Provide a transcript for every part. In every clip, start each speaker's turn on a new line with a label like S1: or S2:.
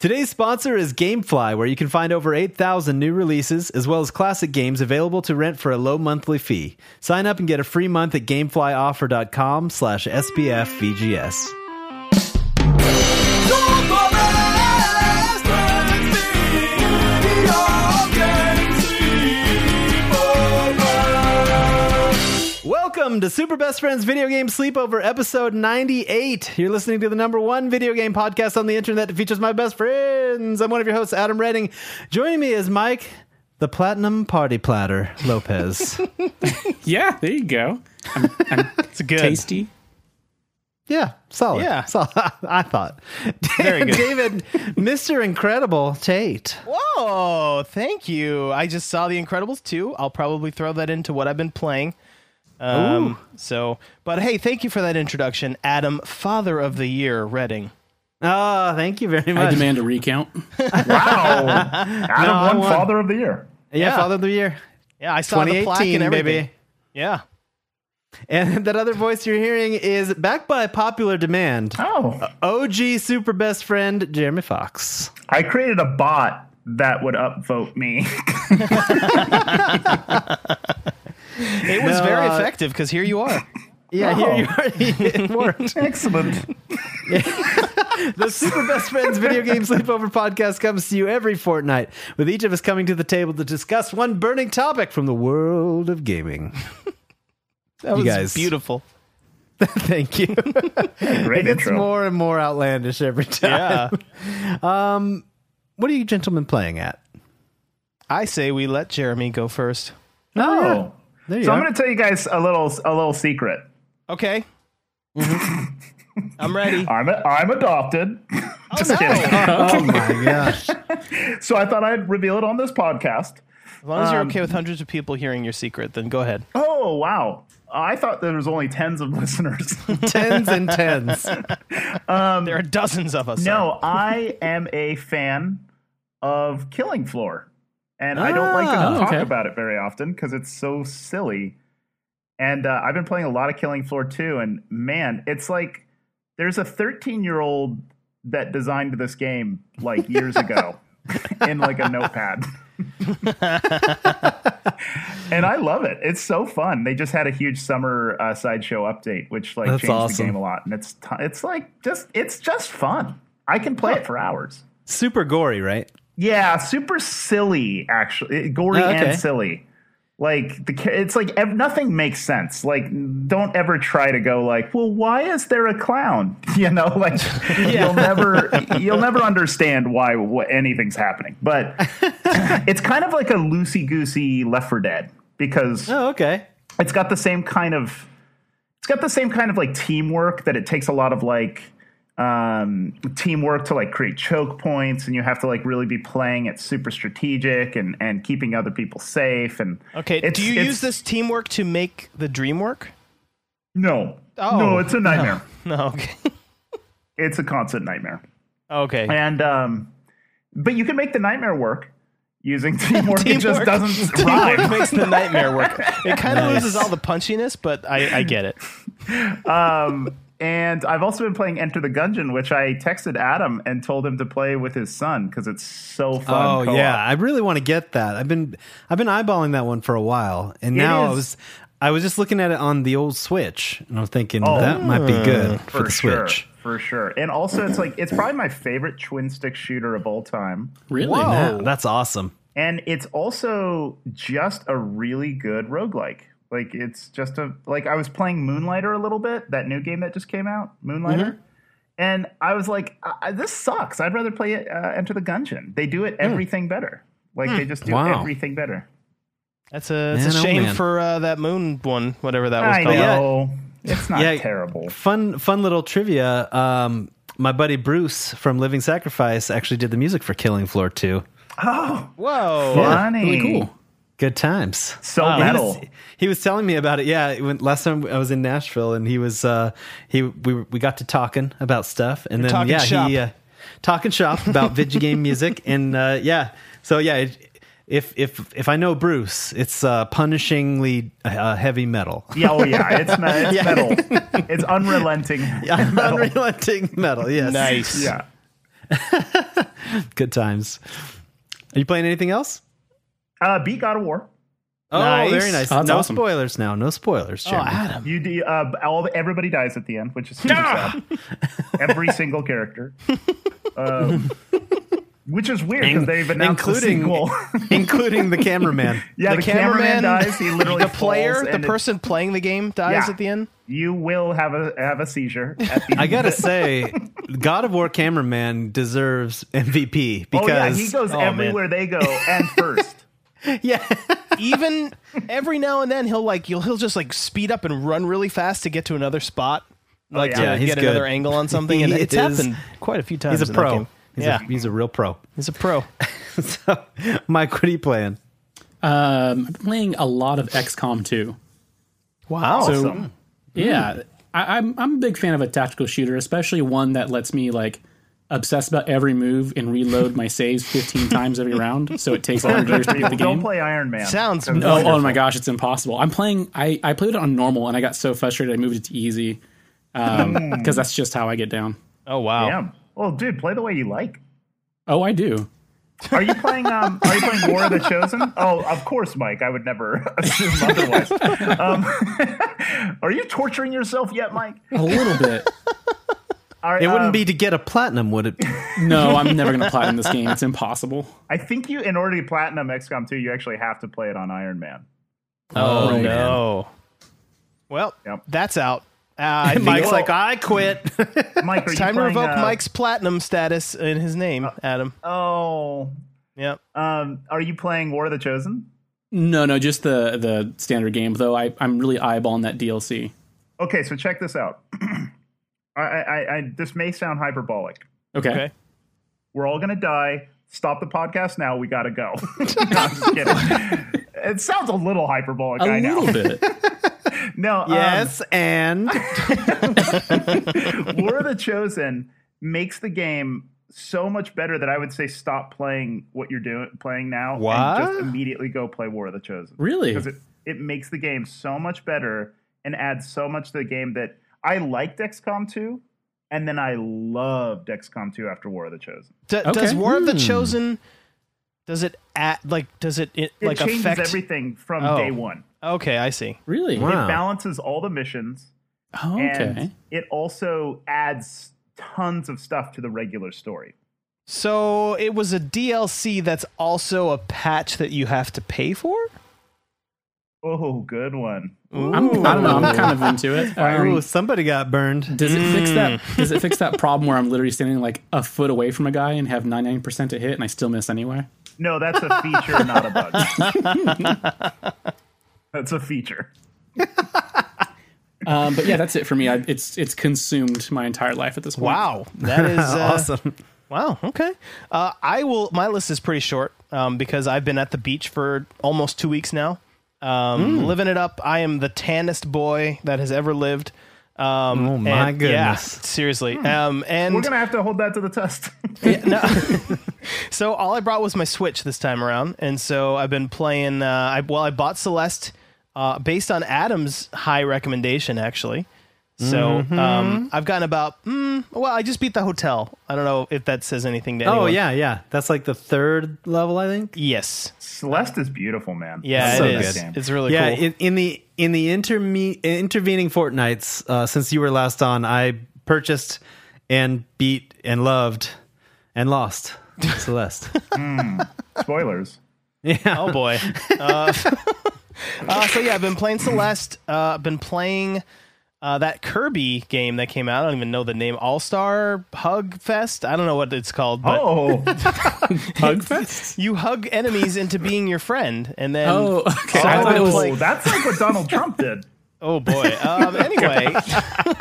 S1: Today's sponsor is Gamefly, where you can find over 8,000 new releases as well as classic games available to rent for a low monthly fee. Sign up and get a free month at gameflyoffer.com slash SBFVGS. Welcome to Super Best Friends Video Game Sleepover, episode 98. You're listening to the number one video game podcast on the internet that features my best friends. I'm one of your hosts, Adam Redding. Joining me is Mike, the Platinum Party Platter Lopez.
S2: Yeah, there you go.
S3: It's good.
S2: Tasty.
S1: yeah, solid.
S3: Yeah.
S1: Solid. I thought.
S3: Very good.
S1: David, Mr. Incredible Tate.
S3: Whoa! Thank you. I just saw The Incredibles 2. I'll probably throw that into what I've been playing. Um, so, but hey, thank you for that introduction, Adam, Father of the Year, Redding.
S1: Oh, thank you very much.
S2: I demand a recount.
S4: Wow. Adam
S1: Oh. I
S4: won
S1: won.
S4: Father of the Year.
S1: yeah,
S3: Yeah.
S1: Father of the Year.
S3: Yeah, I saw the plaque
S1: 2018,
S3: and everything.
S1: baby.
S3: Yeah,
S1: And that other voice you're hearing is backed by popular demand.
S4: Oh.
S1: OG super best friend Jeremy Fox.
S4: I created a bot that would upvote me.
S3: it was very
S1: uh,
S3: effective because here you are.
S1: Yeah,
S4: Oh.
S1: here you are. it worked.
S4: Excellent.
S1: The Super Best Friends Video Game Sleepover podcast comes to you every fortnight, with each of us coming to the table to discuss one burning topic from the world of gaming.
S3: That was
S1: guys-
S3: beautiful.
S1: Thank you.
S4: Great
S1: it's
S4: intro.
S1: more and more outlandish every time. Um,
S3: Yeah,
S1: What are you gentlemen playing at?
S3: I say we let Jeremy go first.
S4: oh.
S1: There you
S4: So
S1: are.
S4: I'm going to tell you guys a little a little secret.
S3: Okay,
S1: Mm-hmm.
S3: I'm ready.
S4: I'm a, I'm adopted. Just
S3: no.
S4: kidding.
S1: Oh my gosh.
S4: So I thought I'd reveal it on this podcast.
S3: As long as
S1: Um,
S3: you're okay with hundreds of people hearing your secret, then go ahead.
S4: Oh, wow. I thought there was only tens of listeners.
S1: tens and tens.
S3: There are dozens of us.
S4: no, I am a fan of Killing Floor. And I don't like
S1: Ah,
S4: to talk
S2: okay.
S4: about it very often because it's so silly. And uh, I've been playing a lot of Killing Floor too. And man, it's like there's a 13 year old that designed this game like years ago in like a notepad. and I love it. It's so fun. They just had a huge summer uh, sideshow update, which like
S1: That's
S4: changed
S1: awesome.
S4: the game a lot. And it's t- it's like just it's just fun. I can play it for hours.
S1: Super gory, right?
S4: Yeah, super silly actually, Eh, gory
S1: Oh, okay.
S4: and silly. Like the ca- it's like ev- nothing makes sense. Like don't ever try to go like, well, why is there a clown? You know, like you'll never you'll never understand why what anything's happening. But it's kind of like a loosey goosey Left 4 Dead because
S1: Oh, okay.
S4: it's got the same kind of it's got the same kind of like teamwork that it takes a lot of like um teamwork to like create choke points and you have to like really be playing it super strategic and and keeping other people safe and
S3: Okay.
S4: it's-
S3: do you
S4: it's-
S3: use this teamwork to make the dream work?
S4: no
S3: Oh.
S4: no it's a nightmare
S3: No. Okay.
S4: it's a constant nightmare
S3: okay.
S4: and um but you can make the nightmare work using teamwork, it just
S3: Teamwork.
S4: doesn't
S3: Teamwork
S4: rhyme
S3: makes the nightmare work. It kind of loses all the punchiness, but I, I get it.
S4: um, and I've also been playing Enter the Gungeon, which I texted Adam and told him to play with his son because it's so fun.
S1: Oh
S4: co-op.
S1: yeah, I really want to get that. I've been I've been eyeballing that one for a while, and
S4: It
S1: now I
S4: is-
S1: was I was just looking at it on the old Switch, and I'm thinking
S4: Oh.
S1: that might be good for, the
S4: sure,
S1: Switch.
S4: for sure. And also, it's like it's probably my favorite twin stick shooter of all time.
S5: Really?
S1: Wow, that's awesome.
S4: and it's also just a really good roguelike. Like it's just a like I was playing Moonlighter a little bit, that new game that just came out, Moonlighter. And I was like, I, I- this sucks. I'd rather play it, uh, Enter the Gungeon. They do it everything better. Like they just do
S6: Wow.
S4: everything better.
S3: That's a, it's
S6: Man,
S3: a
S6: oh,
S3: shame
S6: man.
S3: for uh, that moon one, whatever that was
S4: I
S3: called.
S4: know it's not
S1: Yeah.
S4: terrible.
S1: Fun, fun little trivia. Um, my buddy Bruce from Living Sacrifice actually did the music for Killing Floor 2.
S4: Oh,
S3: Whoa.
S4: funny,
S5: Really cool.
S1: Good times.
S4: So
S1: Wow.
S4: metal.
S1: He was, he was telling me about it. Yeah, when, last time I was in Nashville, and he was uh, he we we got to talking about stuff, and then
S3: talking
S1: yeah,
S3: shop.
S1: he uh, talking shop about video game music, and uh, yeah, so yeah, it, if if if I know Bruce, it's uh, punishingly uh, heavy metal,
S4: Yeah, oh yeah, it's, me- it's metal. It's unrelenting. metal.
S1: unrelenting metal. Yes,
S3: Nice.
S4: Yeah.
S1: good times. Are you playing anything else?
S4: Uh, beat God of War.
S1: Oh,
S3: Nice.
S1: very nice.
S5: Oh, that's
S1: no
S5: awesome.
S1: spoilers now. No spoilers.
S3: Oh,
S1: Jeremy.
S3: Adam.
S4: You do, uh, all everybody dies at the end, which is super sad. Every single character, um, which is weird because they've announced
S1: including-
S4: the sequel.
S1: including the cameraman.
S4: yeah, the, cameraman, dies. He literally
S3: the player,
S4: falls,
S3: the
S4: and it-
S3: person playing the game dies
S4: Yeah.
S3: at the end.
S4: You will have a have a seizure. At the
S1: I gotta say, God of War cameraman deserves MVP
S4: oh yeah, he
S1: because
S4: goes
S3: oh, man.
S4: everywhere they go and first.
S1: yeah,
S3: Even every now and then, he'll like you'll he'll just like speed up and run really fast to get to another spot, like
S4: yeah.
S3: to
S1: Oh, Yeah, he's
S3: get
S1: good.
S3: another angle on something. And
S1: He
S3: it's
S1: is-
S3: happened quite a few times.
S1: he's a
S3: in that
S1: pro.
S3: game.
S1: He's
S3: yeah,
S1: a, he's a real pro.
S3: he's a pro.
S1: So, Mike, what are you playing?
S5: Um, I've been playing a lot of XCOM 2.
S3: Wow.
S5: So, yeah, I, I'm I'm a big fan of a tactical shooter, especially one that lets me like obsess about every move and reload my saves 15 times every round, so it takes longer to beat the
S4: Don't
S5: game.
S4: play Iron Man.
S3: Sounds
S4: That's
S3: no-
S5: Oh, oh
S4: wonderful.
S5: my gosh, it's impossible. I'm playing. I I played it on normal, and I got so frustrated I moved it to easy because
S4: Hmm.
S5: that's just how I get down.
S3: oh wow.
S4: Damn. Well, dude, play the way you like.
S5: Oh, I do.
S4: Are you playing? Um, are you playing War of the Chosen? Oh, of course, Mike. I would never assume otherwise. Um, are you torturing yourself yet, Mike?
S5: A little bit.
S4: All right,
S1: It wouldn't
S4: um,
S1: be to get a platinum, would it?
S5: No, I'm never going to play in this game. It's impossible.
S4: I think you, in order to platinum XCOM 2, you actually have to play it on Iron Man.
S3: Oh, no. Well,
S4: Yep.
S3: that's out. Uh, I think
S1: Mike's
S3: well,
S1: like, I quit.
S4: Mike, are
S3: it's
S4: you
S3: time to
S4: playing,
S3: revoke
S4: uh,
S3: Mike's platinum status in his name, Adam.
S4: Oh,
S3: Yep.
S4: um, are you playing War of the Chosen?
S5: No, no, just the the standard game. Though I I'm really eyeballing that DLC.
S4: Okay, so check this out. I, I, I, this may sound hyperbolic.
S5: Okay.
S3: Okay.
S4: We're all gonna die. Stop the podcast now. We gotta go. No, I'm just kidding. It sounds a little hyperbolic.
S5: A
S4: I know.
S5: little bit.
S4: No. um,
S1: yes, and
S4: War of the Chosen makes the game so much better that I would say stop playing what you're doing playing now
S3: What?
S4: and just immediately go play War of the Chosen.
S5: Really?
S4: Because it, it makes the game so much better and adds so much to the game that I liked XCOM 2 and then I loved XCOM 2 after War of the Chosen.
S3: D- Does
S5: Okay.
S3: War of the
S1: Hmm.
S3: Chosen? Does it at like? Does it, it,
S4: It
S3: like
S4: changes
S3: affect?
S4: everything from
S3: Oh.
S4: day one.
S3: okay, I see.
S5: Really?
S4: It
S1: Wow.
S4: balances all the missions
S5: Oh,
S4: and
S5: okay.
S4: it also adds tons of stuff to the regular story.
S3: So it was a DLC that's also a patch that you have to pay for.
S4: Oh, good one.
S5: I'm, I don't know. I'm kind of into it.
S1: ooh,
S5: Um,
S1: somebody got burned.
S5: does it fix that? Does it fix that problem where I'm literally standing like a foot away from a guy and have 99 percent to hit and I still miss anyway?
S4: No, that's a feature, not a bug. that's a feature.
S5: Um, but yeah, that's it for me. I, it's it's consumed my entire life at this point.
S3: Wow, that is uh,
S1: Awesome.
S3: Wow. Okay. Uh, I will. My list is pretty short um, because I've been at the beach for almost two weeks now,
S1: Hmm.
S3: um, living it up. I am the tannest boy that has ever lived. Um,
S1: Oh, my
S3: and- Yeah,
S1: goodness. Hmm.
S3: seriously. Um, and
S4: We're gonna have to hold that to the test.
S3: so all I brought was my Switch this time around, and so I've been playing. Uh, I, well, I bought Celeste uh, based on Adam's high recommendation, actually. So
S1: Mm-hmm.
S3: um, I've gotten about. Mm, well, I just beat the hotel. I don't know if that says anything to anyone.
S1: Oh yeah, yeah. That's like the third level, I think.
S3: Yes.
S4: Celeste is beautiful, man.
S3: Yeah,
S1: So
S3: it is.
S1: good.
S3: It's really
S1: yeah,
S3: cool.
S1: in, in the in the interme- intervening fortnights uh, since you were last on, I purchased
S7: and beat and loved and lost Celeste.
S4: Um, Spoilers.
S3: Oh boy. Uh, uh, so yeah, I've been playing Celeste. Uh, I've been playing uh, that Kirby game that came out. I don't even know the name. All Star Hug Fest. I don't know what it's called. But
S4: Oh,
S5: Hugfest?
S3: You hug enemies into being your friend, and then
S5: Oh, okay. I thought it was
S4: oh
S5: like,
S4: that's like what Donald Trump did.
S3: Oh boy. Um, anyway,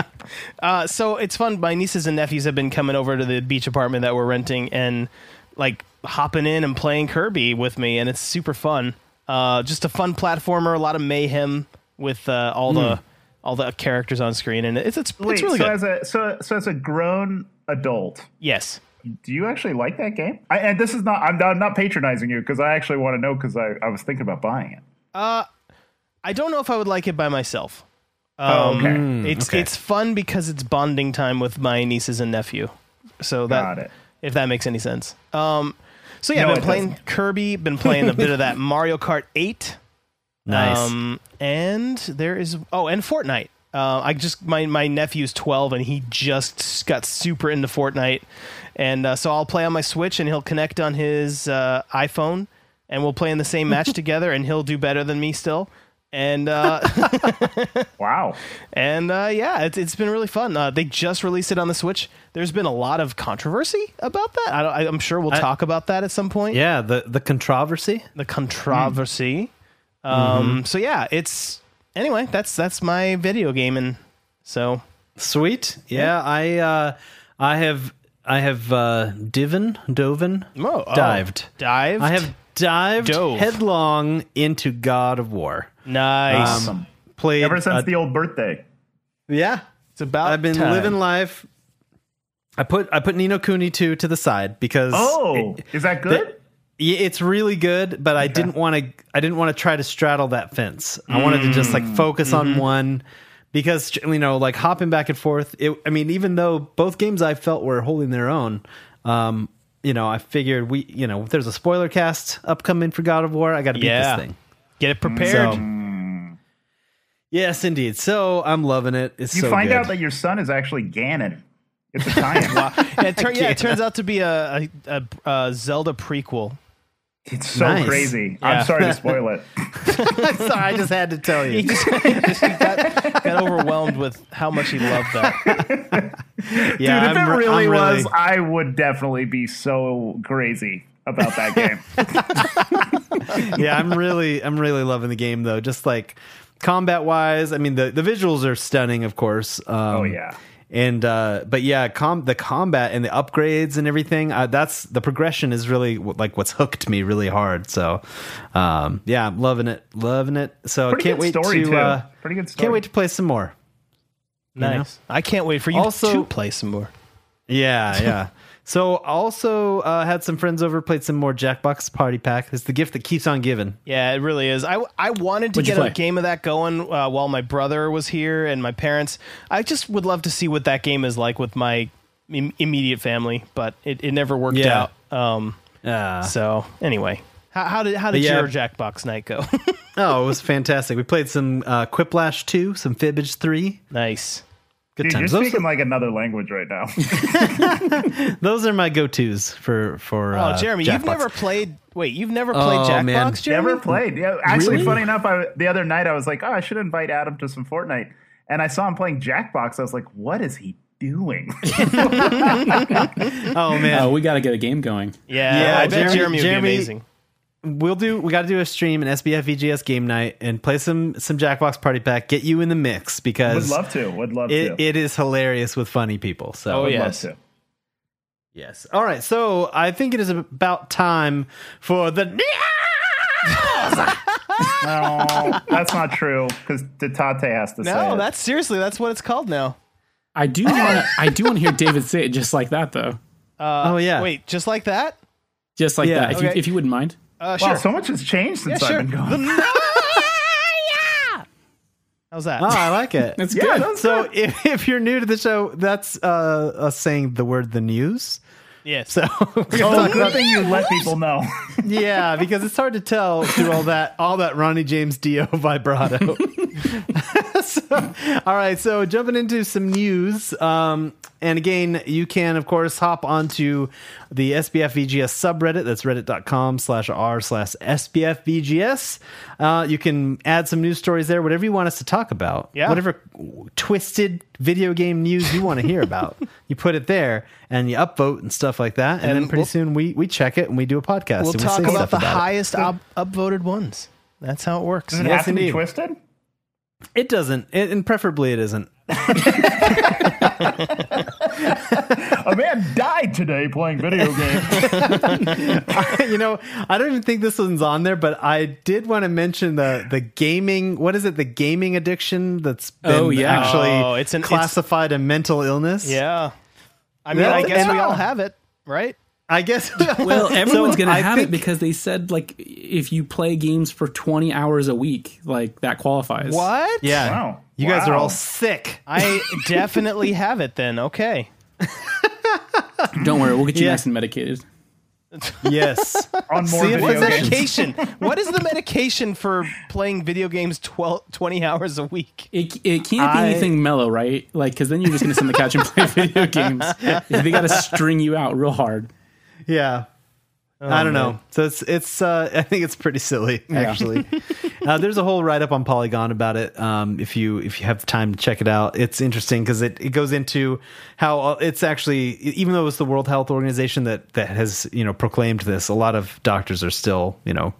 S3: uh, so it's fun. My nieces and nephews have been coming over to the beach apartment that we're renting and like hopping in and playing Kirby with me, and it's super fun. Uh, just a fun platformer, a lot of mayhem with uh, all the all the characters on screen, and it's it's,
S4: Hmm. Wait,
S3: it's really
S4: so
S3: good.
S4: as a so so as a grown adult,
S3: yes.
S4: do you actually like that game? I, and this is not I'm, I'm not patronizing you because I actually want to know because I, I was thinking about buying it.
S3: I don't know if I would like it by myself.
S4: Oh,
S3: Um,
S4: okay,
S3: It's
S5: okay.
S3: it's fun because it's bonding time with my nieces and nephew. So that
S4: got it.
S3: if that makes any sense. Um, so yeah,
S4: No,
S3: I've
S4: it
S3: been playing
S4: doesn't.
S3: Kirby, been playing a bit of that Mario Kart 8.
S1: Nice.
S3: Um, and there is oh, and Fortnite. Uh, I just my my nephew's 12 and he just got super into Fortnite, and uh, so I'll play on my Switch and he'll connect on his uh, iPhone and we'll play in the same match together and he'll do better than me still. And uh,
S4: Wow.
S3: And uh, yeah, it's, it's been really fun. Uh, they just released it on the Switch. There's been a lot of controversy about that. I don't, I, I'm sure we'll talk about that at some point.
S1: yeah, the the controversy.
S3: The controversy. Um, So yeah, it's anyway. That's that's my video game, and so
S1: Sweet. Yeah, I uh I have I have uh divin, doven,
S3: Oh, oh.
S1: dived.
S3: dived.
S1: I have dived
S3: Dove.
S1: headlong into God of War.
S3: nice.
S4: Awesome.
S1: Played
S4: Ever since
S1: uh,
S4: the old birthday.
S1: Yeah.
S3: it's about.
S1: I've been
S3: time.
S1: living life. I put I put Nino Cooney 2 to the side because
S4: Oh,
S1: it-
S4: is that good?
S1: Yeah, it's really good, but I didn't want to. I didn't want to try to straddle that fence. I wanted to just like
S4: Mm.
S1: focus
S4: Mm-hmm.
S1: on one because you know, like hopping back and forth. It, I mean, even though both games I felt were holding their own, um, you know, I figured we, you know, if there's a spoiler cast upcoming for God of War, I got to beat
S3: Yeah.
S1: this thing.
S3: Get it prepared.
S1: So, yes, indeed. So I'm loving it. It's
S4: you
S1: so
S4: find
S1: good.
S4: out that your son is actually Ganon. It's a tie-in.
S3: Yeah, it tur- yeah, it turns out to be a, a, a, a Zelda prequel.
S4: it's so
S1: Nice.
S4: crazy.
S3: Yeah.
S4: I'm sorry to spoil it.
S1: Sorry, I just had to tell you.
S3: Got overwhelmed with how much he loved that.
S1: yeah,
S4: Dude, if
S1: I'm
S4: it
S1: re-
S4: really,
S1: I'm
S4: was, I would definitely be so crazy about that game.
S1: yeah, I'm really I'm really loving the game though. Just like combat wise, I mean the the visuals are stunning, of course. Um, oh
S4: yeah.
S1: And uh, but yeah, com- the combat and the upgrades and everything. Uh, that's the progression is really w- like what's hooked me really hard. So um, yeah, I'm loving it, loving it. So I
S4: Pretty
S1: can't wait
S4: good story
S1: to
S4: too.
S1: Uh,
S4: Pretty good story.
S1: can't wait to play some more.
S3: Nice. I can't wait for you
S1: Also-
S3: to play some more.
S1: Yeah, yeah. so also uh, had some friends over, played some more Jackbox Party Pack. It's the gift that keeps on giving.
S3: Yeah, it really is. I, I wanted to
S5: What'd you
S3: get a
S5: play?
S3: game of that going uh, while my brother was here and my parents. I just would love to see what that game is like with my Im- immediate family, but it, it never worked
S1: Yeah.
S3: out. Um,
S1: Uh,
S3: so anyway, how, how did how did
S1: Yeah.
S3: your Jackbox night go?
S1: Oh, it was fantastic. We played some uh, Quiplash 2, some Fibbage 3.
S3: nice.
S1: Good
S4: Dude, you're
S1: times. Those,
S4: speaking like another language right now.
S1: those are my go-tos for for
S3: Oh,
S1: uh,
S3: Jeremy,
S1: Jackbox.
S3: you've never played. Wait, you've never played
S1: Oh,
S3: Jackbox,
S1: man.
S3: Jeremy?
S4: Never played. Yeah, actually,
S1: Really?
S4: funny enough, I, the other night I was like, oh, I should invite Adam to some Fortnite, and I saw him playing Jackbox. I was like, what is he doing?
S1: Oh man.
S5: Oh, we got to get a game going.
S3: Yeah,
S1: Yeah,
S3: I bet
S1: Jeremy-
S3: Jeremy, would
S1: Jeremy-
S3: be amazing.
S1: We'll do we got to do a stream an SBF VGS game night and play some some Jackbox Party Pack. Get you in the mix
S4: would
S1: because
S4: love to. Would love
S1: it,
S4: to.
S1: it is hilarious with funny people. So
S3: Oh,
S4: would
S3: yes.
S4: love to.
S1: yes. All right. So I think it is about time for the
S4: No, that's not true because Tatate has to say.
S3: No,
S4: it.
S3: that's seriously that's what it's called now.
S5: I do want to. I do want to hear David say it just like that, though.
S1: Oh yeah.
S3: Uh, Wait, just like that?
S5: Just like
S1: Yeah,
S5: that. If you
S3: okay.
S5: if you wouldn't mind.
S3: Uh,
S4: wow.
S3: sure.
S4: So much has changed since
S3: sure.
S4: I've been gone.
S3: How's that?
S1: Oh, I like it.
S5: That's
S4: Yeah,
S5: good.
S4: that's
S1: so if, if you're new to the show, that's uh, us saying the word the news.
S3: yeah. So
S1: So
S4: Oh, good thing you let people know.
S1: yeah, because it's hard to tell through all that all that Ronnie James Dio vibrato. All right, so jumping into some news. Um, and again, you can, of course, hop onto the SBFVGS subreddit. That's reddit.com slash r slash SBFVGS. Uh, you can add some news stories there, whatever you want us to talk about.
S3: Yeah.
S1: Whatever twisted video game news you want to hear about, you put it there and you upvote and stuff like that. And,
S3: And
S1: then pretty
S3: we'll-
S1: soon we, we check it and we do a podcast.
S3: We'll
S1: and
S3: talk
S1: we say
S3: about
S1: stuff
S3: the
S1: about it.
S3: highest up- upvoted ones. That's how it works.
S4: Does it
S1: Yes,
S4: have to
S1: indeed.
S4: be twisted?
S1: It doesn't, and and preferably it isn't.
S4: A man died today playing video games.
S1: you know, I don't even think this one's on there, but I did want to mention the the gaming. What is it? The gaming addiction that's been
S5: Oh, yeah.
S1: actually
S3: Oh, it's an- it's-
S1: classified a mental illness.
S3: Yeah. I mean, I
S1: No,
S3: guess
S1: and-
S3: we all have it, right?
S1: I guess.
S5: Well, everyone's
S1: So
S5: going to
S1: I
S5: have
S1: think-
S5: it because they said like if you play games for 20 hours a week, like that qualifies.
S3: What?
S1: yeah,
S4: Wow.
S1: you guys are
S4: Wow.
S1: all sick.
S3: I definitely have it then. Okay.
S5: Don't worry, we'll get you
S1: Yeah.
S5: nice and medicated.
S1: yes,
S4: On more
S1: See,
S4: video
S1: what's
S3: What's
S1: that
S4: games.
S3: medication? what is the medication for playing video games 12, 20 hours a week?
S5: It, it can't be
S1: I-
S5: anything mellow, right? Like, because then you're just going to sit on the couch and play video games. They got to string you out real hard.
S1: yeah.
S3: Oh,
S1: I don't know. So it's it's. Uh, I think it's pretty silly, actually. uh, there's a whole write up on Polygon about it. Um, if you if you have time to check it out, it's interesting because it, it goes into how uh, it's actually even though it's the World Health Organization that that has you know proclaimed this, a lot of doctors are still you know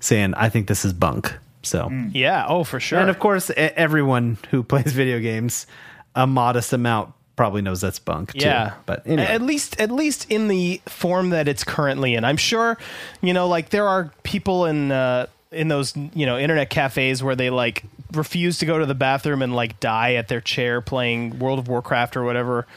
S1: saying I think this is bunk. So
S3: Yeah. Oh, for sure.
S1: and of course e- everyone who plays video games a modest amount probably knows that's bunk. Too.
S3: Yeah,
S1: but anyway.
S3: at least at least in the form that it's currently in. I'm sure, you know, like there are people in uh, in those you know internet cafes where they like refuse to go to the bathroom and like die at their chair playing World of Warcraft or whatever.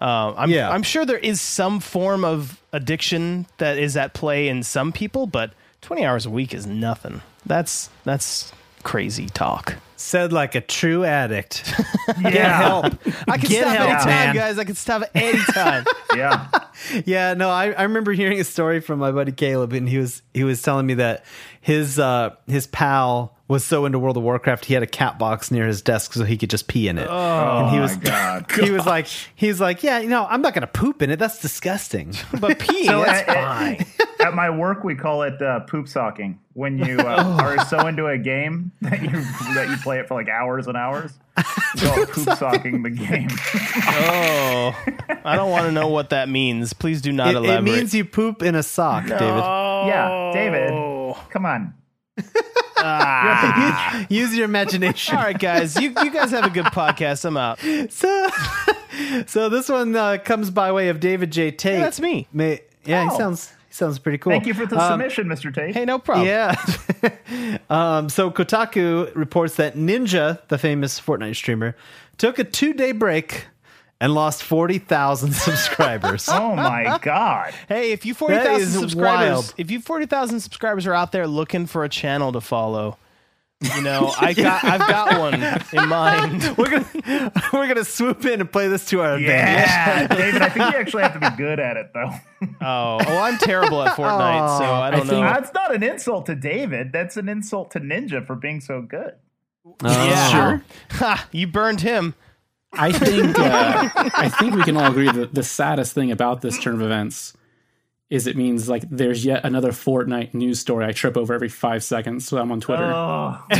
S3: Uh, I'm
S1: Yeah.
S3: I'm sure there is some form of addiction that is at play in some people, but 20 hours a week is nothing. That's that's crazy talk.
S1: Said like a true addict.
S4: Yeah.
S3: I can
S1: Get
S3: stop
S1: help,
S3: anytime,
S1: man.
S3: guys. I can stop anytime.
S4: Yeah.
S1: Yeah, no, I, I remember hearing a story from my buddy Caleb, and he was he was telling me that his uh, his pal was so into World of Warcraft, he had a cat box near his desk so he could just pee in it.
S4: Oh
S1: and he was
S4: my god.
S1: he was like he was like, yeah, you know, I'm not gonna poop in it. That's disgusting.
S3: but peeing,
S4: So
S3: that's
S1: uh,
S4: at,
S3: fine.
S4: at- at my work, we call it uh, poop socking when you uh, are so into a game that you that you play it for like hours and hours. It's called poop socking the game.
S3: Oh, I don't want to know what that means. Please do not
S1: it, it
S3: elaborate.
S1: means you poop in a sock, David.
S4: Yeah, David, come on.
S1: Use your imagination.
S3: All right, guys, you, you guys have a good podcast. I'm out.
S1: So, so this one uh, comes by way of David J. Tate.
S3: that's me.
S1: May, yeah, he
S4: Oh.
S1: sounds he sounds pretty cool.
S4: Thank you for the
S1: Um,
S4: submission, Mr. Tate.
S3: Hey, no problem.
S1: Yeah. um, so Kotaku reports that Ninja, the famous Fortnite streamer, took a two day break and lost 40,000 subscribers.
S4: Oh my god.
S3: Hey, if you forty thousand
S1: is
S3: subscribers,
S1: wild.
S3: if you forty thousand subscribers are out there looking for a channel to follow, you know, I got I've got one in mind.
S1: we're gonna we're gonna swoop in and play this to our advantage.
S4: Yeah, David, I think you actually have to be good at it though.
S3: Oh, oh, I'm terrible at Fortnite, so I don't
S5: think-
S3: know.
S4: That's not an insult to David. That's an insult to Ninja for being so good.
S1: Oh,
S3: yeah, Ha, you burned him.
S5: I think uh, I think we can all agree that the saddest thing about this turn of events is it means like there's yet another Fortnite news story I trip over every five seconds when I'm on Twitter.
S1: Oh.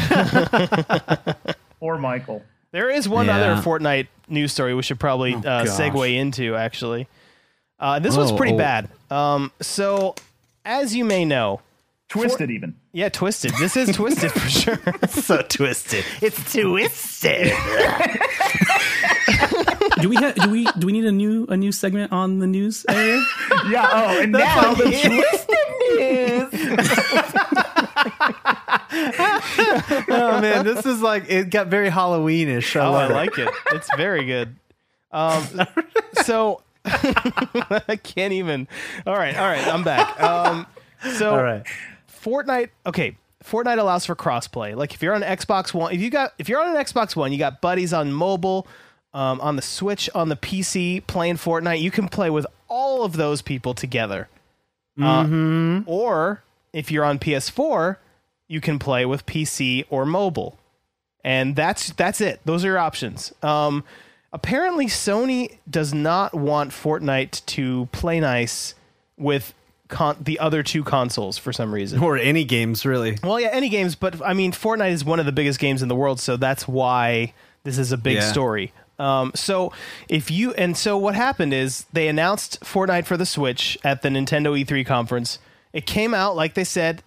S4: Or Michael.
S3: There is one
S1: Yeah. Oh,
S3: other Fortnite news story we should probably uh,
S1: gosh.
S3: segue into, actually. Uh, this one's
S1: Oh,
S3: pretty
S1: oh.
S3: bad. Um, so, as you may know,
S4: Twisted even.
S3: yeah, twisted. This is twisted for sure.
S1: so twisted. It's twisted.
S5: Do we have, do we do we need a new a new segment on the news area?
S4: Yeah, oh, and now the twisted news.
S1: oh man, this is like it got very Halloweenish. I
S3: Oh, I
S1: love it.
S3: like it. It's very good. Um, so I can't even. All right, all right. I'm back. Um, so
S1: All right.
S3: Fortnite. Okay, Fortnite allows for crossplay. Like if you're on Xbox One, if you got if you're on an Xbox One, you got buddies on mobile, um, on the Switch, on the PC playing Fortnite. You can play with all of those people together. Uh, or if you're on PS4, you can play with PC or mobile. and that's that's it. Those are your options. Um, apparently, Sony does not want Fortnite to play nice with con- the other two consoles for some reason.
S1: or any games really.
S3: Well, yeah, any games, but I mean, Fortnite is one of the biggest games in the world, so that's why this is a big
S1: Yeah.
S3: story. Um, so if you and so what happened is they announced Fortnite for the Switch at the Nintendo E3 conference. It came out like they said,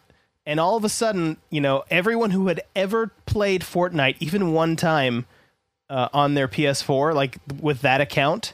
S3: and all of a sudden, you know, everyone who had ever played Fortnite even one time uh, on their PS4, like with that account,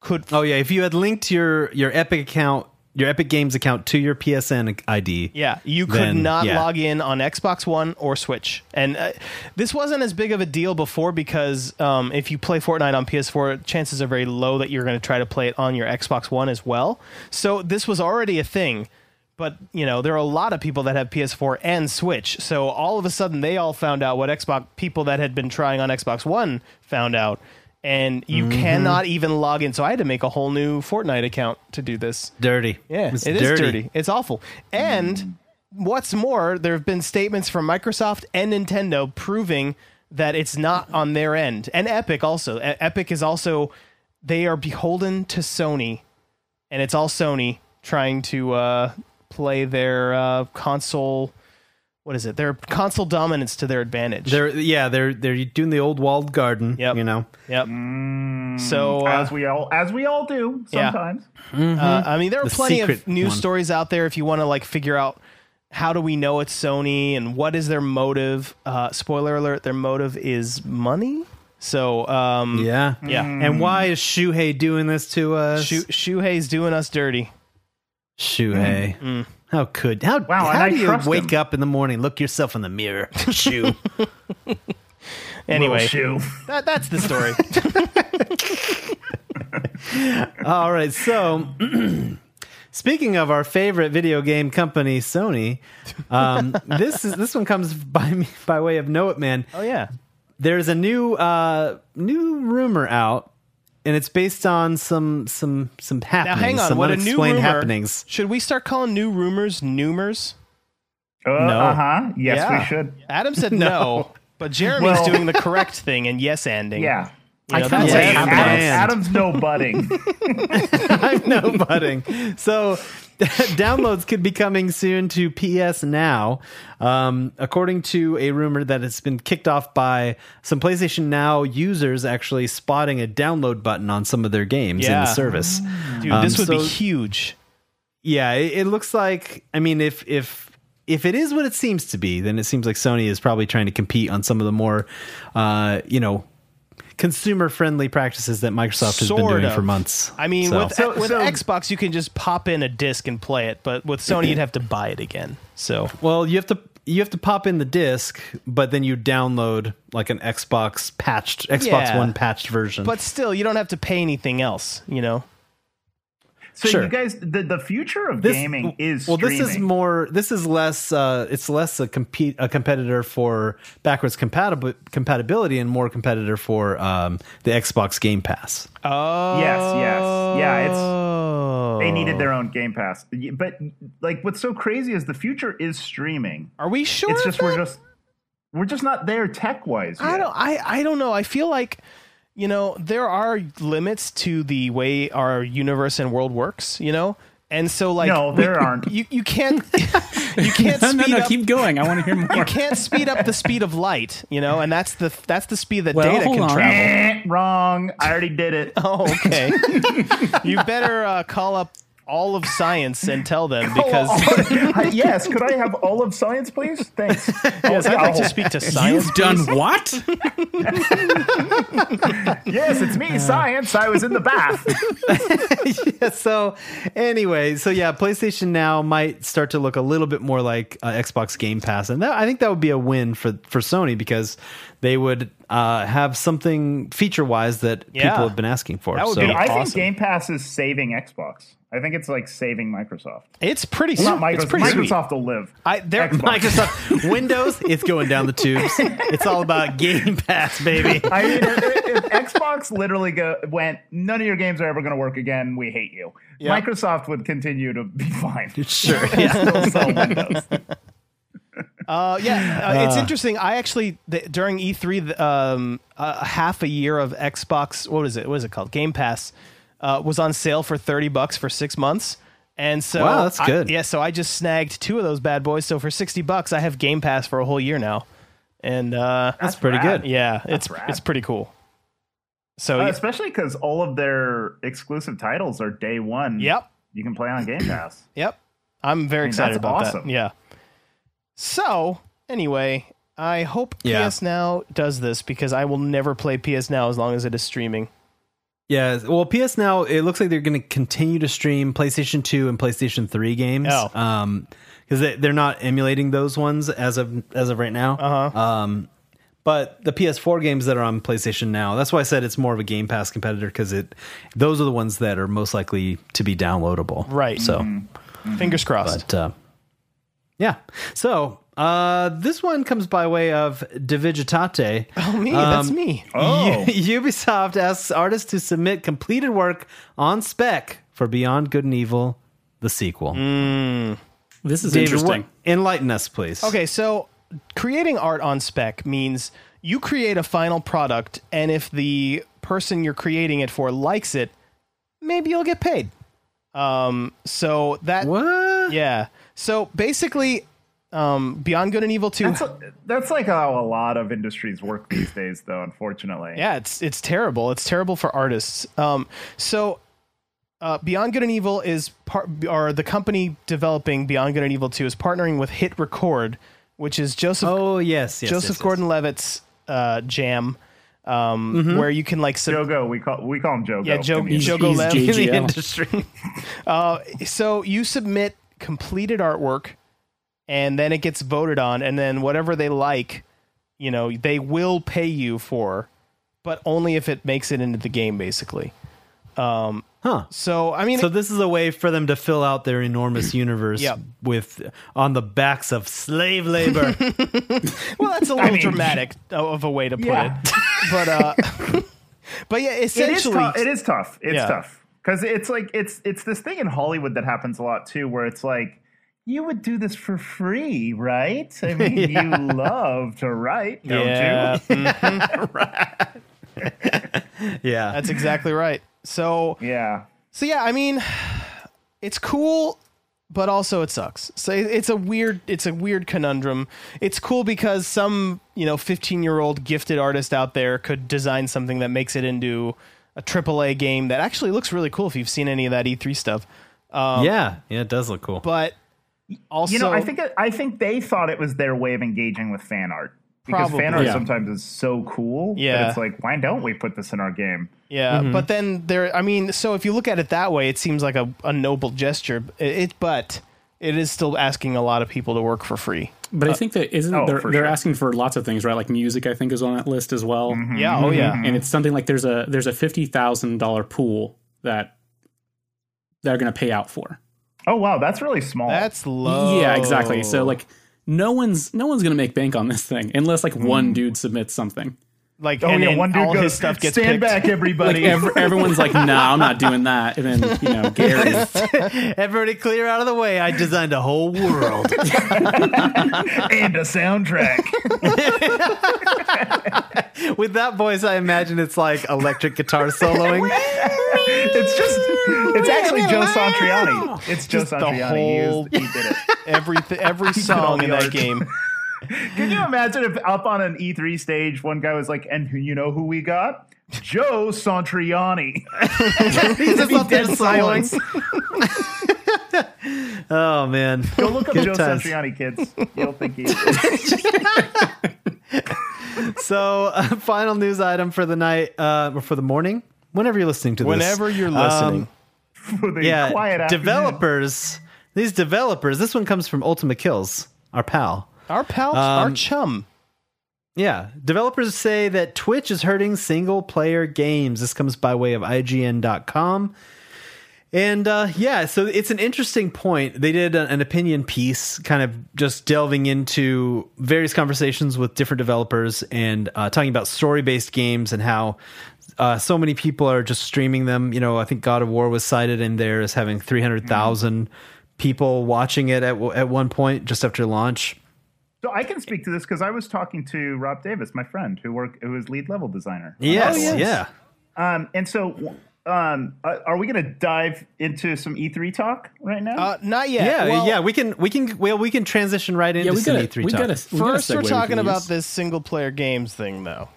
S3: could
S1: Oh yeah, if you had linked your your Epic account, your Epic Games account to your PSN ID.
S3: Yeah, you could
S1: then,
S3: not
S1: yeah.
S3: log in on Xbox One or Switch, and uh, this wasn't as big of a deal before because um, if you play Fortnite on PS4, chances are very low that you're going to try to play it on your Xbox One as well. So this was already a thing, but you know there are a lot of people that have PS4 and Switch, so all of a sudden they all found out what Xbox people that had been trying on Xbox One found out. And you
S1: Mm-hmm.
S3: cannot even log in, so I had to make a whole new Fortnite account to do this.
S1: Dirty.
S3: Yeah,
S1: It's
S3: it's dirty. It's awful. And what's more, there have been statements from Microsoft and Nintendo proving that it's not on their end, and Epic also. E- Epic is also they are beholden to Sony, and it's all Sony trying to uh, play their uh, console. What is it? Their console dominance to their advantage.
S1: They're yeah, they're they're doing the old walled garden,
S3: Yep.
S1: you know.
S3: yep. so uh,
S4: as we all as we all do
S3: Yeah.
S4: sometimes.
S3: Uh, I mean, there are
S1: Mm-hmm. The
S3: plenty of
S1: secret
S3: news
S1: one.
S3: stories out there if you want to like figure out how do we know it's Sony and what is their motive. Uh, spoiler alert: their motive is money. So um,
S1: Yeah.
S3: yeah.
S1: And why is Shuhei doing this to us?
S3: Shu- Shuhei's doing us dirty. Mm.
S1: Shuhei. How could how
S4: Wow, and
S1: how
S4: I
S1: do you
S4: trust
S1: wake
S4: him.
S1: up in the morning, look yourself in the mirror, Shu?
S3: Anyway,
S4: Little shoe.
S3: that, that's the story.
S1: All right, so speaking of our favorite video game company, Sony, um, this is this one comes by me by way of Know It Man.
S3: oh yeah,
S1: There's a new uh, new rumor out, and it's based on some some some
S3: now
S1: happenings.
S3: hang on.
S1: some
S3: What a new
S1: unexplained
S3: rumor!
S1: happenings.
S3: Should we start calling new rumors numers?
S4: Uh, Uh-huh. Yes,
S3: Yeah.
S4: we should.
S3: Adam said no, but Jeremy's
S4: Well-
S3: doing the correct thing and yes ending.
S4: Yeah.
S3: You know,
S1: I kinda
S3: that's
S1: like
S3: what
S4: Adam-
S1: Adam-
S3: happens.
S4: Adam's no budding.
S1: I'm no budding. So downloads could be coming soon to PS Now, um, according to a rumor that it's been kicked off by some PlayStation Now users actually spotting a download button on some of their games in
S3: Yeah. Ah.
S1: the service.
S3: Dude,
S1: Um,
S3: this would be
S1: so-
S3: huge.
S1: Yeah, it, it looks like. I mean, if if if it is what it seems to be, then it seems like Sony is probably trying to compete on some of the more, uh, you know. Consumer friendly practices that Microsoft has been
S3: Sort
S1: doing
S3: of.
S1: for months.
S3: I mean,
S1: So-
S3: with, with Xbox, you can just pop in a disc and play it, but with Sony, you'd have to buy it again. So
S1: Well, you have to you have to pop in the disc, but then you download like an Xbox patched Xbox
S3: Yeah.
S1: One patched version.
S3: but still, you don't have to pay anything else. You know,
S4: So
S1: Sure.
S4: you guys, the, the future of
S1: This-
S4: gaming is
S1: well,
S4: streaming.
S1: this is more. This is less. Uh, it's less a compete a competitor for backwards compatible compatibility and more competitor for um, the Xbox Game Pass.
S3: oh
S4: Yes, yes. Yeah, it's
S3: Are
S4: they needed their own Game Pass. But like what's so crazy is the future is streaming.
S3: we sure?
S4: It's
S3: of
S4: just
S3: that?
S4: we're just we're just not there tech wise.
S3: I don't. I I don't know. I feel like you know there are limits to the way our universe and world works. You know, and so like
S4: No,
S3: we-
S4: there aren't.
S3: You you can't you can't
S5: No, no,
S3: speed
S5: no.
S3: up.
S5: Keep going. I want to hear more.
S3: can't speed up the speed of light, you know, and that's the that's the speed that
S5: Well,
S3: data
S5: hold
S3: can
S5: on.
S3: travel.
S4: Eh, wrong. I already did it.
S3: Oh, okay. you better uh, call up all of science and tell them because
S4: Hi, yes, could Oh, I have all of science, please? Thanks.
S3: yes, I'd like to speak to science.
S5: You've done what?
S4: Yes, it's
S3: Uh.
S4: me, science. I was in the bath.
S1: so anyway, so yeah, PlayStation Now might start to look a little bit more like uh, Xbox Game Pass, and that, I think that would be a win for for Sony because they would uh, have something feature wise that
S3: Yeah.
S1: people have been asking for.
S3: That would
S1: so
S3: be
S4: Dude, I
S3: Awesome.
S4: think Game Pass is saving Xbox. I think it's like saving Microsoft.
S3: It's pretty.
S4: Not
S3: sweet.
S4: Microsoft.
S3: It's pretty sweet.
S4: Microsoft will live.
S3: I, they're,
S4: Xbox.
S1: Microsoft Windows, it's going down the tubes. It's all about Game Pass, baby.
S4: I mean, if, if Xbox literally go, went, none of your games are ever going to work again. We hate you. Microsoft would continue to be fine.
S1: Sure.
S4: They'll sell Windows.
S3: Uh, yeah, uh, it's interesting. I actually th- during E3, th- um, uh, half a year of Xbox. What is it? What is it called? Game Pass uh, was on sale for thirty bucks for six months. And so,
S1: Wow, that's
S3: I-
S1: good.
S3: yeah, so I just snagged two of those bad boys. So for sixty bucks, I have Game Pass for a whole year now, and uh,
S4: That's pretty rad. good.
S3: Yeah, it's
S4: rad.
S3: it's pretty cool. So
S4: Uh,
S3: yeah,
S4: especially because all of their exclusive titles are day one.
S3: Yep.
S4: You can play on Game Pass.
S3: Yep. I'm very
S4: mean,
S3: excited
S4: that's
S3: about that.
S4: awesome.
S3: Yeah. So, anyway, I hope
S1: Yeah.
S3: PS Now does this because I will never play PS Now as long as it is streaming.
S4: Mm-hmm.
S1: Yeah, well, PS Now it looks like they're going to continue to stream PlayStation Two and PlayStation Three games.
S3: Oh.
S1: um, because they, they're not emulating those ones as of as of right now. Uh-huh. Um, but the PS4 games that are on PlayStation Now, that's why I said it's more of a Game Pass competitor because it those are the ones that are most likely to be downloadable.
S3: Right.
S1: So,
S3: Fingers crossed.
S1: but uh, yeah, so. Uh, this one comes by way of Divigitate.
S3: oh, me.
S1: Um,
S3: that's me.
S4: Oh.
S1: U- Ubisoft asks artists to submit completed work on spec for Beyond Good and Evil, the sequel.
S3: Mm.
S5: This is
S1: David,
S5: interesting.
S1: what- enlighten us, please.
S3: Okay, so creating art on spec means you create a final product, and if the person you're creating it for likes it, maybe you'll get paid. Um, so that
S1: What?
S3: yeah. So basically, um, Beyond Good and Evil Two
S4: That's, that's like how a lot of industries work these days, though, unfortunately.
S3: Yeah, it's it's terrible. It's terrible for artists. Um, so uh, Beyond Good and Evil is part, or the company developing Beyond Good and Evil Two is partnering with Hit Record, which is Joseph
S1: Oh yes, yes
S3: Joseph
S1: yes, yes.
S3: Gordon-Levitt's uh, jam, um,
S1: Mm-hmm.
S3: where you can like sub-
S4: Jogo, we call we call him Jogo.
S3: yeah, Joe
S4: I mean,
S5: He's-
S3: Jogo
S5: he's
S3: Lev.
S5: G-
S1: in the
S5: GGL.
S1: industry.
S3: Uh, so you submit completed artwork and then it gets voted on and then whatever they like you know they will pay you for but only if it makes it into the game basically um
S1: Huh.
S3: so i mean
S1: So this is a way for them to fill out their enormous universe
S3: Yeah.
S1: with on the backs of slave labor.
S3: well that's a little
S4: mean-
S3: dramatic of a way to put
S4: Yeah.
S3: it but uh but yeah
S4: it is
S3: essentially
S4: tough. It is tough. It's
S3: Yeah.
S4: tough because it's like it's it's this thing in Hollywood that happens a lot too, where it's like you would do this for free, right? I mean, you love to write, don't
S3: yeah
S4: you?
S1: yeah.
S3: that's exactly right so
S4: Yeah.
S3: So yeah, I mean, it's cool, but also it sucks. So it- it's a weird, it's a weird conundrum. It's cool because some you know fifteen year old gifted artist out there could design something that makes it into a AAA game that actually looks really cool if you've seen any of that E3 stuff.
S1: yeah. Yeah, it does look cool.
S3: But also,
S4: You know, I think I think they thought it was their way of engaging with fan art because
S3: Probably.
S4: fan art
S5: Yeah.
S4: sometimes is so cool. that
S3: Yeah.
S4: it's like why don't we put this in our game?
S3: yeah. But then there, I mean, so if you look at it that way, it seems like a, a noble gesture. It, it, but it is still asking a lot of people to work for free.
S5: But I think that isn't
S4: oh,
S5: they're,
S4: for
S5: they're
S4: sure.
S5: asking for lots of things, right? Like music, I think is on that list as well.
S3: Yeah. Oh yeah.
S5: And it's something like there's a there's a fifty thousand dollar pool that they're going to pay out for.
S4: Oh wow, that's really small.
S3: That's low.
S5: Yeah, exactly. So like no one's no one's going to make bank on this thing unless like one dude submits something.
S3: like
S4: oh
S3: and
S4: yeah,
S3: then
S4: one dude
S3: all
S4: goes
S3: his stuff gets
S4: stand
S3: picked.
S4: back,
S5: Like
S4: everybody.
S5: ev- everyone's like, no, I'm not doing that. And then you know, Gary,
S1: Everybody clear out of the way. I designed a whole world.
S4: and a soundtrack.
S1: With that voice, I imagine it's like electric guitar soloing.
S4: It's just, it's actually Joe Satriani. It's Joe
S3: the
S4: Satriani.
S3: whole-
S4: He, is, he did it.
S3: Every every
S4: all
S3: song
S4: the
S3: in that
S4: art.
S3: game.
S4: Can you imagine if up on an E3 stage, one guy was like, and who- you know who we got? Joe Satriani.
S1: He's just up there
S4: dead
S1: soloing. oh man,
S4: Go look up
S1: Good
S4: Joe
S1: times.
S4: Satriani, kids. You'll think he.
S1: So, uh, final news item for the night uh, or for the morning, whenever you're listening to this. Um,
S3: Whenever you're listening,
S4: with a
S1: yeah,
S4: quiet afternoon.
S1: developers. These developers. This one comes from Ultimate Kills, our pal.
S3: our pal, our chum.
S1: Yeah, developers say that Twitch is hurting single player games. This comes by way of IGN.com. And uh, yeah, so it's an interesting point. They did a- an opinion piece, kind of just delving into various conversations with different developers and uh, talking about story based games and how uh, so many people are just streaming them. You know, I think God of War was cited in there as having 300,000 people watching it at, w- at one point just after launch
S4: So I can speak to this because I was talking to Rob Davis, my friend, who work who is lead level designer.
S1: Yes,
S3: yes.
S1: yeah.
S4: Um, and so, um, uh, are we going to dive into some E3 talk right now?
S3: Uh, not yet.
S1: Yeah,
S3: Well,
S1: yeah, we can we can well we can transition right into
S5: Yeah, we
S1: some
S5: got
S1: E3
S5: we
S1: talk.
S5: got a
S3: First, we're talking about this single player games thing, though.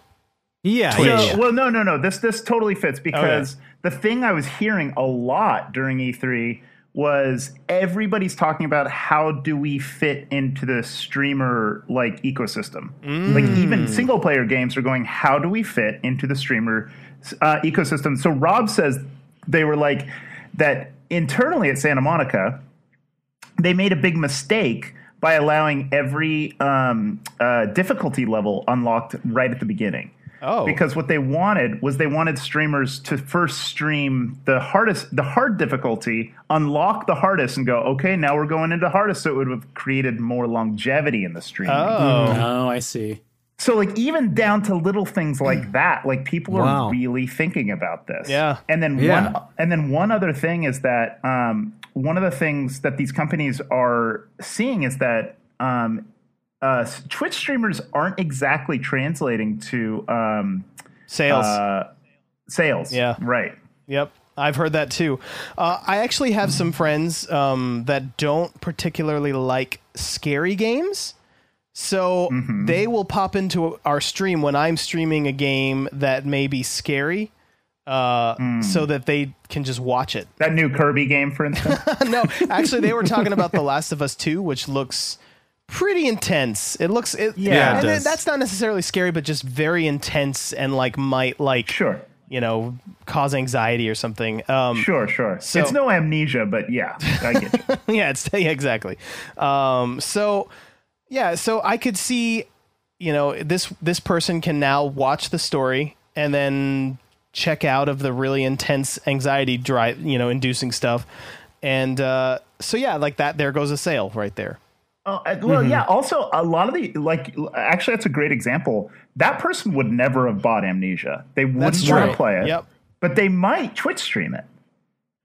S1: yeah,
S4: So-
S1: yeah.
S4: well, no, no, no. This this totally fits because the thing I was hearing a lot during E3 was everybody's talking about how do we fit into the streamer like ecosystem. Like even single player games are going, how do we fit into the streamer uh, ecosystem? So Rob says they were like that internally at Santa Monica they made a big mistake by allowing every um, uh, difficulty level unlocked right at the beginning.
S3: Oh.
S4: because what they wanted was they wanted streamers to first stream the hardest, the hard difficulty, unlock the hardest, and go, okay, now we're going into hardest. So it would have created more longevity in the stream.
S5: Oh, I see.
S4: So like even down to little things like that, like people
S1: Wow.
S4: are really thinking about this.
S3: Yeah.
S4: And then
S1: Yeah.
S4: one and then one other thing is that um, one of the things that these companies are seeing is that um, uh, Twitch streamers aren't exactly translating to um,
S3: Sales.
S4: uh, sales.
S3: Yeah.
S4: Right.
S3: Yep. I've heard that too. Uh, I actually have some friends um, that don't particularly like scary games. So
S4: Mm-hmm.
S3: they will pop into our stream when I'm streaming a game that may be scary uh,
S4: Mm.
S3: so that they can just watch it.
S4: That new Kirby game, for instance.
S3: no, actually, they were talking about The Last of Us 2, which looks pretty intense. It looks, it,
S4: Yeah, it
S3: and
S1: does.
S3: that's not necessarily scary, but just very intense and like might like,
S4: sure.
S3: you know, cause anxiety or something. Um,
S4: Sure, sure. it's no amnesia, but yeah, I get you.
S3: yeah, it's yeah, exactly. Um, so yeah, so I could see, you know, this this person can now watch the story and then check out of the really intense anxiety drive, you know, inducing stuff. And uh, so yeah, like that there goes a sale right there.
S4: Oh, uh, well,
S3: Mm-hmm.
S4: yeah. Also, a lot of the like, actually, that's a great example. That person would never have bought Amnesia. They wouldn't
S3: That's
S4: want
S3: true.
S4: to play it.
S3: Yep.
S4: But they might Twitch stream it,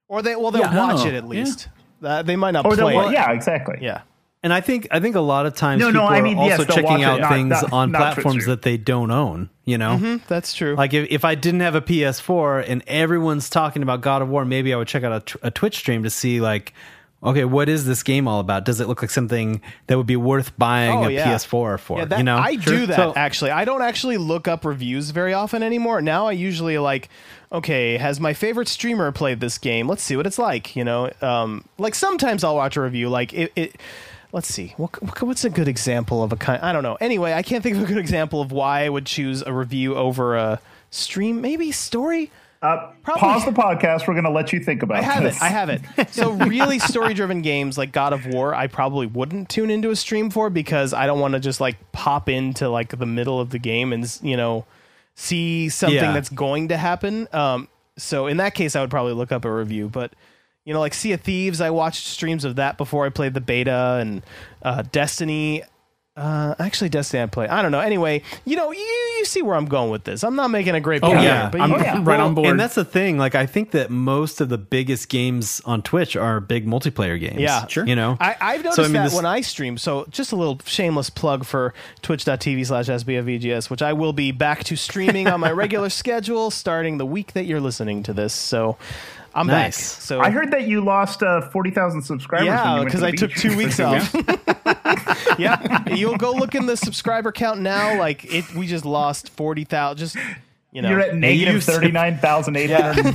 S3: Or they well they'll
S5: Yeah,
S3: watch
S5: oh,
S3: it at
S5: yeah.
S3: least. Uh, they might not
S4: or
S3: play
S4: they will.
S3: it.
S4: Yeah, exactly.
S3: Yeah.
S1: And I think I think a lot of times
S4: No,
S1: people
S4: no, I
S1: are
S4: mean, yes,
S1: also
S4: they'll watch
S1: checking
S4: it,
S1: out
S4: not-
S1: things
S4: not-
S1: on
S4: not
S1: platforms
S4: Twitcher.
S1: that they don't own. You know,
S3: That's true.
S1: like if, if I didn't have a PS4 and everyone's talking about God of War, maybe I would check out a, tw- a Twitch stream to see like, okay, what is this game all about? Does it look like something that would be worth buying
S3: Oh,
S1: a
S3: yeah.
S1: PS4 for?
S3: Yeah, that,
S1: you know,
S3: I do that
S1: So-
S3: actually. I don't actually look up reviews very often anymore. Now I usually like, okay, has my favorite streamer played this game? Let's see what it's like. You know, um, like sometimes I'll watch a review. Like it, it let's see, what, what- what's a good example of a kind? I don't know. Anyway, I can't think of a good example of why I would choose a review over a stream. Maybe story.
S4: Uh,
S3: Probably-
S4: pause the podcast. We're going to let you think about
S3: I have
S4: this.
S3: it. I have it. So really story-driven games like God of War, I probably wouldn't tune into a stream for because I don't want to just like pop into like the middle of the game and you know see something
S1: Yeah.
S3: that's going to happen. Um, so in that case, I would probably look up a review. But you know, like Sea of Thieves, I watched streams of that before I played the beta and uh, Destiny. Uh, actually, Destiny I play. I don't know. Anyway, you know, you, you see where I'm going with this. I'm not making a great point.
S5: Oh, yeah,
S3: here, but
S5: I'm
S3: you-
S5: right on board.
S1: And that's the thing. Like, I think that most of the biggest games on Twitch are big multiplayer games.
S3: Yeah,
S1: You know,
S3: I, I've noticed
S1: So, I mean,
S3: that
S1: this-
S3: when I stream. So, just a little shameless plug for twitch.tv slash sbfvgs, which I will be back to streaming on my regular schedule starting the week that you're listening to this. So, I'm
S1: Nice.
S3: back. So,
S4: I heard that you lost uh, forty thousand subscribers. when you
S3: yeah,
S4: went to
S3: because
S4: the
S3: I took
S4: beach.
S3: two weeks off. yeah, you'll go look in the subscriber count now. Like it, we just lost forty thousand. Just you know,
S4: You're at negative thirty nine thousand eight hundred and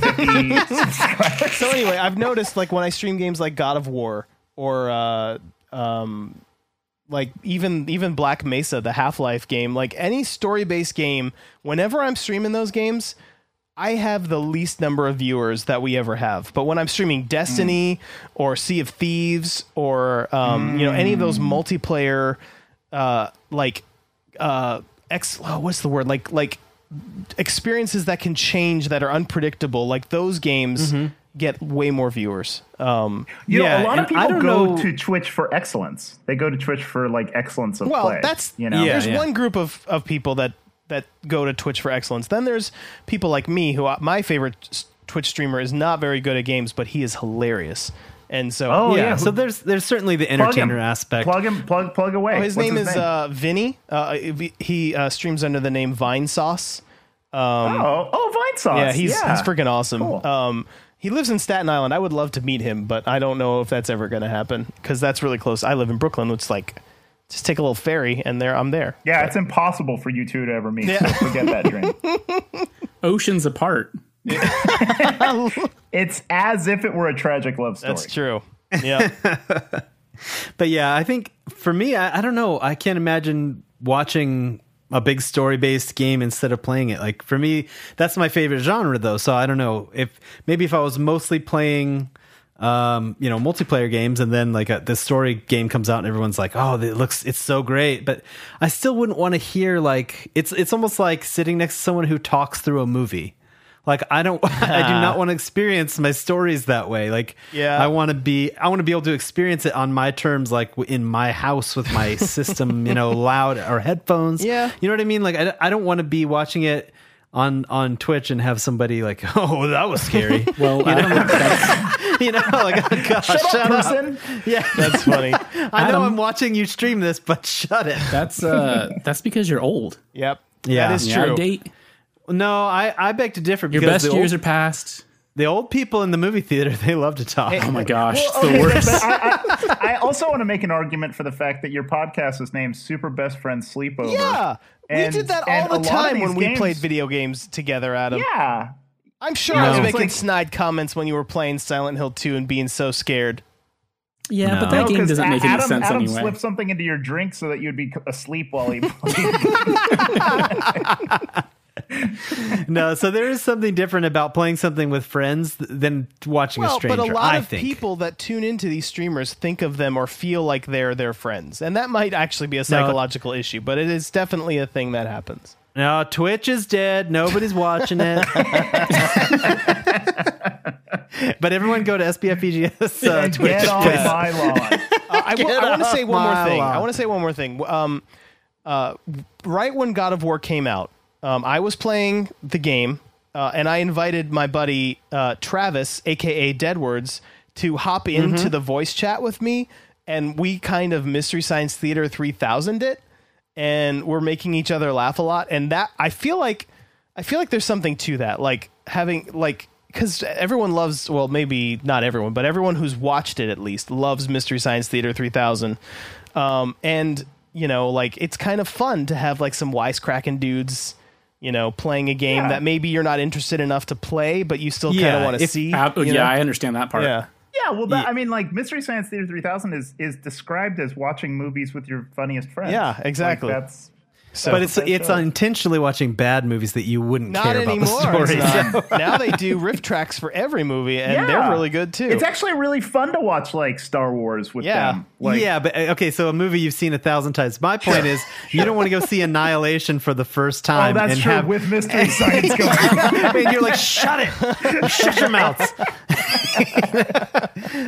S4: fifty subscribers.
S3: so anyway, I've noticed like when I stream games like God of War or uh, um, like even even Black Mesa, the Half Life game, like any story based game, whenever I'm streaming those games, I have the least number of viewers that we ever have. But when I'm streaming Destiny or Sea of Thieves or um, you know any of those multiplayer uh, like uh, ex oh, what's the word like like experiences that can change that are unpredictable like those games
S4: Mm-hmm.
S3: get way more viewers um
S4: You
S1: Yeah,
S4: know, a lot of
S1: and I
S4: people
S1: don't
S4: go
S1: know-
S4: to Twitch for excellence. They go to Twitch for like excellence of
S3: well
S4: play.
S3: that's
S4: you know.
S1: Yeah.
S3: there's one group of of people that that go to twitch for excellence then there's uh, people like me who my favorite s- twitch streamer is not very good at games but he is hilarious And so,
S4: Oh yeah.
S1: So there's there's certainly the
S4: Plug him.
S1: entertainer aspect.
S4: Plug him. Plug plug away.
S3: his
S4: What's
S3: name is Uh, Vinny. Uh, he uh, streams under the name Vine Sauce.
S4: oh oh Vine Sauce.
S3: Yeah, he's
S4: yeah.
S3: he's freaking awesome.
S4: Cool.
S3: Um, he lives in Staten Island. I would love to meet him, but I don't know if that's ever going to happen because that's really close. I live in Brooklyn, which is like just take a little ferry and there I'm there.
S4: Yeah, it's impossible for you two to ever meet. So forget that dream.
S5: Oceans apart.
S4: It's as if it were a tragic love story.
S3: That's true. Yeah,
S1: But yeah, I think for me, I, I don't know. I can't imagine watching a big story based game instead of playing it. Like for me, that's my favorite genre though. So I don't know if maybe if I was mostly playing, um, you know, multiplayer games and then like a, the story game comes out and everyone's like, oh, it looks, it's so great. But I still wouldn't want to hear like, it's, it's almost like sitting next to someone who talks throrough a movie. Like I don't, I do not want to experience my stories that way. Like,
S3: Yeah.
S1: I want want to be I want to be able to experience it on my terms like w- in my house with my system, you know, loud or headphones.
S3: Yeah.
S1: You know what I mean? Like I, I don't want to be watching it on on Twitch and have somebody like, "Oh, that was scary."
S5: Well, I don't know if that's,
S1: you know, like, "Oh, gosh, shut, up."
S4: Person,
S1: Yeah.
S3: that's funny.
S1: I know
S5: Adam.
S1: I'm watching you stream this, but shut it.
S5: that's uh that's because you're old.
S3: Yep.
S1: Yeah.
S3: that is
S5: Yeah, I
S3: true.
S5: date.
S1: No, I I beg to differ
S5: Your
S1: because
S5: best
S1: the,
S5: years
S1: old,
S5: are past.
S1: the old people in the movie theater, they love to talk.
S5: Oh my gosh, it's
S4: okay,
S5: the worst.
S4: But I, I, I also want to make an argument for the fact that your podcast is named Super Best Friend Sleepover.
S3: Yeah,
S4: And-
S3: we did that
S4: and
S3: all
S4: a
S3: the
S4: lot of
S3: time
S4: these
S3: when we
S4: games-
S3: played video games together, Adam.
S4: Yeah.
S3: I'm sure I was
S4: No.
S3: making
S4: It's like-
S3: snide comments when you were playing Silent Hill 2 and being so scared.
S5: Yeah,
S4: No,
S5: but that game
S4: 'cause
S5: doesn't make any
S4: Adam,
S5: sense
S4: Adam
S5: anyway.
S4: slipped something into your drink so that you'd be asleep while he played.
S1: No, so there is something different about playing something with friends th- than watching a
S3: Well,
S1: stranger.
S3: but a lot
S1: I
S3: of
S1: think.
S3: people that tune into these streamers think of them or feel like they're their friends, and that might actually be a psychological issue. But it is definitely a thing that happens.
S1: No, Twitch is dead. Nobody's watching it. but everyone go to SBFEGS uh,
S4: and
S1: Twitch.
S4: get off
S1: page.
S4: my lawn.
S3: Uh, I, want to
S1: off
S3: say one more
S1: my
S3: thing.
S1: lawn.
S3: I want to say one more thing. Um, uh, right when God of War came out, um, I was playing the game, uh, and I invited my buddy uh, Travis, aka Deadwords, to hop
S1: Mm-hmm.
S3: into the voice chat with me, and we kind of Mystery Science Theater three thousand it, and we're making each other laugh a lot, and that I feel like I feel like there's something to that, like having like because everyone loves well maybe not everyone but everyone who's watched it at least loves mystery science theater 3000 um, and you know like it's kind of fun to have like some wisecracking dudes you know playing a game
S4: Yeah.
S3: that maybe you're not interested enough to play but you still kind
S1: Yeah,
S3: of want to
S1: if-
S3: see
S5: Ab- oh,
S3: you
S5: yeah,
S3: know?
S5: I understand that part.
S3: yeah
S4: Yeah, well, that, I mean, like Mystery Science Theater 3000 is is described as watching movies with your funniest friends.
S3: Yeah,
S4: Like,
S3: exactly.
S4: that's
S3: so
S1: But it's it's intentionally watching bad movies that you wouldn't
S3: not
S1: care
S3: anymore
S1: about the
S3: it's
S1: story.
S3: not. now they do riff tracks for every movie and
S4: yeah.
S3: they're really good too
S4: It's actually really fun to watch like Star Wars with
S3: Yeah.
S4: them. Like,
S1: yeah, but uh, okay, so a movie you've seen a thousand times. My point is, you don't want to go see Annihilation for the first
S4: Oh,
S1: time.
S4: that's
S1: and
S4: true.
S1: have-
S4: With Mystery Science going on.
S1: and you're like, shut it, shut your mouths.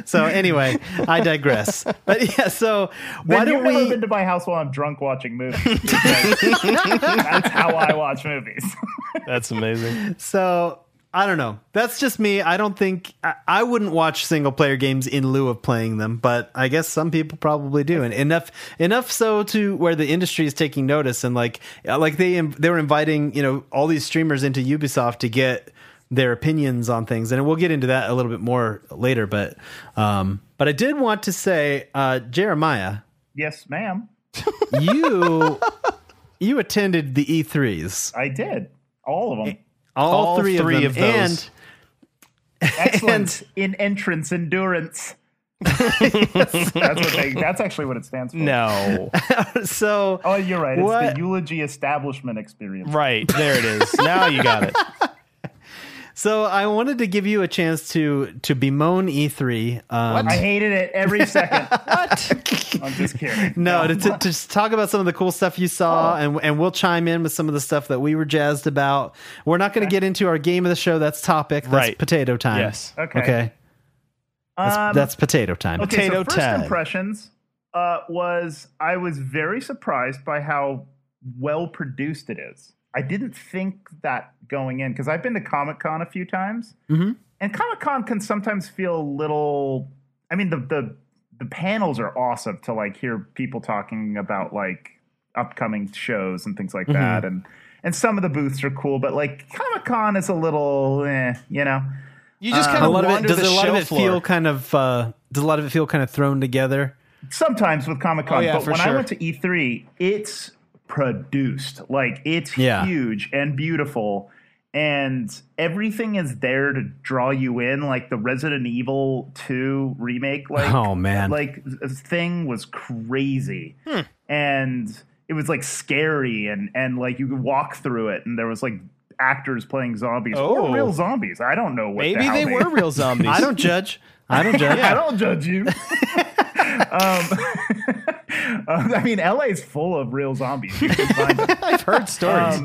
S1: so anyway, I digress. But yeah, so why
S4: Why
S1: don't
S4: you've never
S1: we?
S4: been to my house while I'm drunk watching movies. Like, that's how I watch movies.
S3: that's amazing
S1: So I don't know. That's just me. I don't think I, I wouldn't watch single player games in lieu of playing them, but I guess some people probably do, and enough enough so to where the industry is taking notice and like uh, like they um, they were inviting you know all these streamers into Ubisoft to get their opinions on things, and we'll get into that a little bit more later. But um, but I did want to say, uh, Jeremiah,
S4: yes, ma'am.
S1: you you attended the E3s,
S4: I did. All of them.
S1: all,
S3: All
S1: three,
S3: three
S1: of them,
S3: of those.
S1: and
S4: Excellent in entrance endurance. that's what they, that's actually what it stands for.
S3: no
S1: so.
S4: Oh, you're right. It's
S1: What?
S4: the eulogy establishment experience.
S3: right there it is now you got it
S1: So I wanted to give you a chance to to bemoan E3. Um,
S4: I hated it every second. what? I'm just kidding.
S1: no, to, to, to just talk about some of the cool stuff you saw, and and we'll chime in with some of the stuff that we were jazzed about. We're not going to get into our game of the show. That's topic. That's
S3: Right.
S1: potato time.
S3: Yes.
S4: Okay.
S1: Okay. That's,
S4: Um,
S1: that's potato time.
S4: okay,
S3: potato
S4: so first
S3: time.
S4: impressions uh, was I was very surprised by how well produced it is. I didn't think that going in because I've been to Comic Con a few times, and Comic Con can sometimes feel a little I mean the the the panels are awesome to like hear people talking about like upcoming shows and things like that and and some of the booths are cool but like Comic Con is a little eh, you know
S3: You just kind
S1: a
S3: Uh, of
S1: lot of it
S3: wander
S1: does
S3: the
S1: a lot of
S3: show
S1: it
S3: floor.
S1: feel kind of uh, does a lot of it feel kind of thrown together.
S4: sometimes with Comic Con
S3: Oh, yeah,
S4: but
S3: for
S4: when I
S3: sure.
S4: went to E3 it's produced like it's
S1: Yeah.
S4: huge and beautiful and everything is there to draw you in like the Resident Evil 2 remake like
S1: Oh, man.
S4: like th- thing was crazy
S3: Hmm.
S4: and it was like scary and and like you could walk through it and there was like actors playing zombies
S3: Oh.
S4: or real zombies I don't know what the
S3: Maybe
S4: hell
S3: they were real zombies.
S1: I don't judge. I don't judge.
S4: I don't judge you. um, uh, I mean, LA is full of real zombies. You can find them.
S3: I've heard stories.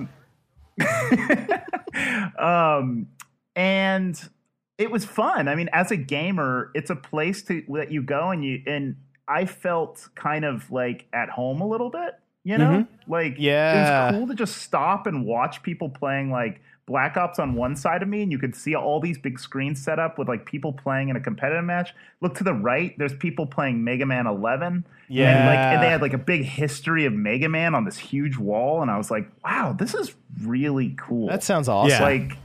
S4: um, and it was fun. I mean, as a gamer, it's a place to that you go and you and I felt kind of like at home a little bit. You know, like
S3: Mm-hmm. Yeah.
S4: it was cool to just stop and watch people playing like Black Ops on one side of me, and you could see all these big screens set up with like people playing in a competitive match. Look to the right, there's people playing Mega Man 11. and like and they
S3: Yeah.
S4: had like a big history of Mega Man on this huge wall, and I was like, wow, this is really cool.
S3: that sounds awesome.
S1: Yeah.
S4: Like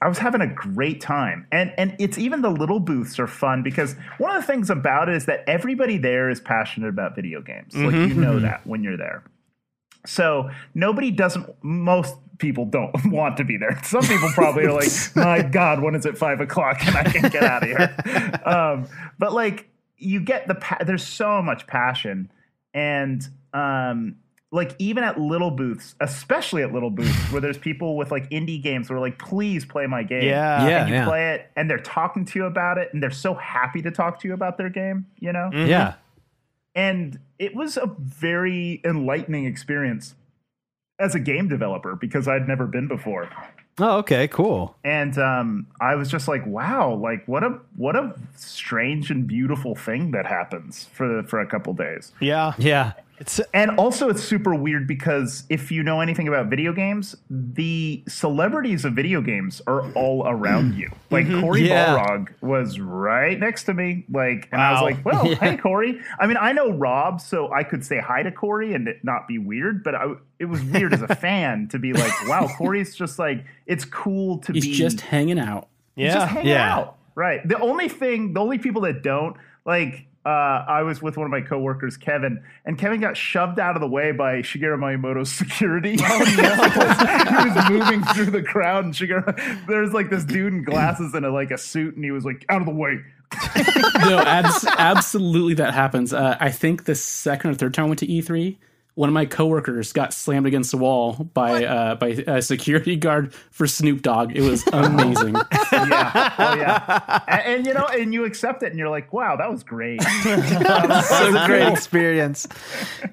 S4: I was having a great time. And and it's even the little booths are fun because one of the things about it is that everybody there is passionate about video games. Like
S3: Mm-hmm.
S4: you know that when you're there. So nobody doesn't most people don't want to be there. Some people probably are like, my God, when is it five o'clock and I can't get out of here? Um, but like you get the pa- there's so much passion and um like even at little booths, especially at little booths where there's people with like indie games who are like, please play my game.
S3: Yeah.
S1: Yeah.
S4: And you play it and they're talking to you about it and they're so happy to talk to you about their game, you know?
S1: Yeah.
S4: and it was a very enlightening experience as a game developer because I'd never been before.
S1: Oh, okay. Cool.
S4: And um, I was just like, wow, like what a what a strange and beautiful thing that happens for for a couple days.
S3: Yeah.
S1: Yeah.
S3: It's
S4: And also it's super weird because if you know anything about video games, the celebrities of video games are all around you. Like Corey
S1: Yeah.
S4: Balrog was right next to me. Like and I was
S3: Wow.
S4: like, well, hey Corey. I mean, I know Rob, so I could say hi to Corey and it not be weird, but I, it was weird as a fan to be like, wow, Corey's just like it's cool to
S5: He's
S4: be
S5: just hanging out.
S3: yeah.
S4: just hang
S1: Yeah.
S4: out. Right. The only thing, the only people that don't like. Uh, I was with one of my coworkers, Kevin, and Kevin got shoved out of the way by Shigeru Miyamoto's security.
S1: Oh,
S4: he was moving through the crowd, and Shigeru, there's like this dude in glasses and a, like a suit, and he was like, "Out of the way!"
S5: no, abs- absolutely that happens. Uh, I think the second or third time I went to E3, one of my coworkers got slammed against the wall by uh, by a security guard for Snoop Dogg. It was amazing.
S4: Yeah, oh yeah. And, and you know, and you accept it, and you're like, "Wow, that was great."
S1: That was a great experience.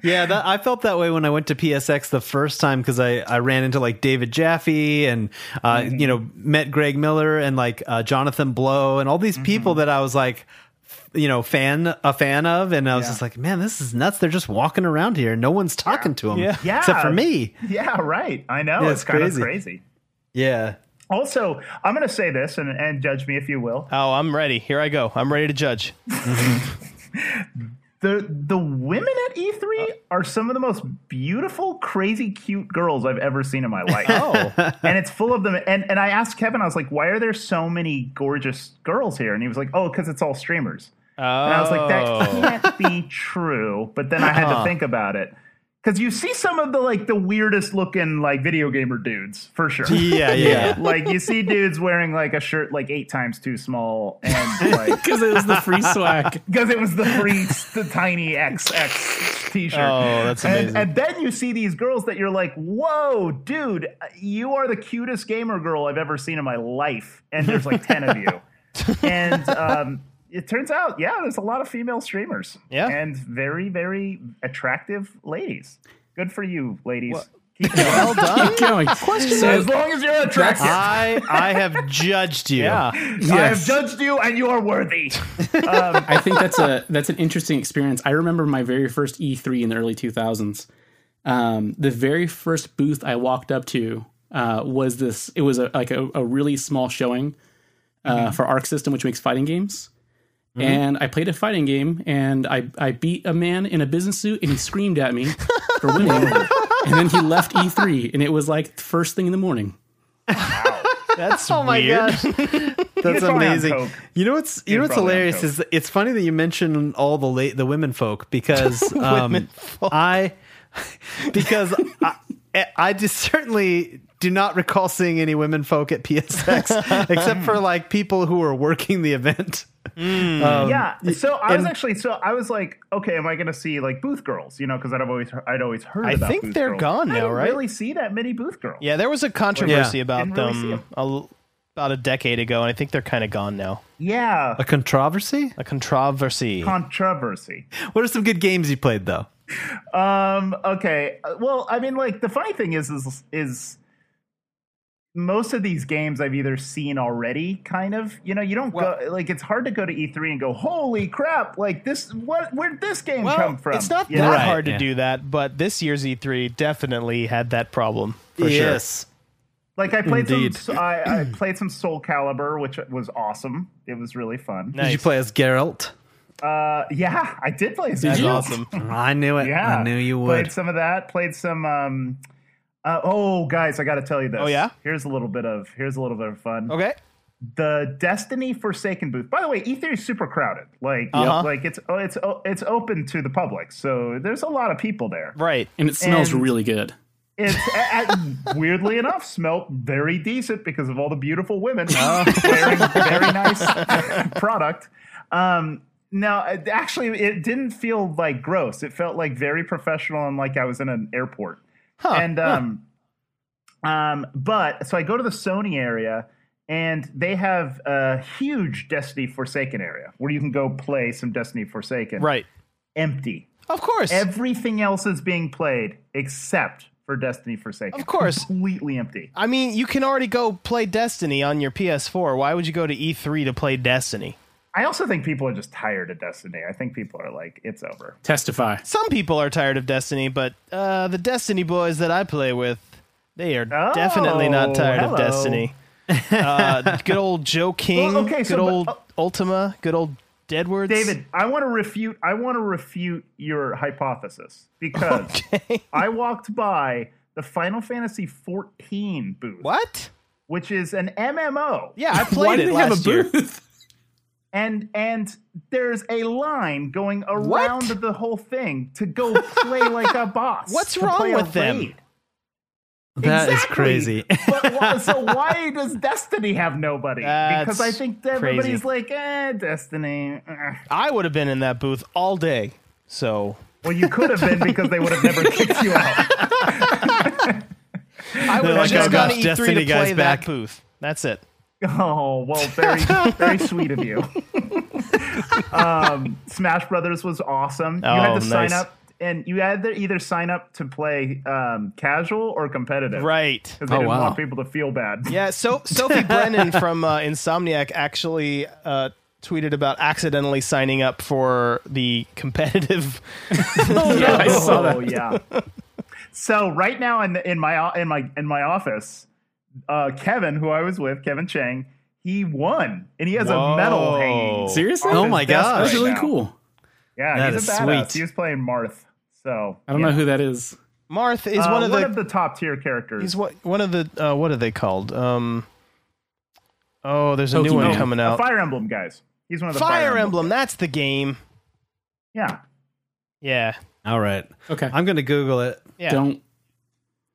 S1: Yeah, that, I felt that way when I went to PSX the first time because I, I ran into like David Jaffe and uh,
S4: Mm-hmm.
S1: you know met Greg Miller and like uh, Jonathan Blow and all these
S4: Mm-hmm.
S1: people that I was like f- you know fan a fan of and I was just like man this is nuts they're just walking around here and no one's talking to them
S4: Yeah.
S1: except for me
S4: yeah, right. I know
S1: Yeah,
S4: it's,
S1: it's
S4: kind
S1: crazy.
S4: of crazy.
S1: yeah
S4: Also, I'm going to say this, and, and judge me if you will.
S3: Oh, I'm ready. Here I go. I'm ready to judge.
S4: the the women at E3 are some of the most beautiful, crazy, cute girls I've ever seen in my life.
S3: Oh.
S4: and it's full of them. And and I asked Kevin, I was like, "Why are there so many gorgeous girls here?" And he was like, "Oh, because it's all streamers." And I was like, "That can't be true." But then I had to think about it because you see some of the like the weirdest looking like video gamer dudes for sure.
S1: yeah yeah
S4: like you see dudes wearing like a shirt like eight times too small and like
S5: Because it was the free swag.
S4: because it was the free, the tiny XX T-shirt.
S3: Oh, that's amazing.
S4: And, and then you see these girls that you're like, "Whoa, dude, you are the cutest gamer girl I've ever seen in my life." And there's like ten of you. And um, it turns out, yeah, there's a lot of female streamers.
S3: Yeah.
S4: and very, very attractive ladies. Good for you, ladies. Keep going.
S3: well done.
S5: Keep going.
S4: as
S5: So,
S4: long as you're attractive,
S3: I
S1: I have judged you
S3: yeah.
S4: I have
S5: yes.
S4: judged you, and you are worthy.
S5: I think that's a that's an interesting experience. I remember my very first E3 in the early 2000s. Um, the very first booth I walked up to uh, was this. It
S3: Mm-hmm.
S5: was a, like a, a really small showing uh, for Arc System, which makes fighting games. and I played a fighting game, and I I beat a man in a business suit, and he screamed at me for winning, and then he left E3, and it was like the first thing in the morning.
S3: That's oh my gosh.
S1: That's
S4: probably on
S1: amazing.
S4: coke.
S1: You know what's you know what's
S4: probably on
S1: hilarious
S4: coke.
S1: is it's funny that you mention all the late the women folk because um, I because I, I just certainly do not recall seeing any women folk at PSX except for like people who were working the event.
S3: Um,
S4: yeah. So I was actually so I was like, okay, am I going to see like booth girls? You know, because I'd always I'd always heard.
S3: I
S4: about
S3: think
S4: booth
S3: they're
S4: girls.
S3: gone
S4: I
S3: now,
S4: didn't
S3: right?
S4: Really see that many booth girls?
S3: Yeah, there was a controversy
S1: Yeah.
S3: about
S4: Didn't really see
S3: them
S4: 'em.
S3: a l about a decade ago, and I think they're kind of gone now.
S4: Yeah.
S1: A controversy?
S3: A controversy.
S4: Controversy.
S1: What are some good games you played though?
S4: Um. Okay. Uh, Well, I mean, like the funny thing is, is, is most of these games I've either seen already, kind of. You know, you don't go like it's hard to go to E3 and go, holy crap! Like this, what? Where'd this game come from?
S3: it's not
S4: You
S3: that
S4: know?
S1: Right,
S3: hard to
S1: yeah.
S3: do that, but this year's E3 definitely had that problem for sure.
S4: Like I played
S1: Indeed.
S4: some, I, I played some Soul Calibur, which was awesome. It was really fun.
S1: Did you play as Geralt?
S4: Uh, yeah, I did play. some-
S3: That's awesome.
S1: I knew it.
S4: Yeah,
S1: I knew you
S4: Played
S1: would.
S4: some of that. Played some. Um, uh, oh, guys, I got to tell you this.
S3: Oh, yeah?
S4: Here's a little bit of here's a little bit of fun.
S3: Okay.
S4: The Destiny Forsaken booth. By the way, E3 is super crowded. Like,
S3: Uh-huh.
S4: like it's oh, it's oh, it's open to the public, so there's a lot of people there.
S3: Right.
S5: And it smells
S4: And-
S5: really good.
S4: It's a, a, weirdly enough smelt very decent because of all the beautiful women wearing very nice product. Um, now, it- actually, it didn't feel like gross. It felt like very professional and like I was in an airport. and um, um, but so I go to the Sony area. And they have a huge Destiny Forsaken area where you can go play some Destiny Forsaken.
S3: Right.
S4: Empty.
S3: Of course.
S4: Everything else is being played except for Destiny Forsaken.
S3: Of course.
S4: Completely empty.
S3: I mean, you can already go play Destiny on your PS4. Why would you go to E3 to play Destiny?
S4: I also think people are just tired of Destiny. I think people are like, it's over.
S5: Testify.
S3: Some people are tired of Destiny, but uh, the Destiny boys that I play with, they are
S4: Oh,
S3: definitely not tired
S4: hello.
S3: of Destiny. Uh, good old Joe King,
S4: Well, okay,
S3: good
S4: so, but-
S3: old Ultima, good old Deadwards.
S4: David, I want to refute I want to refute your hypothesis because I walked by the Final Fantasy 14 booth,
S3: what?
S4: which is an MMO.
S3: Yeah, I played
S5: do
S3: it last year.
S4: and and there's a line going around the whole thing to go play like a boss.
S3: What's
S4: to
S3: wrong
S4: play a
S3: with them?
S4: raid.
S1: That is
S4: Exactly.
S1: crazy.
S4: but why, so why does Destiny have nobody?
S3: That's
S4: because I think that everybody's
S3: crazy.
S4: like, eh, Destiny. eh."
S3: I would have been in that booth all day. So
S4: Well, you could have been because they would have never kicked you out.
S3: I would have
S1: like,
S3: just
S1: "Oh
S3: gone
S1: gosh,
S3: to E3
S1: Destiny
S3: to
S1: guys
S3: play
S1: back."
S3: that booth. That's it.
S4: Oh well, very very sweet of you. um, Smash Brothers was awesome. you had
S3: Oh,
S4: to sign
S3: nice.
S4: up, and you had to either sign up to play um, casual or competitive,
S3: Right.
S4: Because they
S1: Oh,
S4: didn't
S1: wow.
S4: want people to feel bad.
S3: Yeah, so Sophie Brennan from uh, Insomniac actually uh, tweeted about accidentally signing up for the competitive.
S5: Yeah, I saw that.
S4: Oh yeah. so right now in in my in my in my office, uh, Kevin, who I was with, Kevin Chang, he won, and he has a medal hanging.
S5: Seriously?
S1: Oh my
S4: desk
S1: gosh.
S5: That's really
S4: now.
S5: cool.
S4: Yeah,
S1: That
S4: he's
S1: is
S4: a badass.
S1: sweet.
S4: He was playing Marth, so
S5: I don't know who that is.
S3: Marth is
S4: Uh,
S3: one of the.
S4: top tier characters.
S3: He's what one of the. Uh, what are they called? Um. Oh, there's a new
S5: Pokemon.
S3: one coming
S4: Uh,
S3: out. Fire,
S4: Fire Emblem guys. He's one of the
S3: Emblem. That's the game.
S4: Yeah.
S3: Yeah,
S1: All right.
S5: Okay.
S1: I'm going to Google it.
S3: yeah.
S5: Don't.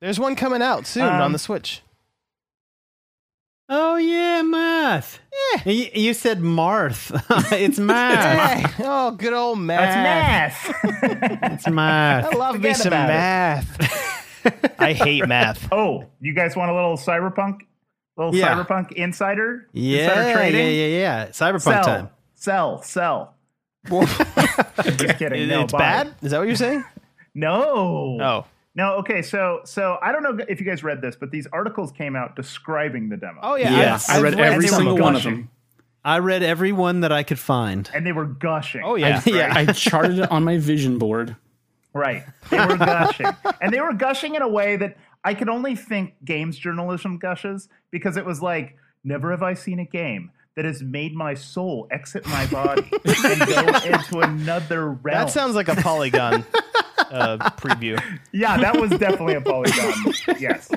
S3: There's one coming out soon
S4: Um,
S3: on the Switch.
S1: Oh yeah, math. Yeah. You, you said Marth. it's math.
S3: Hey, oh, good old math.
S4: That's math.
S1: it's math.
S3: I love me
S4: Forget
S3: some
S4: about it.
S3: math. I hate math.
S4: oh, you guys want a little cyberpunk? Little
S1: Yeah.
S4: cyberpunk insider? insider
S1: Yeah, yeah,
S4: trading?
S1: yeah, yeah. Cyberpunk
S4: Sell,
S1: time.
S4: sell, sell. Just kidding. no,
S3: it's
S4: buy.
S3: bad. Is that what you're saying?
S4: No.
S3: Oh.
S4: No, okay, so so I don't know if you guys read this, but these articles came out describing the demo.
S3: Oh yeah.
S1: Yes.
S3: I've-
S5: I read
S3: I've
S5: every
S4: some
S5: single
S4: of
S5: one of
S4: them.
S5: them.
S1: I read every one that I could find.
S4: And they were gushing.
S3: Oh yeah.
S1: yeah.
S5: I charted it on my vision board.
S4: Right. They were gushing. And they were gushing in a way that I could only think games journalism gushes because it was like, never have I seen a game that has made my soul exit my body and go into another realm.
S3: That sounds like a polygon uh, preview.
S4: yeah, that was definitely a polygon. yes.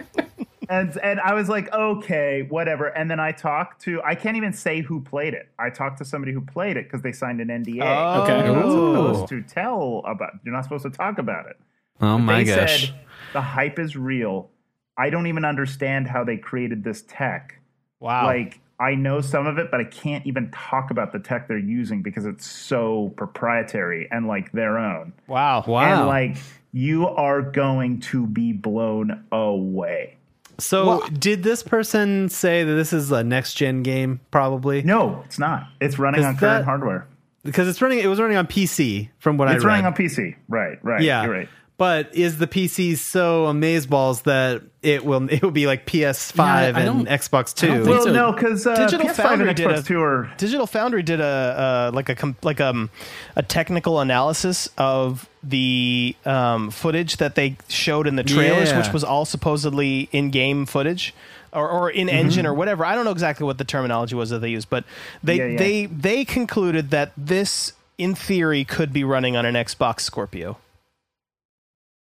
S4: And and I was like, okay, whatever. And then I talked to I can't even say who played it. I talked to somebody who played it because they signed an NDA.
S3: Oh.
S5: Okay.
S4: You're not
S3: Ooh.
S4: supposed to tell about you're not supposed to talk about it.
S1: Oh my
S4: they
S1: gosh.
S4: said the hype is real. I don't even understand how they created this tech.
S3: Wow.
S4: Like I know some of it, but I can't even talk about the tech they're using because it's so proprietary and like their own.
S3: wow.
S1: wow.
S4: And like you are going to be blown away.
S1: so did this person say that this is a next gen game? Probably
S4: No, it's not. It's running
S1: Is
S4: on current
S1: that-
S4: hardware.
S1: because it's running. It was running on PC from what I
S4: It's
S1: read.
S4: running on PC. Right, right.
S1: yeah,
S4: You're right.
S1: But is the PC so amazeballs that it will it will be like PS5
S5: Yeah, I
S1: and
S5: don't-
S1: Xbox
S5: I don't
S1: Two?
S5: think
S4: Well,
S5: so.
S4: no, because uh,
S3: Digital
S4: PS5
S3: Foundry
S4: and
S3: did
S4: Xbox
S3: a-
S4: Two are
S3: Digital Foundry did a uh, like a com- like um, a technical analysis of the um, footage that they showed in the trailers,
S1: Yeah.
S3: which was all supposedly in-game footage or, or in engine or whatever. I don't know exactly what the terminology was that they used, but they
S4: Yeah, yeah.
S3: they they concluded that this, in theory, could be running on an Xbox Scorpio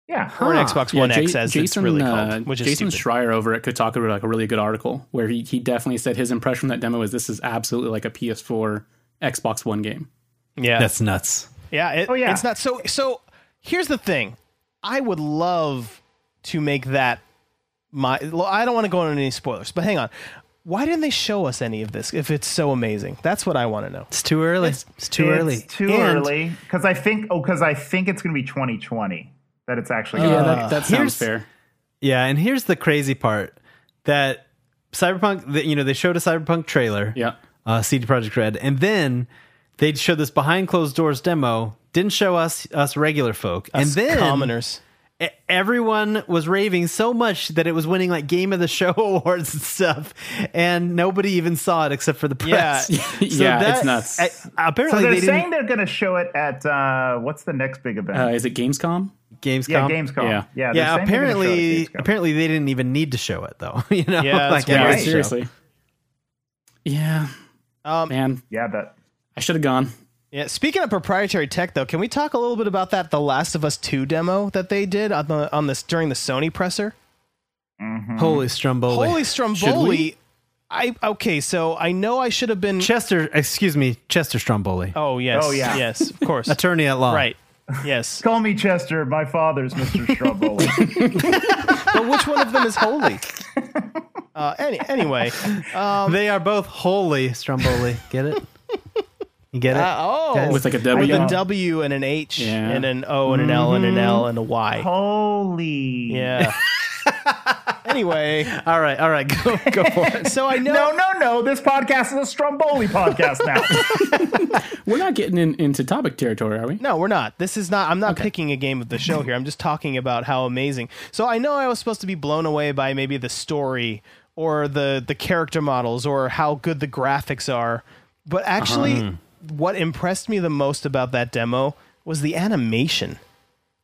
S4: yeah.
S3: or an
S1: Huh.
S3: Xbox
S5: Yeah,
S3: One
S5: Ja-
S3: X, as it's
S5: Jason,
S3: really
S5: uh,
S3: called, which is
S5: Jason
S3: stupid.
S5: Schreier over at Kotaku wrote like a really good article where he, he definitely said his impression from that demo is this is absolutely like a PS4 Xbox One game.
S3: yeah,
S1: That's nuts.
S3: Yeah, it,
S4: Oh, yeah.
S3: it's not so so here's the thing. I would love to make that my well, I don't want to go into any spoilers, but hang on. Why didn't they show us any of this if it's so amazing? That's what I want to know.
S1: It's too early. It's, too
S4: it's
S1: early.
S4: Too
S3: And-
S4: early. Because I think oh, because I think it's going to be 2020 that it's actually.
S5: Yeah, that,
S3: Uh,
S5: that
S1: here's-
S5: sounds fair.
S1: Yeah, and here's the crazy part that Cyberpunk, that you know, they showed a Cyberpunk trailer.
S5: Yeah.
S1: uh, CD Project Red, and then they'd show this behind closed doors demo. Didn't show us us regular folk, and then
S3: commoners.
S1: e- everyone was raving so much that it was winning like Game of the Show awards and stuff, and nobody even saw it except for the
S3: Yeah.
S1: press.
S5: Yeah, it's nuts.
S1: I-
S4: So
S1: apparently,
S4: they're
S1: they
S4: saying
S1: didn't
S4: they're going to show it at uh, what's the next big event?
S5: Uh, is it Gamescom?
S1: Gamescom.
S4: yeah, Gamescom.
S5: Yeah.
S4: yeah. they're
S1: Yeah,
S4: saying they're gonna show it at
S1: apparently,
S4: Gamescom.
S1: apparently they didn't even need to show it though. you know,
S3: Yeah, that's
S1: it
S3: weird.
S4: Right.
S1: was a show.
S5: Seriously. Yeah,
S3: Um,
S5: man,
S4: Yeah, that.
S5: I should have gone.
S3: yeah, speaking of proprietary tech though, can we talk a little bit about that The Last of Us 2 demo that they did on the on this during the Sony presser?
S4: Mm.
S1: Holy Stromboli.
S3: Holy
S5: Should
S3: Stromboli.
S5: we?
S3: I okay, so I know I should have been
S1: Chester, excuse me, Chester Stromboli,
S3: Oh yes.
S4: Oh, yeah.
S3: Yes, of course.
S1: attorney at law.
S3: right. Yes.
S4: Call me Chester. My father's Mr. Stromboli.
S3: but which one of them is holy? Uh, any, anyway, um,
S1: they are both holy Stromboli. Get it? You get it?
S3: oh,
S5: With like a W.
S3: with a
S4: don't-
S3: W and an H
S5: Yeah.
S3: and an O and an L and
S1: Mm-hmm.
S3: an L and a Y.
S4: Holy.
S3: Yeah. anyway,
S1: all right, all right, go go for it.
S3: so I know.
S4: No, no, no. This podcast is a Stromboli podcast now.
S5: We're not getting in, into topic territory, are we?
S3: No, we're not. This is not. I'm not picking a game of the show here. I'm just talking about how amazing. So I know I was supposed to be blown away by maybe the story or the the character models or how good the graphics are, but actually,
S5: Uh-huh.
S3: what impressed me the most about that demo was the animation.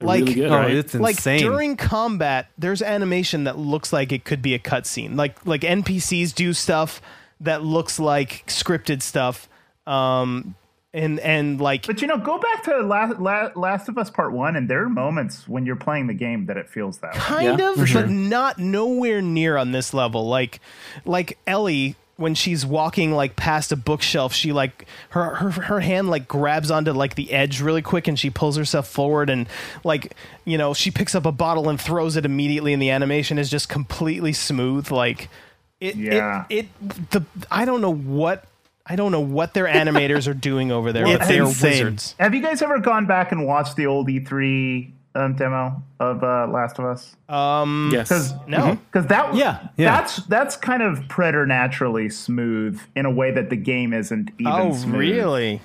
S3: Like
S5: really good,
S1: Oh,
S5: right?
S1: it's
S3: like
S1: insane.
S3: during combat there's animation that looks like it could be a cutscene like like npcs do stuff that looks like scripted stuff um and and like
S4: But you know, go back to La- La- Last of Us Part One, and there are moments when you're playing the game that it feels that. Way.
S3: kind
S5: Yeah,
S3: of
S5: for
S3: but
S5: sure.
S3: not nowhere near on this level like like ellie when she's walking like past a bookshelf she like her, her her hand like grabs onto like the edge really quick and she pulls herself forward and like you know she picks up a bottle and throws it immediately and the animation is just completely smooth like it
S4: Yeah.
S3: it, it the i don't know what i don't know what their animators are doing over there but
S1: It's
S3: they are
S1: insane.
S3: wizards
S4: Have you guys ever gone back and watched the old E3 um, demo of uh, Last of Us?
S5: yes.
S3: no
S4: Because that
S1: Yeah, yeah.
S4: that's that's kind of preternaturally smooth in a way that the game isn't even.
S3: oh
S4: smooth.
S3: really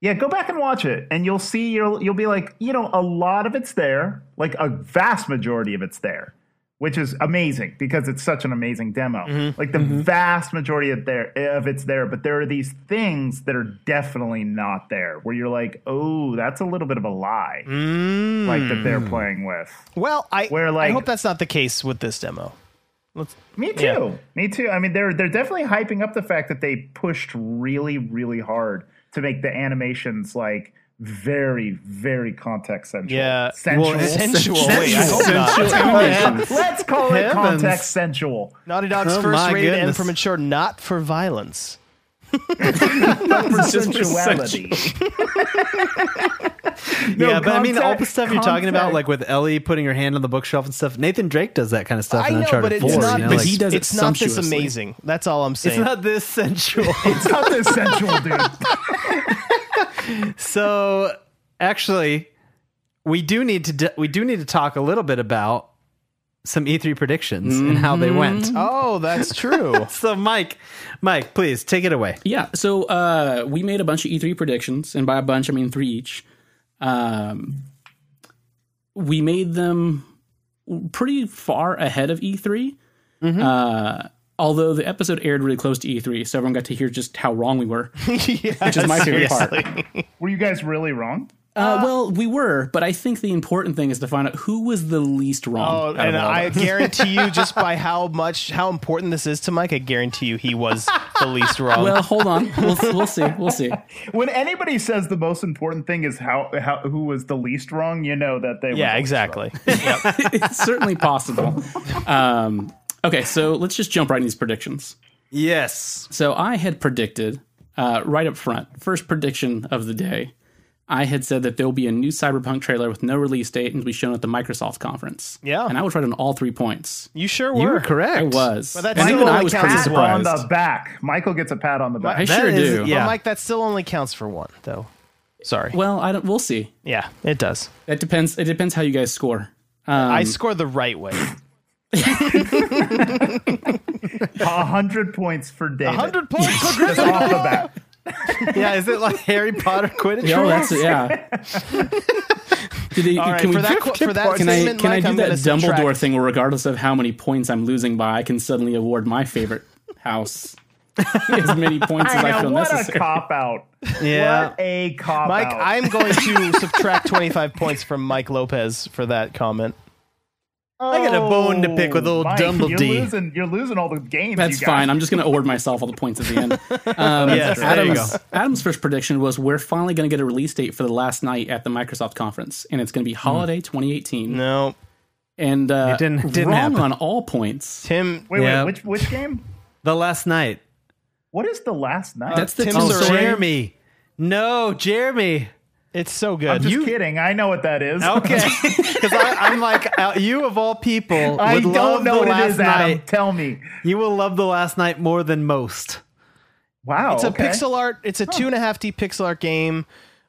S4: Yeah, go back and watch it, and you'll see you'll you'll be like, you know, a lot of it's there, like a vast majority of it's there, which is amazing because it's such an amazing demo. Like the vast majority of there of it's there, but there are these things that are definitely not there, where you're like, oh, that's a little bit of a lie, like that they're playing with.
S3: well i
S4: Where,
S3: i
S4: like-
S3: hope that's not the case with this demo Let's,
S4: Me too. Me too. I mean, they're they're definitely hyping up the fact that they pushed really, really hard to make the animations like very, very context sensual.
S3: yeah.
S4: sensual.
S3: Well, sensual. Wait, I hope not.
S5: Sensual
S4: Let's- Let's call it
S3: Heavens.
S4: context sensual.
S3: Naughty Dog's
S1: Oh,
S3: first
S1: my
S3: rated M
S1: goodness.
S3: for mature, not for violence.
S4: For
S5: just for
S4: sensuality. No,
S1: yeah, but I mean, all the
S4: contact-
S1: stuff you're talking about,
S4: contact-
S1: like with Ellie putting her hand on the bookshelf and stuff. Nathan Drake does that kind of stuff.
S3: I
S1: in
S3: know,
S1: Uncharted
S3: but it's
S1: 4,
S3: not.
S1: You know,
S5: But
S1: like-
S5: he does it
S3: It's not this
S5: sumptuously.
S3: amazing. That's all I'm saying.
S1: it's not this sensual.
S4: it's not this sensual, dude.
S1: so actually, we do need to d we do need to talk a little bit about some E3 predictions and how they went.
S3: oh, that's true.
S1: So Mike, Mike, please take it away.
S5: Yeah. So uh, we made a bunch of E3 predictions, and by a bunch I mean three each. Um, we made them pretty far ahead of E3. Uh, although the episode aired really close to E3, so everyone got to hear just how wrong we were, which is my favorite part.
S4: Were you guys really wrong?
S5: Uh, well, we were, but I think the important thing is to find out who was the least
S3: Oh,
S5: wrong. out of
S3: and
S5: all of
S3: I
S5: us.
S3: guarantee you, just by how much, how important this is to Mike, I guarantee you he was the least wrong.
S5: well, hold on. We'll, we'll see. We'll see.
S4: When anybody says the most important thing is how, how who was the least wrong, you know that they were
S3: yeah,
S4: the least
S3: exactly.
S5: It's certainly possible. Um, okay, so let's just jump right into these predictions.
S1: Yes.
S5: So I had predicted uh, right up front, first prediction of the day. I had said that there will be a new Cyberpunk trailer with no release date and will be shown at the Microsoft conference.
S3: Yeah.
S5: and I was right on all three points.
S3: You sure
S1: You
S3: were.
S1: were correct.
S5: I was.
S3: that's
S5: and
S3: still
S5: even I
S3: only
S5: was
S3: counts
S5: pretty
S4: Pat on
S5: surprised.
S4: the back. Michael gets a pat on the back.
S5: I sure
S1: is-
S5: do.
S3: But
S1: yeah.
S3: Mike, that still only counts for one, though. Sorry.
S5: Well, I don't. We'll see.
S3: yeah, it does.
S5: It depends. It depends how you guys score. Um,
S1: Mm.
S3: I scored the right way.
S4: A hundred points for David.
S3: Hundred points for
S4: Just off the bat.
S1: Yeah. Is it like Harry Potter Quidditch?
S5: Yeah, well, Oh, that's it, yeah. Do they-
S3: right,
S5: can we,
S3: for that qu- for that
S5: can I,
S3: statement,
S5: can
S3: Mike,
S5: I do
S3: I'm
S5: that
S3: gonna subtract.
S5: Dumbledore thing where regardless of how many points I'm losing by, I can suddenly award my favorite house as many points as
S4: I
S5: I
S4: know,
S5: feel
S4: what a
S5: necessary.
S4: cop out.
S1: Yeah.
S4: What a cop
S3: Mike,
S4: out.
S3: I'm going to subtract 25 points from Mike Lopez for that comment.
S1: I got a bone to pick with
S4: Oh,
S1: old
S4: Mike,
S1: Dumble
S4: you're
S1: D.
S4: Losing, you're losing all the games.
S5: That's
S4: you guys.
S5: fine. I'm just going to award myself all the points at the end. Um,
S1: Yes, there you
S5: Adam's, Adam's first prediction was we're finally going to get a release date for the last night at the Microsoft conference, and it's going to be holiday 2018.
S3: Hmm. No,
S5: And uh,
S1: It didn't- didn't
S5: wrong
S1: happen.
S5: on all points.
S3: Tim.
S4: Wait,
S1: Yeah.
S4: wait. Which which game?
S1: The last night.
S4: What is the last night?
S5: That's the
S3: Tim
S5: Tom
S1: Oh,
S3: Sorry.
S5: Sawyer-
S1: Jeremy. No, Jeremy.
S3: It's so good.
S4: I'm just
S3: you
S4: kidding. I know what that is.
S1: Okay. Because I'm like, uh, you of all people,
S4: I
S1: would love
S4: don't know
S1: the
S4: what
S1: last
S4: it is,
S1: night.
S4: Adam. Tell me.
S1: You will love the last night more than most.
S4: Wow.
S3: It's a
S4: okay.
S3: pixel art. It's a two and a half D pixel art game.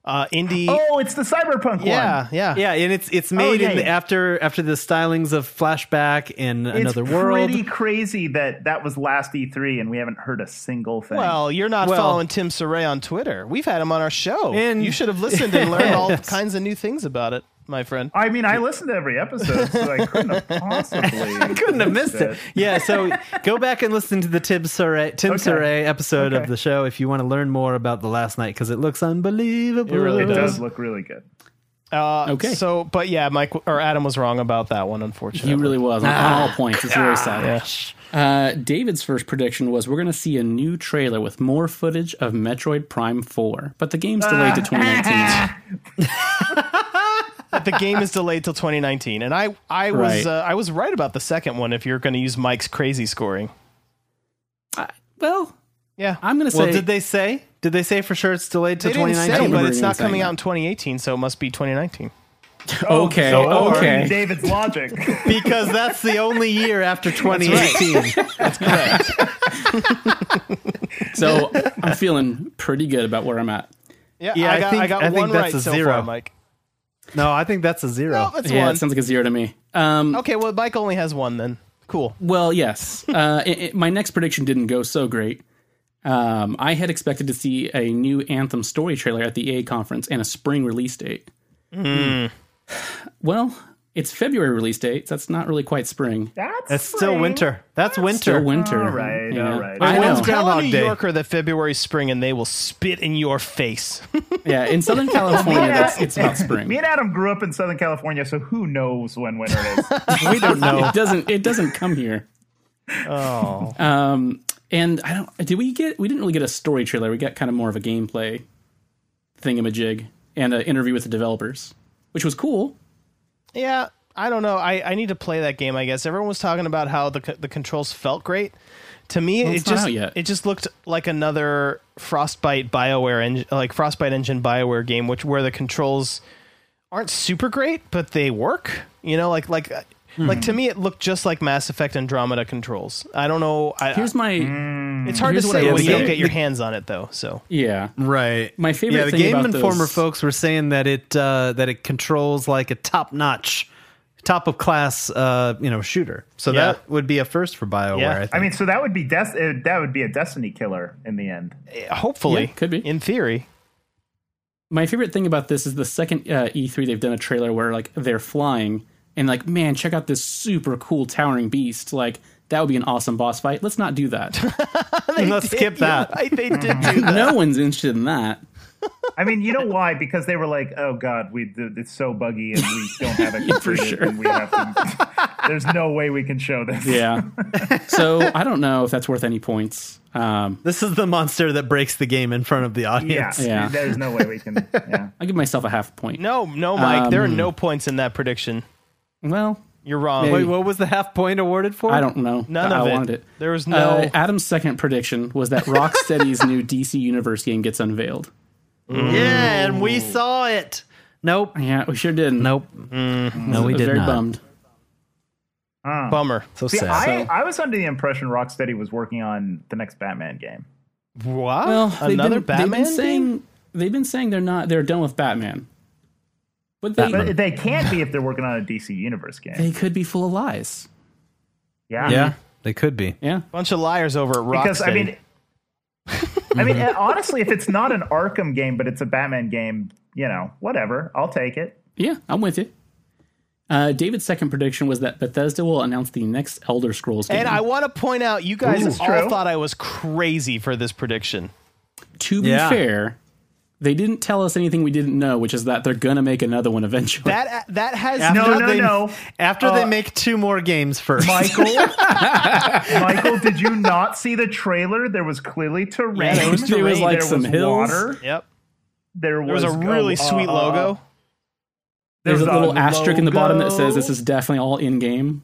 S3: Uh, indie.
S4: Oh, it's the cyberpunk
S3: yeah,
S4: one.
S3: yeah,
S1: Yeah, and it's it's made
S4: yeah,
S1: in the,
S4: yeah.
S1: after after the stylings of flashback and
S4: It's
S1: another world.
S4: pretty crazy that that was last E3 and we haven't heard a single thing.
S3: Well, you're not
S1: Well-
S3: following Tim Saray on Twitter. We've had him on our show.
S1: And-
S3: you should have listened and learned all
S1: Yes.
S3: kinds of new things about it, my friend.
S4: I mean, I listened to every episode, so I couldn't have possibly. I
S1: Couldn't have missed it. Yeah, so go back and listen to the Tim Saray Tim
S4: Okay.
S1: Saray episode of
S4: Okay.
S1: the show if you want to learn more about the last night because it looks unbelievable.
S3: It really
S4: It does look really good.
S3: Uh,
S5: Okay.
S3: So, but yeah, Mike or Adam was wrong about that one, unfortunately.
S5: He really was on, on all points. It's very sad.
S3: gosh.
S5: Uh, David's first prediction was we're going to see a new trailer with more footage of Metroid Prime 4, but the game's delayed to
S3: Ah.
S5: 2019.
S3: But the game is delayed till 2019, and I, I was,
S5: Right.
S3: uh, I was right about the second one. If you're going to use Mike's crazy scoring,
S5: well,
S3: yeah,
S5: I'm going to say
S1: Well, did they say? Did they say for sure it's delayed to
S3: they didn't say,
S1: 2019?
S3: but
S5: remember
S3: it's not
S5: anything.
S3: coming out in 2018, so it must be 2019.
S5: okay,
S4: Or
S5: okay.
S4: David's logic.
S1: because that's the only year after 2018.
S5: so I'm feeling pretty good about where I'm at.
S3: Yeah,
S1: Yeah,
S3: I
S1: I
S3: got,
S1: think-
S3: I got
S1: I think
S3: one
S1: that's
S3: right
S1: a
S3: so
S1: zero.
S3: far, Mike.
S1: No, I think that's a zero.
S3: Oh, that's
S5: Yeah,
S3: one.
S5: it sounds like a zero to me. Um,
S3: okay, well, Mike only has one then. Cool.
S5: Well, yes. Uh, it, it- my next prediction didn't go so great. Um, I had expected to see a new Anthem story trailer at the EA conference and a spring release date. Hmm. Well, it's February release date. So that's not really quite spring.
S4: That's
S1: That's still
S4: spring.
S1: winter. That's winter.
S5: Still winter.
S4: All right,
S5: Yeah.
S4: all right.
S5: I
S3: Well,
S5: know.
S1: Groundhog
S3: Tell a New
S1: Day.
S3: Yorker that February spring and they will spit in your face.
S5: Yeah, in Southern California,
S4: Yeah.
S5: that's, it's about
S4: Me
S5: spring.
S4: and Adam grew up in Southern California, so who knows when winter is?
S5: We don't know. It doesn't. It doesn't come here.
S3: Oh,
S5: Um, and I don't. Did we get? We didn't really get a story trailer. We got kind of more of a gameplay thingamajig and an interview with the developers, which was cool.
S3: yeah. I don't know. I, I need to play that game. I guess everyone was talking about how the co- the controls felt great. To me,
S5: it's
S3: it
S5: not
S3: just
S5: out yet.
S3: it just looked like another Frostbite Bioware engine, like Frostbite Engine Bioware game, which where the controls aren't super great, but they work. You know, like like
S5: Hmm.
S3: like to me, it looked just like Mass Effect Andromeda controls. I don't know. I,
S5: Here's my
S3: it's hard to
S5: here's what I
S3: say
S5: would
S3: when you don't
S5: say.
S3: get your hands on it, though. So
S5: yeah.
S1: Right.
S5: My favorite
S1: Yeah, the
S5: thing
S1: Game
S5: about
S1: Informer
S5: those-
S1: folks were saying that it uh, that it controls like a top notch, top of class, uh, you know, shooter. So
S3: Yeah.
S1: that would be a first for Bioware.
S3: Yeah.
S1: I, think.
S4: I mean, so that would be des- uh, that would be a destiny killer in the end.
S3: hopefully,
S5: Yeah, could be.
S3: in theory.
S5: My favorite thing about this is the second uh, E3 they've done a trailer where like they're flying and like man, check out this super cool towering beast. Like that would be an awesome boss fight. Let's not do that.
S1: Let's skip that.
S3: I, they did do that.
S5: no one's interested in that.
S4: I mean, you know why? Because they were like, "Oh God, we th- it's so buggy and we don't have it
S5: for
S4: completed,
S5: sure.
S4: and we have to, There's no way we can show this."
S5: Yeah. so I don't know if that's worth any points. Um,
S1: This is the monster that breaks the game in front of the
S4: yeah,
S1: audience.
S5: Yeah.
S4: There's no way we can. Yeah.
S5: I'll give myself a half point.
S3: No, no, Mike. there are no
S5: Um,
S3: points in that prediction.
S5: Well,
S3: You're wrong.
S5: Maybe.
S1: Wait, what was the half point awarded for?
S5: I don't know.
S3: None
S5: I
S3: of it.
S5: wanted it.
S3: There was no.
S5: Uh, Adam's second prediction was that Rocksteady's new DC Universe game gets unveiled.
S1: Yeah, and we saw it. Nope.
S5: Yeah, we sure didn't.
S1: Nope. No, we
S5: I was
S1: did
S5: very
S1: not.
S5: bummed.
S3: bummer.
S1: So
S4: See,
S1: sad.
S4: I, I was under the impression Rocksteady was working on the next Batman game.
S3: What?
S5: Well, they've
S3: Oh, Another
S5: been,
S3: Batman
S5: They've been saying
S3: game?
S5: they've been saying they're not. They're done with Batman. But they
S4: But they can't be if they're working on a DC Universe game.
S5: they could be full of lies.
S4: Yeah.
S1: yeah, they could be.
S5: Yeah.
S3: Bunch of liars over at Rocksteady.
S4: Because I mean, I mean, uh, honestly, if it's not an Arkham game but it's a Batman game, you know, whatever, I'll take it.
S5: Yeah, I'm with you. Uh, David's second prediction was that Bethesda will announce the next Elder Scrolls game.
S3: and I want to point out, you guys
S4: Ooh.
S3: all
S4: True.
S3: thought I was crazy for this prediction.
S5: to be
S1: Yeah.
S5: fair, they didn't tell us anything we didn't know, which is that they're gonna make another one eventually.
S3: That that has
S4: No, no,
S1: they,
S4: no. Uh,
S1: After they make two more games first.
S4: Michael, Michael, did you not see the trailer? There was clearly terrain.
S5: there was terrain, like,
S4: there
S5: some
S4: was
S5: hills.
S4: water.
S3: Yep.
S4: There
S3: There
S4: was,
S3: was a really
S4: uh,
S3: sweet
S4: uh, uh,
S3: logo.
S5: There's a
S4: there's
S5: little
S4: a
S5: asterisk in the bottom that
S4: logo.
S5: says this is definitely all in game.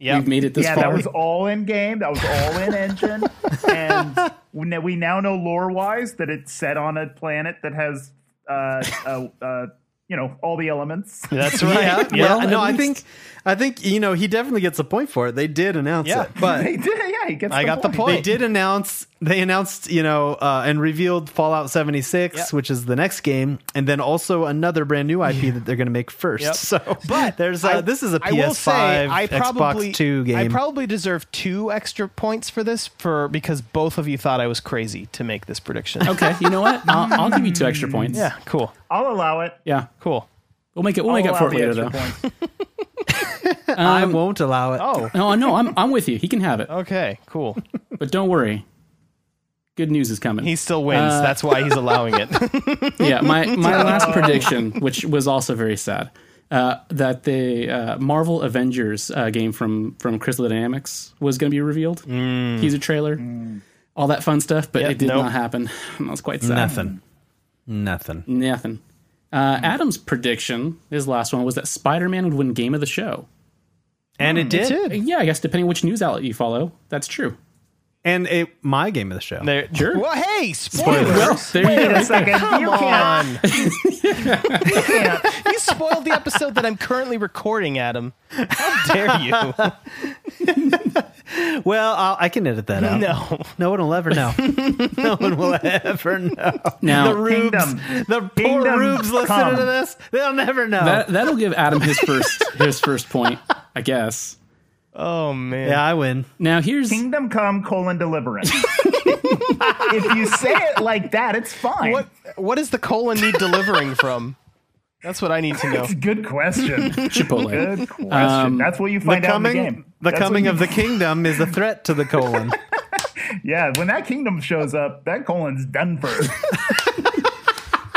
S3: Yep.
S5: We've made it this
S4: yeah,
S5: far.
S4: that was all in game. That was all in engine. and we now- we now know lore wise that it's set on a planet that has, uh, uh, uh, you know, all the elements.
S3: That's right.
S1: Yeah,
S3: Yeah.
S1: well, no,
S5: at
S1: I
S5: least.
S1: think, I think you know he definitely gets a point for it. They did announce
S3: Yeah.
S1: it, but
S4: He did, yeah, he gets.
S3: I
S4: the
S3: got the
S4: point.
S3: point.
S1: they did announce they announced you know uh, and revealed Fallout 76,
S3: Yeah.
S1: which is the next game, and then also another brand new IP that they're going to make first.
S3: Yep.
S1: So,
S3: But
S1: there's uh,
S3: I-
S1: this is a
S3: I will
S1: PS5,
S3: say I probably,
S1: Xbox Two game.
S3: I probably deserve two extra points for this for because both of you thought I was crazy to make this prediction.
S5: Okay, you know what? I'll, I'll give you two extra points.
S3: Yeah, cool,
S4: I'll allow it.
S5: yeah.
S3: cool.
S5: We'll make it. We'll make
S4: Oh, I'll
S5: up for it
S4: allow the
S5: later, though.
S4: extra points.
S1: I won't allow it.
S3: Oh,
S5: No, no, I'm I'm with you. He can have it,
S3: okay, cool.
S5: but don't worry. Good news is coming.
S3: He still wins.
S5: Uh,
S3: That's why he's allowing it.
S5: yeah, my my last prediction, which was also very sad, uh, that the uh, Marvel Avengers uh, game from from Crystal Dynamics was going to be revealed. Mm. He's a trailer, all that fun stuff, but
S3: Yep,
S5: it did
S3: nope.
S5: not happen. That was quite sad.
S1: Nothing, nothing.
S5: Nothing.
S3: Hmm.
S5: Uh, Adam's prediction, his last one, was that Spider-Man would win Game of the Show.
S1: And it did.
S5: Yeah, I guess depending which news outlet you follow, that's true.
S1: And it my game of the show.
S3: There,
S5: Sure.
S3: Well, hey, spoilers.
S5: Well, there you go.
S4: Wait a second.
S3: Come
S4: you can't.
S3: on. you spoiled the episode that I'm currently recording, Adam. How dare you?
S1: Well, I'll, I can edit that out.
S3: No.
S1: no one will ever know. no one will ever know.
S5: Now-
S1: the rubes,
S4: Kingdom.
S1: the poor
S4: Kingdom
S1: rubes listening
S4: come.
S1: to this, they'll never know.
S5: That that'll give Adam his first his first point, I guess.
S3: Oh man.
S1: yeah, I win.
S5: Now here's
S4: Kingdom come colon deliverance. if you say it like that, it's fine.
S3: What what does the colon need delivering from? That's what I need to know.
S4: It's a good question.
S5: Chipotle.
S4: Good question.
S5: Um,
S4: That's what you
S1: The
S4: find out
S1: coming,
S4: in
S1: the,
S4: the game. That's
S1: coming
S4: what
S1: of
S4: you-
S1: the kingdom is a threat to the colon.
S4: yeah. When that kingdom shows up, that colon's done for.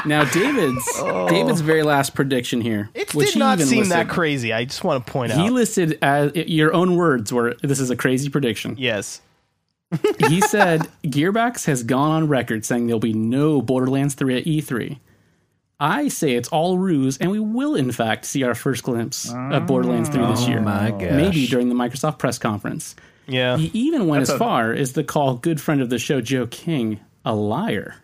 S5: Now, David's David's very last prediction here.
S3: Oh. It
S5: which
S3: did
S5: he
S3: not
S5: even
S3: seem that
S5: listed.
S3: crazy. I just want to point
S5: He
S3: out.
S5: listed as your own words were this is a crazy prediction.
S3: yes.
S5: he said Gearbox has gone on record saying there'll be no Borderlands 3 at E3. I say it's all ruse, and we will in fact see our first glimpse of Borderlands 3 this year.
S1: Oh my gosh.
S5: Maybe during the Microsoft press conference.
S3: Yeah.
S5: He even went as
S4: a-
S5: far as to call good friend of the show Joe King a liar.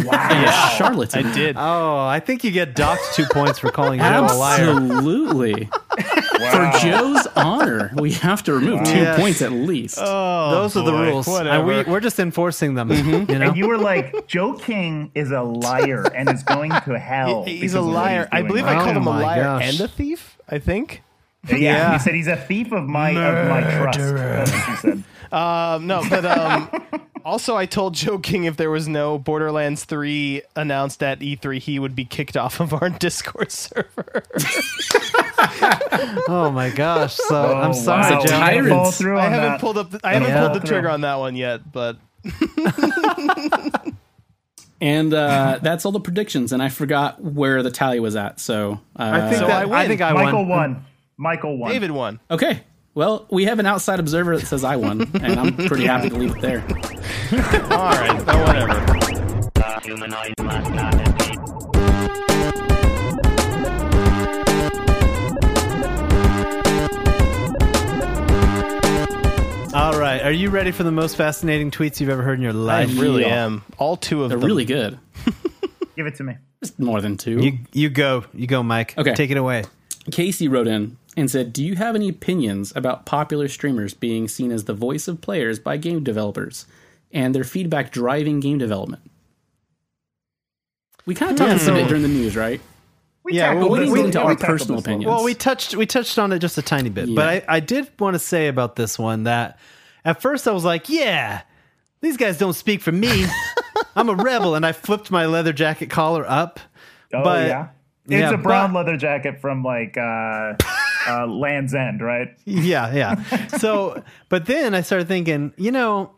S5: And a
S3: I
S5: charlatan.
S3: did.
S1: Oh, I think you get docked two points for calling Joe a liar.
S5: Absolutely. For Joe's honor, we have to remove two
S1: Yes.
S5: points at least.
S1: Those are the
S3: Oh, boy,
S1: rules. And we,
S3: whatever.
S1: we're just enforcing them. You know?
S4: And you were like, Joe King is a liar and is going to hell.
S3: He- he's
S4: because
S3: a
S4: of what
S3: liar. I
S4: doing.
S3: believe I called
S1: Oh
S3: him a
S1: my
S3: liar
S1: gosh.
S3: and a thief. I think.
S4: Yeah, he said he's a thief of my of my trust. That's what he said.
S3: Um, no, but um, also I told Joe King if there was no Borderlands three announced at E three, he would be kicked off of our Discord server.
S1: oh my gosh. So I'm
S4: Oh,
S1: sorry,
S4: wow.
S1: Joe.
S4: Did I
S5: Tyrants.
S4: fall through
S3: I
S4: on
S3: haven't
S4: that?
S3: pulled up. The, I haven't
S4: Yeah.
S3: pulled the trigger on that one yet, but
S5: And uh, that's all the predictions. And I forgot where the tally was at. So, uh,
S1: I think
S3: So I
S1: that, I,
S3: win.
S1: think I
S4: Michael
S1: won.
S4: won. Michael won.
S3: David won.
S5: okay. Well, we have an outside observer that says I won, and I'm pretty happy to leave it there.
S3: All right, but whatever.
S1: All right. Are you ready for the most fascinating tweets you've ever heard in your
S3: I
S1: life?
S3: really
S5: Yeah.
S3: am. All two of
S5: They're
S3: them.
S5: really good.
S4: Give it to me.
S5: Just more than two.
S1: You you go. You go, Mike.
S5: Okay.
S1: Take it away.
S5: Casey wrote in and said, Do you have any opinions about popular streamers being seen as the voice of players by game developers and their feedback driving game development? We kind of talked this a bit during the news, right?
S4: We
S1: Yeah,
S4: tackled
S1: Hmm. well, we
S4: this-
S1: didn't get
S4: we-
S5: into
S4: we
S5: our
S4: tackled
S5: personal
S4: this one.
S5: opinion.
S1: Well, we touched we touched on it just a tiny bit, but I, I did want to say about this one that at first I was like, yeah, these guys don't speak for me. I'm a rebel, and I flipped my leather jacket collar up.
S4: Oh,
S1: but
S4: yeah. It's
S1: yeah,
S4: a brown
S1: but-
S4: leather jacket from like uh, uh, Land's End, right?
S1: yeah, yeah. So, but then I started thinking, you know,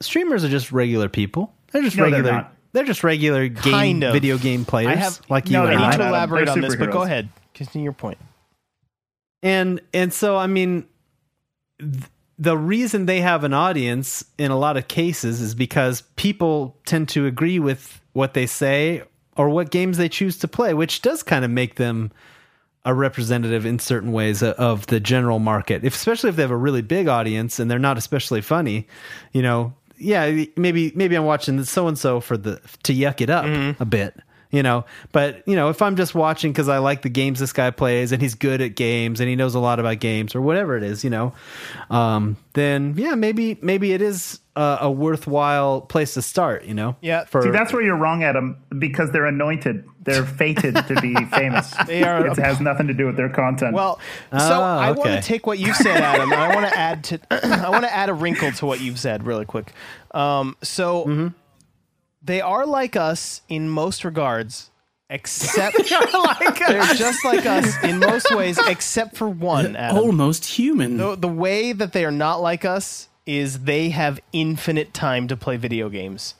S1: streamers are just regular people. They're just
S4: No, they're
S1: regular.
S4: not.
S1: they're just regular game
S3: Kind of.
S1: video game players
S3: I have-
S1: like
S4: No,
S1: you
S4: they're
S1: and
S3: I need
S4: not.
S1: I.
S3: to
S4: Adam.
S3: elaborate
S4: They're
S3: on this, but go
S4: superheroes.
S3: ahead. Continue your point.
S1: and and so i mean th- the reason they have an audience in a lot of cases is because people tend to agree with what they say or what games they choose to play which does kind of make them a representative in certain ways o- of the general market if, especially if they have a really big audience and they're not especially funny you know yeah maybe maybe i'm watching so and so for the to yuck it up
S3: Mm-hmm.
S1: a bit you know but you know if i'm just watching because i like the games this guy plays and he's good at games and he knows a lot about games or whatever it is you know um, then yeah maybe maybe it is uh, a worthwhile place to start you know
S3: Yeah.
S1: for
S4: See, that's where you're wrong, Adam, because they're anointed. They're fated to be famous.
S3: They are-
S4: It has nothing to do with their content.
S3: Well, so
S1: Ah,
S3: I want
S1: okay.
S3: to take what you said, Adam, and I want to add to I want to add a wrinkle to what you've said really quick. Um, so they are like us in most regards, except they're just like us Oh, in most ways, except for one. Adam.
S5: Almost human.
S3: The, the way that they are not like us is they have infinite time to play video games.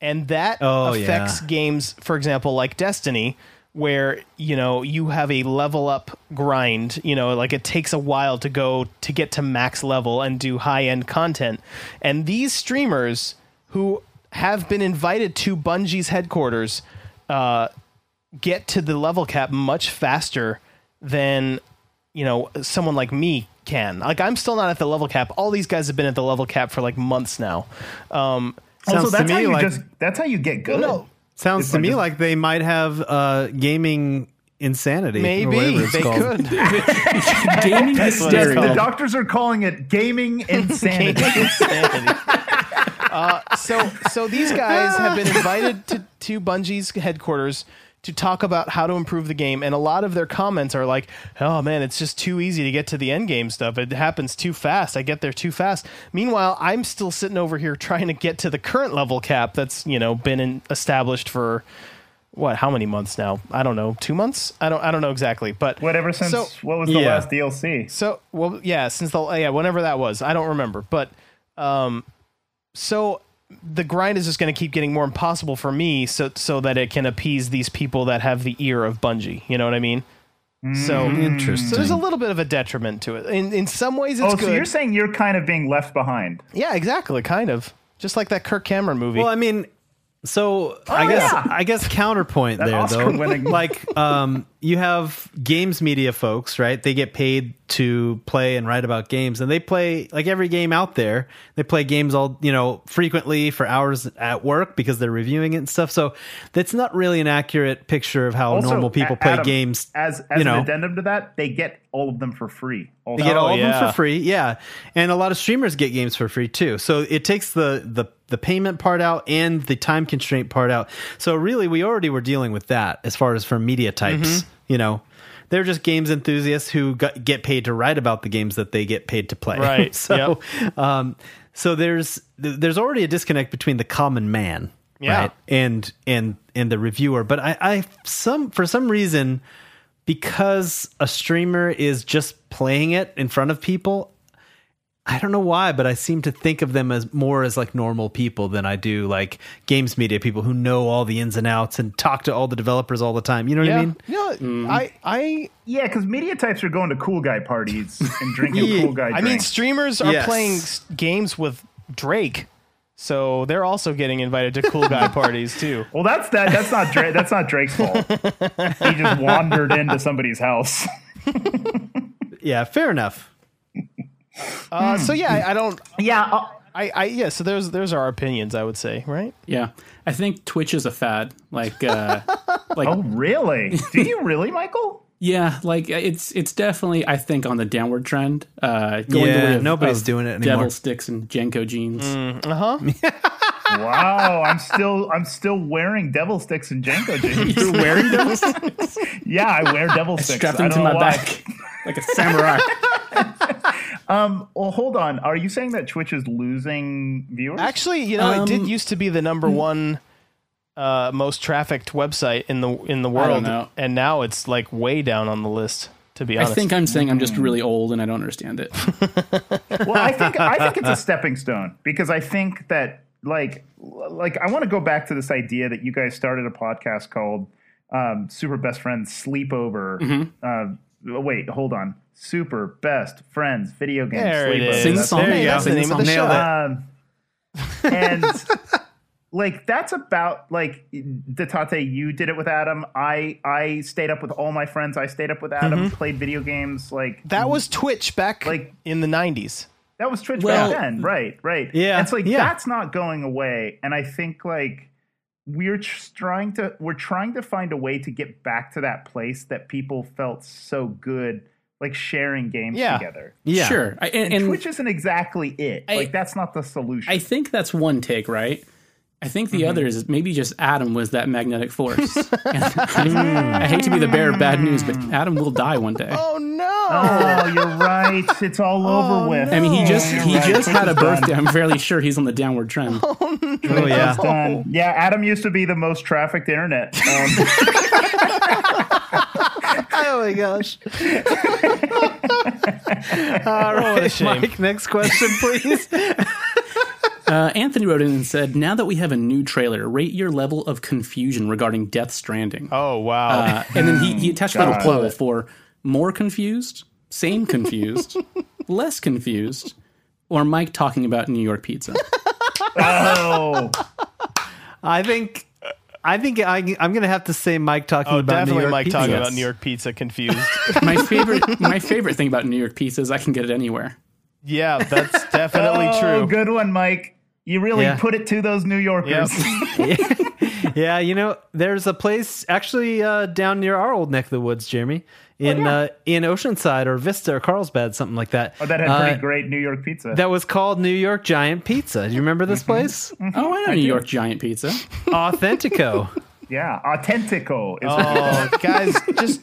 S3: And that
S1: Oh,
S3: affects
S1: yeah.
S3: games, for example, like Destiny, where, you know, you have a level up grind, you know, like it takes a while to go to get to max level and do high end content. And these streamers who have been invited to Bungie's headquarters uh, get to the level cap much faster than you know someone like me can. Like I'm still not at the level cap. All these guys have been at the level cap for like months now. Um,
S4: also,
S1: sounds to
S4: that's how
S1: me
S4: you
S1: like-
S4: just that's how you get good.
S3: no,
S1: sounds
S4: If
S1: to
S4: I
S1: me
S4: just-
S1: like they might have uh, gaming insanity or
S3: maybe
S1: whatever it's
S3: they
S1: called.
S3: could.
S5: Gaming
S4: Yes, the
S5: hysteria.
S4: doctors are calling it gaming insanity.
S3: uh, so so these guys have been invited to, to Bungie's headquarters to talk about how to improve the game, and a lot of their comments are like, "Oh man, it's just too easy to get to the end game stuff. It happens too fast. I get there too fast." Meanwhile, I'm still sitting over here trying to get to the current level cap that's you know been in, established for what? How many months now? I don't know. Two months? I don't. I don't know exactly. But
S4: Whatever since
S3: So-
S4: what was the
S1: yeah.
S4: last DLC?
S3: so well, yeah, since the yeah, whenever that was, I don't remember, but um, so the grind is just going to keep getting more impossible for me, so so that it can appease these people that have the ear of Bungie. You know what I mean? So
S1: Mm-hmm. Interesting.
S3: So there's a little bit of a detriment to it. In in some ways, it's
S4: Oh,
S3: good.
S4: so you're saying you're kind of being left behind.
S3: yeah, exactly, kind of. Just like that Kirk Cameron movie.
S1: Well, I mean, so I guess
S4: Oh, yeah.
S1: I guess counterpoint there though.
S4: Oscar-winning-
S1: Like, um, you have games media folks, right? They get paid to play and write about games, and they play like every game out there. They play games all you know frequently for hours at work because they're reviewing it and stuff. So that's not really an accurate picture of how
S4: Also,
S1: normal people
S4: A-
S1: play
S4: Adam,
S1: games.
S4: As as
S1: you know,
S4: an addendum to that, they get all of them for free.
S1: they get
S3: Oh,
S1: all of them
S3: yeah.
S1: for free. Yeah, and a lot of streamers get games for free too. So it takes the the the payment part out and the time constraint part out. So really, we already were dealing with that as far as for media types.
S3: Mm-hmm.
S1: You know, they're just games enthusiasts who got, get paid to write about the games that they get paid to play.
S3: Right,
S1: so, um, so there's th- there's already a disconnect between the common man,
S3: Yeah.
S1: right, and and and the reviewer. But I, I some for some reason because a streamer is just playing it in front of people i don't know why but i seem to think of them as more as like normal people than i do like games media people who know all the ins and outs and talk to all the developers all the time you know what
S3: yeah.
S1: i mean
S3: no, I I
S4: Yeah, because media types are going to cool guy parties and drinking cool guy.
S3: I
S4: drinks.
S3: mean, streamers are
S1: Yes.
S3: playing s- games with Drake, so they're also getting invited to cool guy parties too.
S4: well, that's that. That's not Drake. That's not Drake's fault. he just wandered into somebody's house.
S1: yeah fair enough
S3: Uh, so yeah, I, I don't.
S4: Yeah, uh,
S3: I, I yeah. So there's there's our opinions. I would say right.
S5: Yeah, I think Twitch is a fad. Like, uh, like
S1: Oh.
S4: Oh, really? Do you really, Michael?
S5: yeah, like it's it's definitely I think on the downward trend. Uh, going the
S1: Yeah,
S5: way of,
S1: nobody's
S5: of
S1: doing it anymore.
S5: Devil sticks and Jenko jeans.
S4: Mm. Wow, I'm still I'm still wearing devil sticks and Django jeans. You're wearing devil sticks? Yeah, I wear devil sticks.
S5: strapped
S4: I
S5: into
S4: don't
S5: my
S4: know why.
S5: back like a samurai.
S4: Well, hold on. Are you saying that Twitch is losing viewers?
S3: Actually, you know, it did
S5: Um,
S3: used to be the number one uh, most trafficked website in the in the world,
S5: know.
S3: and now it's like way down on the list. To be
S5: I
S3: honest,
S5: think I'm saying I'm just
S4: Mm.
S5: really old and I don't understand it.
S4: well, I think I think it's a stepping stone because I think that like like I want to go back to this idea that you guys started a podcast called um, Super Best Friends Sleepover.
S3: Mm-hmm.
S4: Uh, wait, hold on. Super Best Friends Video Game
S3: there it
S4: Sleepover.
S3: is.
S5: Sing the
S4: That's-
S5: song.
S3: There you
S5: Yeah,
S3: go.
S5: sing the
S3: That's the name of
S5: song.
S1: Nailed it.
S3: the show.
S4: Um, and like that's about like Datate, you did it with Adam. I I stayed up with all my friends. I stayed up with Adam,
S3: Mm-hmm.
S4: played video games. Like
S3: That was Twitch back
S4: Like-
S3: in the '90s.
S4: that was Twitch
S5: Well-
S4: back then, right? Right.
S1: Yeah,
S4: And it's like
S1: yeah.
S4: that's not going away, and I think like we're tr- trying to we're trying to find a way to get back to that place that people felt so good, like sharing games
S3: Yeah.
S4: together.
S1: yeah
S5: Sure. I, and, and
S4: Which isn't exactly it.
S5: I-
S4: like that's not the solution.
S5: I think that's one take, right? I think
S4: Mm-hmm.
S5: the other is maybe just Adam was that magnetic force. And I, I hate to be the bearer of bad news, but Adam will die one day.
S3: Oh no!
S4: Oh, you're right. It's all over with.
S5: Oh,
S4: Oh,
S5: I mean, he just
S4: You're
S5: he
S4: right.
S5: just had a
S4: Twitch is
S5: birthday. I'm fairly sure he's on the downward trend.
S1: oh yeah
S4: done. Done. Yeah, Adam used to be the most trafficked internet. Um,
S1: oh my gosh all right
S3: shame.
S1: mike next question please
S5: Uh, Anthony wrote in and said, "Now that we have a new trailer, rate your level of confusion regarding Death Stranding."
S3: Oh wow!
S5: Uh, and then he, he attached a little plural for more confused, same confused, less confused, or Mike talking about New York pizza.
S4: oh,
S1: I think I think I, I'm going to have to say Mike talking
S3: oh,
S1: about New
S3: definitely
S1: York
S3: Mike talking
S1: pizza.
S3: about New York pizza. Confused.
S5: my favorite my favorite thing about New York pizza is I can get it anywhere.
S3: yeah, that's definitely
S4: oh,
S3: true.
S4: good one, Mike. You really
S1: Yeah.
S4: put it to those New Yorkers.
S1: Yeah, you know, there's a place actually uh, down near our old neck of the woods, Jeremy,
S4: Oh,
S1: in uh, in Oceanside or Vista or Carlsbad, something like that.
S4: Oh, that had
S1: uh,
S4: pretty great New York pizza.
S1: That was called New York Giant Pizza. Do you remember this
S4: Mm-hmm.
S1: place?
S5: Oh, I know New York giant pizza.
S1: Authentico.
S4: yeah, Authentico. Is
S3: Oh, guys, just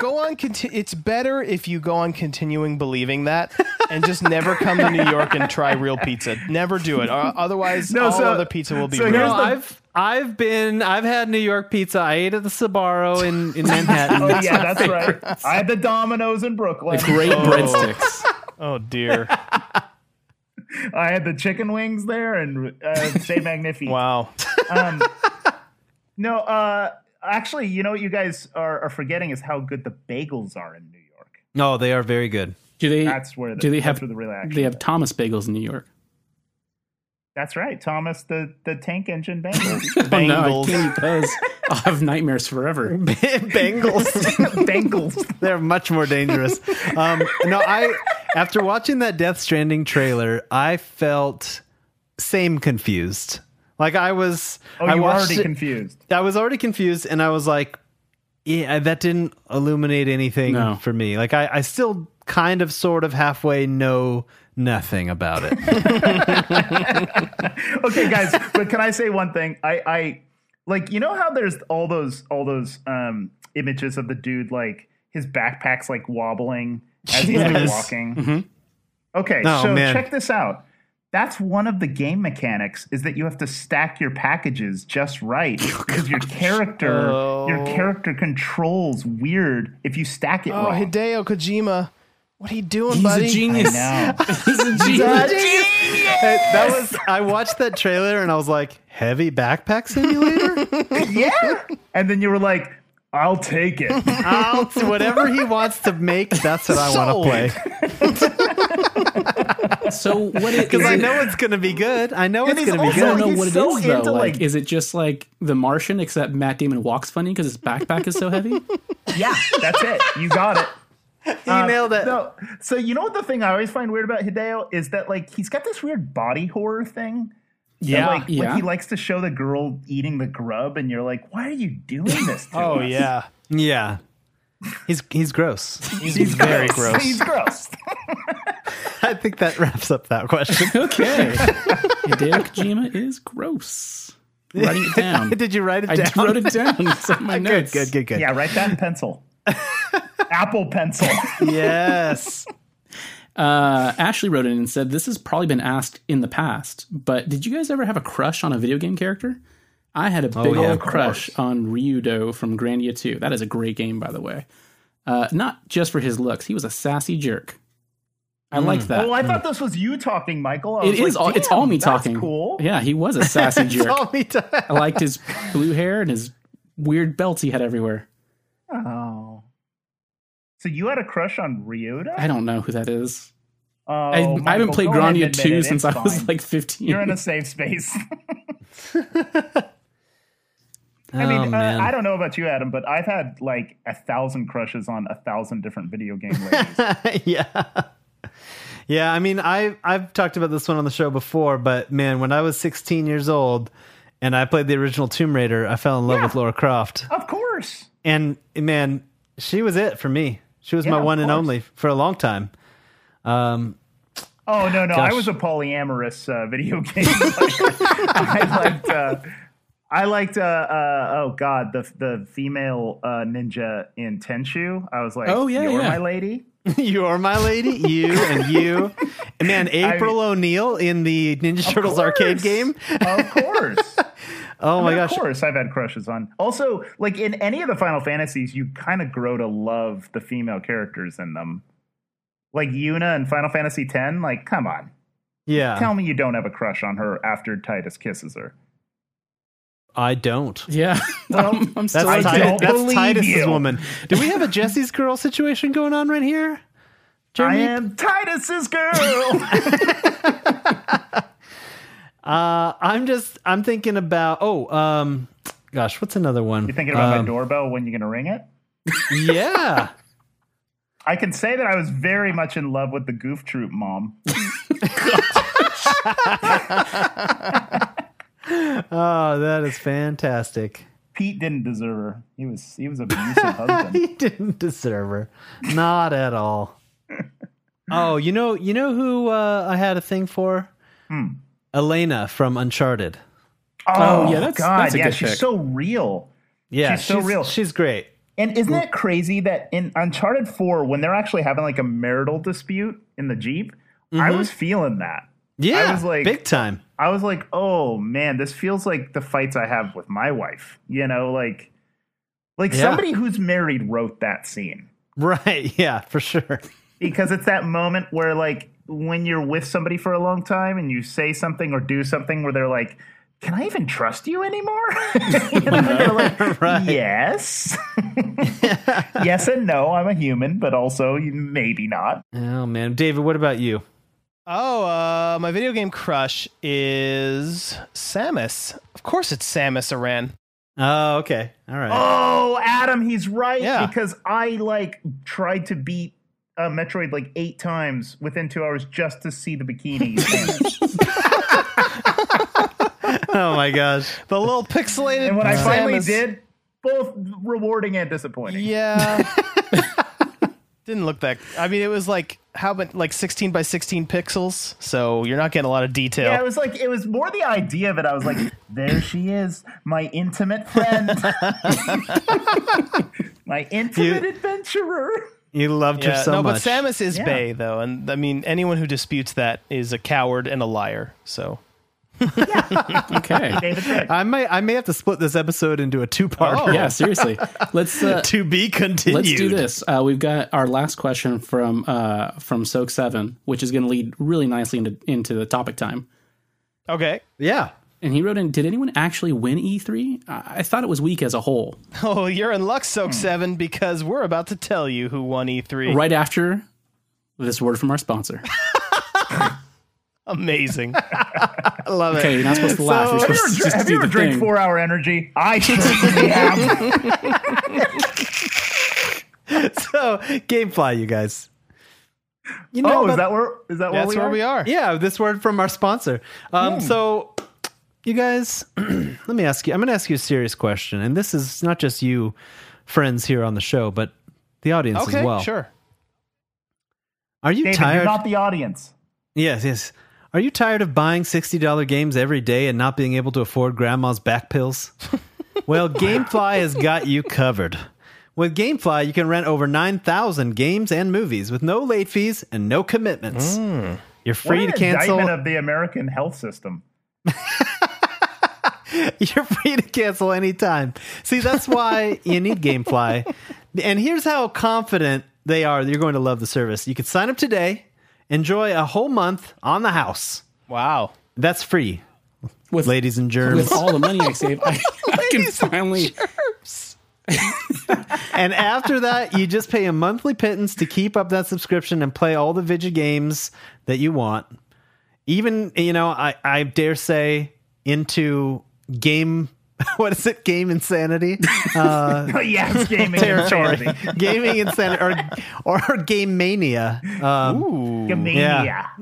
S3: go on. Conti- it's better if you go on continuing believing that, and just never come to New York and try real pizza. Never do it. Or, otherwise,
S4: No,
S3: all
S4: so-
S3: other pizza will be
S4: so
S3: real.
S4: here's
S1: No,
S4: the-
S1: I've I've been I've had New York pizza. I ate at the Sbarro in, in Manhattan.
S4: oh, yeah, that's right. I Oh. had the Domino's in Brooklyn.
S5: Great breadsticks.
S3: oh dear.
S4: I had the chicken wings there and uh, say magnifique.
S3: Wow.
S4: No, uh, actually, you know what you guys are, are forgetting is how good the bagels are in New York.
S1: No, Oh, they are very good.
S5: Do they?
S4: That's where the,
S5: do they
S4: that's
S5: have?
S4: where the real action.
S5: they have Thomas bagels in New York.
S4: That's right, Thomas the the tank engine bagels.
S5: No, I
S3: Bangles.
S5: can't eat those. I'll have nightmares forever.
S1: Bengals.
S4: bagels.
S1: They're much more dangerous. Um, no, I after watching that Death Stranding trailer, I felt same confused. Like I was,
S4: Oh,
S1: I
S4: you were
S1: watched
S4: already
S1: it-
S4: confused.
S1: I was already confused, and I was like, "Yeah, that didn't illuminate anything
S5: No.
S1: for me." Like I, I still kind of, sort of, halfway know nothing about it.
S4: okay guys but can i say one thing i i like you know how there's all those all those um images of the dude like his backpack's like wobbling as he's like
S3: Yes. Mm-hmm.
S4: walking okay
S1: Oh,
S4: so
S1: man.
S4: check this out that's one of the game mechanics is that you have to stack your packages just right
S3: Oh,
S4: because your character your character controls weird if you stack it
S3: Oh,
S4: wrong.
S3: Hideo Kojima. What are you doing,
S5: He's
S3: buddy?
S5: a genius.
S4: I know.
S5: He's a genius.
S1: Hey, that was I watched that trailer, and I was like, "Heavy backpack simulator."
S4: yeah and then you were like i'll take it
S1: I'll- whatever he wants to make, that's what I want
S3: Sold.
S1: to play.
S5: So what is?
S1: Because
S5: is
S1: I
S5: it-
S1: know it's going to be good. I know it's
S4: is
S1: going to be
S4: also-
S5: I don't
S1: good.
S5: know
S4: He's
S5: what it is
S4: so
S5: though.
S4: into,
S5: Like,
S4: like-
S5: is it just like The Martian, except Matt Damon walks funny because his backpack is so heavy?
S4: yeah that's it you got it
S1: He nailed it.
S4: No, so you know what the thing I always find weird about Hideo is that like he's got this weird body horror thing.
S5: Yeah,
S4: like,
S5: yeah.
S4: like he likes to show the girl eating the grub, and you're like, why are you doing this? To
S3: Oh
S4: us?
S3: yeah,
S1: Yeah. He's he's gross.
S3: he's, very gross.
S4: he's gross.
S1: I think that wraps up that question.
S5: okay. Hideo Kojima is gross. Writing it down.
S1: Did you write it
S5: I
S1: down?
S5: wrote it down. It's on my
S1: Good,
S5: notes.
S1: good, good, good.
S4: yeah, write that in pencil. Apple pencil.
S1: Yes.
S5: Uh, Ashley wrote in and said, "This has probably been asked in the past, but did you guys ever have a crush on a video game character? I had a big
S1: Oh, yeah.
S5: old
S1: Of
S5: crush on Ryudo from Grandia 2. That is a great game, by the way. Uh, not just for his looks; he was a sassy jerk. I
S1: Hmm.
S5: liked that.
S4: Oh, I thought this was you talking, Michael. I
S5: It
S4: was
S5: is
S4: like,
S5: all, it's
S4: "Damn,
S5: all me
S4: that's
S5: talking.
S4: Cool.
S5: Yeah, he was a sassy jerk.
S1: All me to-
S5: I liked his blue hair and his weird belts he had everywhere.
S4: Oh. So you had a crush on
S5: I
S4: Ryota?
S5: don't know who that is.
S4: Oh,
S5: I, I haven't
S4: Michael,
S5: played
S4: go ahead and
S5: Grandia
S4: admit
S5: 2
S4: it.
S5: since
S4: It's
S5: I was
S4: fine.
S5: like 15.
S4: You're in a safe space.
S5: Oh,
S4: I mean, uh, I don't know about you, Adam, but I've had like a thousand crushes on a thousand different video game ladies.
S1: yeah. Yeah, I mean, I I've talked about this one on the show before, but man, when I was 16 years old and I played the original Tomb Raider, I fell in love
S4: Yeah.
S1: with Laura Croft.
S4: of course.
S1: and man, she was it for me. She was
S4: Yeah,
S1: my
S4: of
S1: one and
S4: course.
S1: only for a long time. Um,
S4: Oh no, no, I
S1: Gosh.
S4: was a polyamorous uh, video game. player. I liked, uh, I liked. Uh, uh, oh God, the the female uh, ninja in Tenshu. I was like,
S5: Oh, yeah,
S4: you're
S5: yeah.
S4: my lady.
S1: you are my lady, you and you, and man, April O'Neil in the Ninja Turtles arcade
S4: course.
S1: game.
S4: Of course.
S1: Oh my
S4: of
S1: gosh,
S4: course, I've had crushes on. Also, like in any of the Final Fantasies, you kind of grow to love the female characters in them. Like Yuna in Final Fantasy X. Like, come on.
S5: Uh.
S1: yeah,
S4: Tell me you don't have a crush on her after Titus kisses her.
S1: I don't.
S5: yeah, I'm, I'm still
S1: That's,
S4: I
S1: Titus-
S4: don't
S1: that's
S4: believe
S1: Titus's
S4: you.
S1: woman. Do we have a Jesse's girl situation going on right here? Jeremy?
S4: I am Titus's girl.
S1: Uh, I'm just I'm thinking about oh um gosh, what's another one?
S4: you thinking about
S1: Um,
S4: my doorbell when you're going to ring it?
S1: Yeah.
S4: I can say that I was very much in love with the Goof Troop mom.
S1: oh, that is fantastic.
S4: Pete didn't deserve her. He was he was an abusive husband.
S1: he didn't deserve her. Not at all. Oh, you know, you know who uh, I had a thing for? Elena from Uncharted.
S5: Oh, yeah, that's-
S4: God,
S5: that's a
S4: yeah,
S5: good
S4: she's
S5: pick.
S4: so real.
S1: Yeah,
S4: She's so real.
S1: She's great.
S4: And isn't it crazy that in Uncharted 4, when they're actually having like a marital dispute in the Jeep, I was feeling that.
S1: Yeah,
S4: was like-
S1: big time.
S4: I was like, oh man, this feels like the fights I have with my wife. You know, like like
S1: Yeah.
S4: somebody who's married wrote that scene.
S1: Right? Yeah, for sure.
S4: Because it's that moment where like when you're with somebody for a long time and you say something or do something where they're like, "Can I even trust you anymore?" You know, they're like, Yes. yes and no. I'm a human, but also maybe not.
S1: Oh man, David, what about you?
S3: Oh, uh, my video game crush is Samus. Of course, it's Samus Aran.
S1: Oh, okay, all right.
S4: Oh, Adam, he's right
S3: Yeah.
S4: because I like tried to beat uh, Metroid like eight times within two hours just to see the bikini.
S1: Oh my gosh.
S3: The little pixelated.
S4: and when I finally
S3: Samus.
S4: did, both rewarding and disappointing.
S3: Yeah. Didn't look that. I mean, it was like how about like 16 by 16 pixels, so you're not getting a lot of detail.
S4: Yeah, it was like it was more the idea of it. I was like, there she is, my intimate friend, my intimate adventurer.
S1: You loved her so
S3: no,
S1: much.
S3: but Samus is
S4: Yeah.
S3: Bay though, and I mean, anyone who disputes that is a coward and a liar. So
S5: Okay.
S4: David Peck.
S1: I may I may have to split this episode into a two-part.
S5: Yeah, seriously. Let's uh,
S1: To be continued.
S5: Let's do this. Uh, we've got our last question from uh, from Soak Seven, which is going to lead really nicely into, into the topic time.
S3: okay,
S1: Yeah.
S5: And he wrote in, "Did anyone actually win E3? I, I thought it was weak as a whole.
S3: oh, you're in luck,
S4: Hmm.
S3: Soak Seven, because we're about to tell you who won E E3.
S5: Right after this word from our sponsor.
S3: Amazing.
S1: I love
S5: Okay, you're not supposed to laugh. You're
S4: have you
S5: supposed
S4: ever, dr-
S5: to just
S4: have
S5: do
S4: you ever
S5: the
S4: drank
S5: thing.
S4: four hour energy? I certainly have.
S1: it. So, Gamefly, you guys. You know,
S4: Oh,
S1: but-
S4: is that where is that
S3: That's
S4: where we
S3: where we are.
S4: are?
S1: yeah, this word from our sponsor.
S4: Hmm.
S1: Um, So, you guys, let me ask you. I'm going to ask you a serious question, and this is not just you, friends here on the show, but the audience
S3: Okay,
S1: as well.
S3: sure.
S1: Are you
S4: David,
S1: tired?
S4: you're not the audience.
S1: Yes, yes. Are you tired of buying $60 games every day and not being able to afford grandma's back pills? well, Gamefly has got you covered. With Gamefly, you can rent over 9,000 games and movies with no late fees and no commitments. You're
S4: Hmm. What
S1: free
S4: an
S1: to cancel.
S4: Indictment of the American health system.
S1: You're free to cancel anytime. See, that's why you need Gamefly. And here's how confident they are that you're going to love the service. You can sign up today, enjoy a whole month on the house.
S3: Wow.
S1: That's free,
S5: With,
S1: ladies and germs.
S5: with all the money I save, I, I can finally.
S1: and after that, you just pay a monthly pittance to keep up that subscription and play all the video games that you want. Even you know, I, I dare say into game. What is it? Game insanity,
S4: yeah, it's gaming territory.
S1: gaming insanity, or or game mania.
S4: Gamania.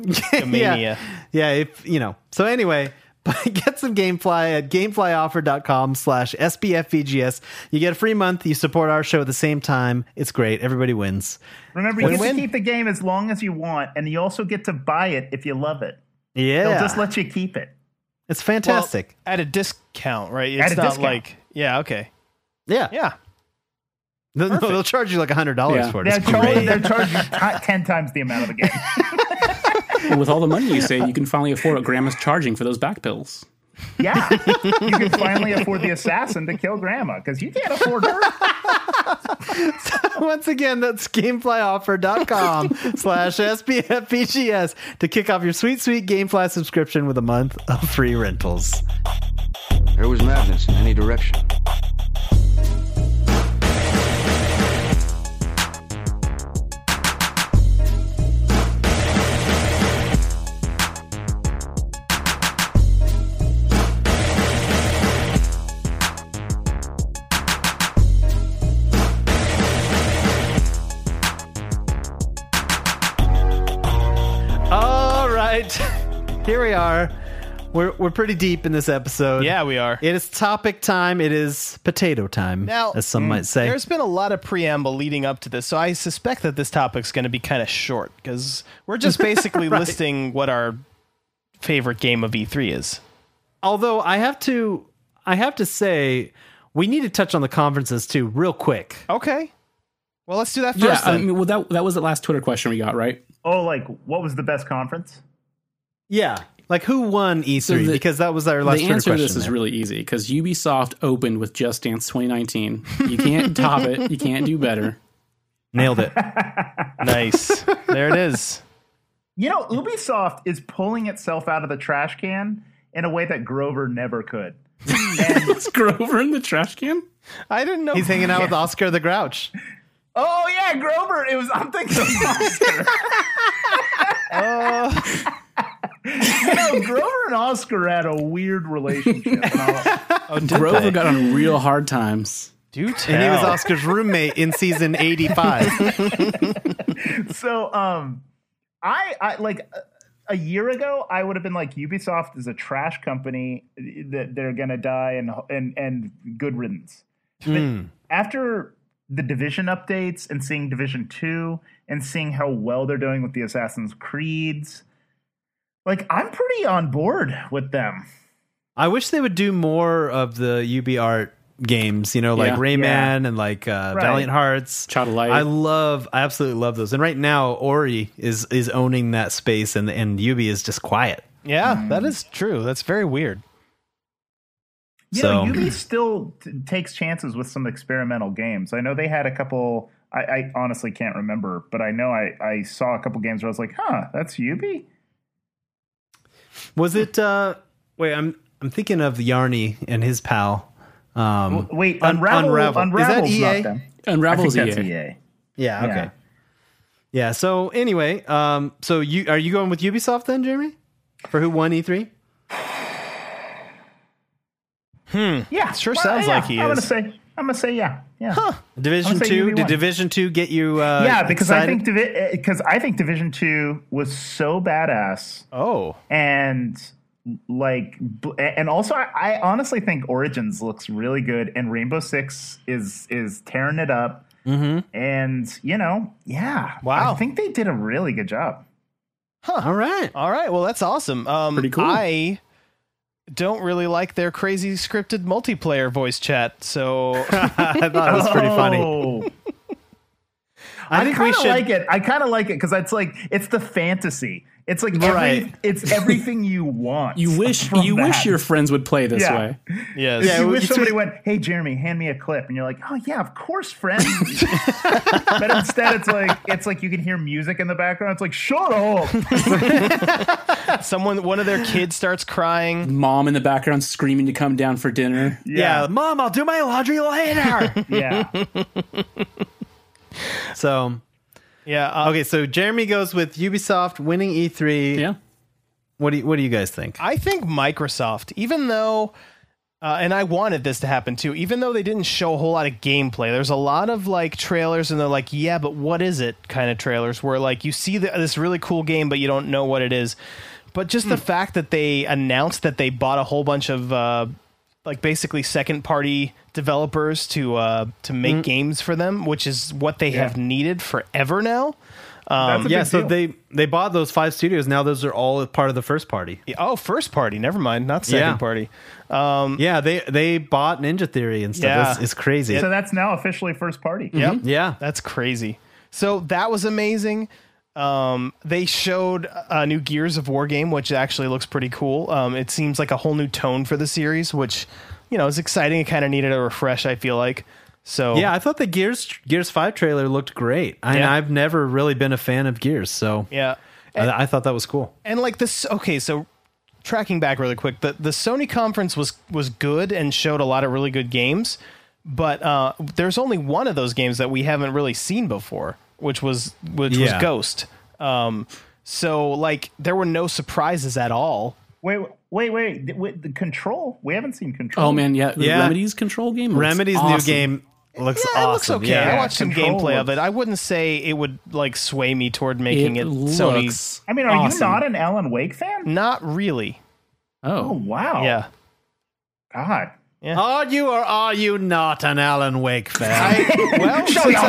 S3: Mania.
S1: Yeah, if you know. So anyway, get some GameFly at gameflyoffer.com slash SBFVGS. You get a free month. You support our show at the same time. It's great. Everybody wins.
S4: Remember, you get to
S3: Win-win.
S4: keep the game as long as you want, and you also get to buy it if you love it.
S1: Yeah.
S4: They'll just let you keep it.
S1: it's fantastic.
S3: Well, at a discount, right? It's
S4: At a
S3: not
S4: discount.
S3: like yeah, okay,
S1: yeah.
S3: yeah.
S1: They'll, no, they'll charge you like $100
S5: Yeah.
S1: for it.
S4: They're
S1: It's
S4: charging,
S1: great.
S4: they're charging ti- ten times the amount of the game.
S5: With all the money you save, you can finally afford what grandma's charging for those back pills.
S4: Yeah, you can finally afford the assassin to kill Grandma because you can't afford her.
S1: Once again, that's gameflyoffer.com slash SBFVGS to kick off your sweet, sweet GameFly subscription with a month of free rentals.
S8: There was madness in any direction.
S1: All right. Here we are. We're, we're pretty deep in this episode.
S3: Yeah, we are.
S1: It is topic time. It is potato time,
S3: Now-
S1: as some
S5: mm,
S1: might say.
S3: There's been a lot of preamble leading up to this, so I suspect that this topic's going to be kind of short because we're just basically listing what our favorite game of E3 is.
S1: Although I have to, I have to say, we need to touch on the conferences too, real quick.
S5: Oh.
S3: Okay. Well, let's do that first.
S5: Yeah, I
S3: then.
S5: mean, well, that that was the last Twitter question we got, right?
S4: Oh, like what was the best conference?
S1: Yeah, like who won E3?
S5: the-
S1: because that was our last
S5: the
S1: Twitter
S5: answer
S1: question.
S5: to this is
S1: there.
S5: really easy because Ubisoft opened with Just Dance 2019. You can't top it. You can't do better.
S1: Nailed it.
S3: nice. There it is.
S4: You know, Ubisoft is pulling itself out of the trash can in a way that Grover never could. And,
S5: Is Grover in the trash can?
S3: I didn't know.
S1: He's hanging out with Oscar the Grouch.
S4: oh yeah, Grover. It was. I'm thinking of Oscar. you know, Grover and Oscar had a weird relationship. and all-
S5: Grover got on real hard times.
S3: Do
S1: And he was
S3: tell.
S1: Oscar's roommate in season 85.
S4: so um i i like a- a year ago i would have been like ubisoft is a trash company that they're gonna die and and and good riddance But after the division updates and seeing division 2 and seeing how well they're doing with the assassin's creeds like i'm pretty on board with them
S1: I wish they would do more of the UB art games, you know, like
S5: Yeah.
S1: Rayman and like uh,
S4: Right.
S1: Valiant Hearts.
S5: Child of Light.
S1: I love, I absolutely love those. And right now, Ori is is owning that space, and and Yubi is just quiet.
S3: Yeah, that is true. That's very weird.
S4: You
S1: So-
S4: know, Ubi still t- takes chances with some experimental games. I know they had a couple. I, I honestly can't remember, but I know I, I saw a couple games where I was like, "Huh, that's Ubi."
S1: Was it? uh Wait, I'm I'm thinking of Yarny and his pal. Um,
S4: Wait,
S1: Un-
S4: Unravel.
S1: Unravel. Is that E EA?
S4: Unravel's not them. I think
S5: Unravels E
S4: that's
S1: E
S4: E
S5: EA.
S4: EA.
S1: yeah, okay,
S4: Yeah.
S1: yeah. So anyway, um, so you are you going with Ubisoft then, Jeremy, for who E won E3?
S4: Yeah,
S3: Sure sounds
S4: yeah,
S3: like
S1: E
S3: he
S4: I'm
S3: is.
S4: gonna say. I'm gonna say yeah. Yeah.
S1: Division
S4: I'm gonna say
S1: two?
S4: UB
S1: Did
S4: won.
S1: Division two get you? Uh,
S4: Yeah, because I
S1: excited?
S4: think because I think Division Two was so badass,
S3: Oh,
S4: and like, bl- and also I, I honestly think Origins looks really good, and Rainbow Six is is tearing it up.
S5: Mm-hmm.
S4: And you know, yeah,
S3: Wow.
S4: I think they did a really good job.
S1: All right.
S3: all right. Well, that's awesome. Um,
S5: Pretty cool.
S3: I don't really like their crazy scripted multiplayer voice chat. So
S1: I thought it was pretty funny.
S4: Oh.
S1: I
S4: I
S1: think
S4: kind
S1: we
S4: of
S1: should.
S4: like it. I kind of like it because it's like it's the fantasy. It's like
S1: Right.
S4: every, it's everything you want.
S5: You wish
S4: from
S5: you wish
S4: that.
S5: your friends would play this
S4: Yeah.
S5: way.
S3: yes,
S4: You
S1: Yeah,
S4: wish
S1: it's-
S4: somebody went, "Hey Jeremy, hand me a clip," and you're like, "Oh yeah, of course, friend." but instead, it's like it's like you can hear music in the background. It's like, "Shut up!"
S3: someone one of their kids starts crying.
S5: Mom in the background screaming to come down for dinner.
S1: yeah, mom, I'll do my laundry later.
S4: yeah.
S1: so
S3: Yeah. Uh,
S1: okay, so Jeremy goes with Ubisoft winning E3.
S5: Yeah.
S1: What do you, What do you guys think?
S3: I think Microsoft, even though, uh, and I wanted this to happen too, even though they didn't show a whole lot of gameplay, there's a lot of like trailers and they're like, yeah, but what is it kind of trailers where like you see the, this really cool game, but you don't know what it is. But just the fact that they announced that they bought a whole bunch of uh, like basically second party developers to uh, to make games for them, which is what they have needed forever now.
S4: That's a
S1: Um, yeah,
S4: big
S1: so
S4: deal.
S1: they they bought those five studios. Now those are all part of the first party.
S3: Yeah, Oh, first party, never mind, not second
S1: Yeah.
S3: party.
S1: Yeah, they they bought Ninja Theory and stuff.
S3: Mm. Yeah.
S1: It's, it's crazy.
S4: So that's now officially first party.
S3: Yep.
S1: yeah,
S3: That's crazy. So that was amazing. Um, they showed a new Gears of War game, which actually looks pretty cool. Um, it seems like a whole new tone for the series, which you know is exciting. It kind of needed a refresh, I feel like. So
S1: yeah. I thought the Gears Gears Five trailer looked great. I,
S3: Yeah.
S1: I've never really been a fan of Gears, so
S3: yeah, and,
S1: I, I thought that was cool.
S3: and like this. Okay, so tracking back really quick, the the Sony conference was was good and showed a lot of really good games, but uh, there's only one of those games that we haven't really seen before, which was which
S1: Yeah.
S3: was Ghost. Um, so like there were no surprises at all.
S4: Wait, wait, wait. The, wait, the control. We haven't seen control.
S5: Oh man, yeah. The
S1: Yeah.
S5: Remedies control game. looks
S1: Remedy's
S5: awesome.
S1: new game looks
S3: Yeah,
S1: awesome.
S3: it looks okay.
S1: Yeah.
S3: I watched some
S4: Control
S3: gameplay of
S4: looks-
S3: it. I wouldn't say it would like sway me toward
S5: It
S3: making it,
S5: looks
S3: Sony's.
S4: I mean, are
S5: awesome.
S4: you not an Alan Wake fan?
S3: Not really.
S4: Oh
S5: Oh.
S4: wow.
S3: Yeah.
S4: God.
S1: Are Oh, you or are you not an Alan Wake fan?
S3: I, well,
S4: Show
S3: since, I,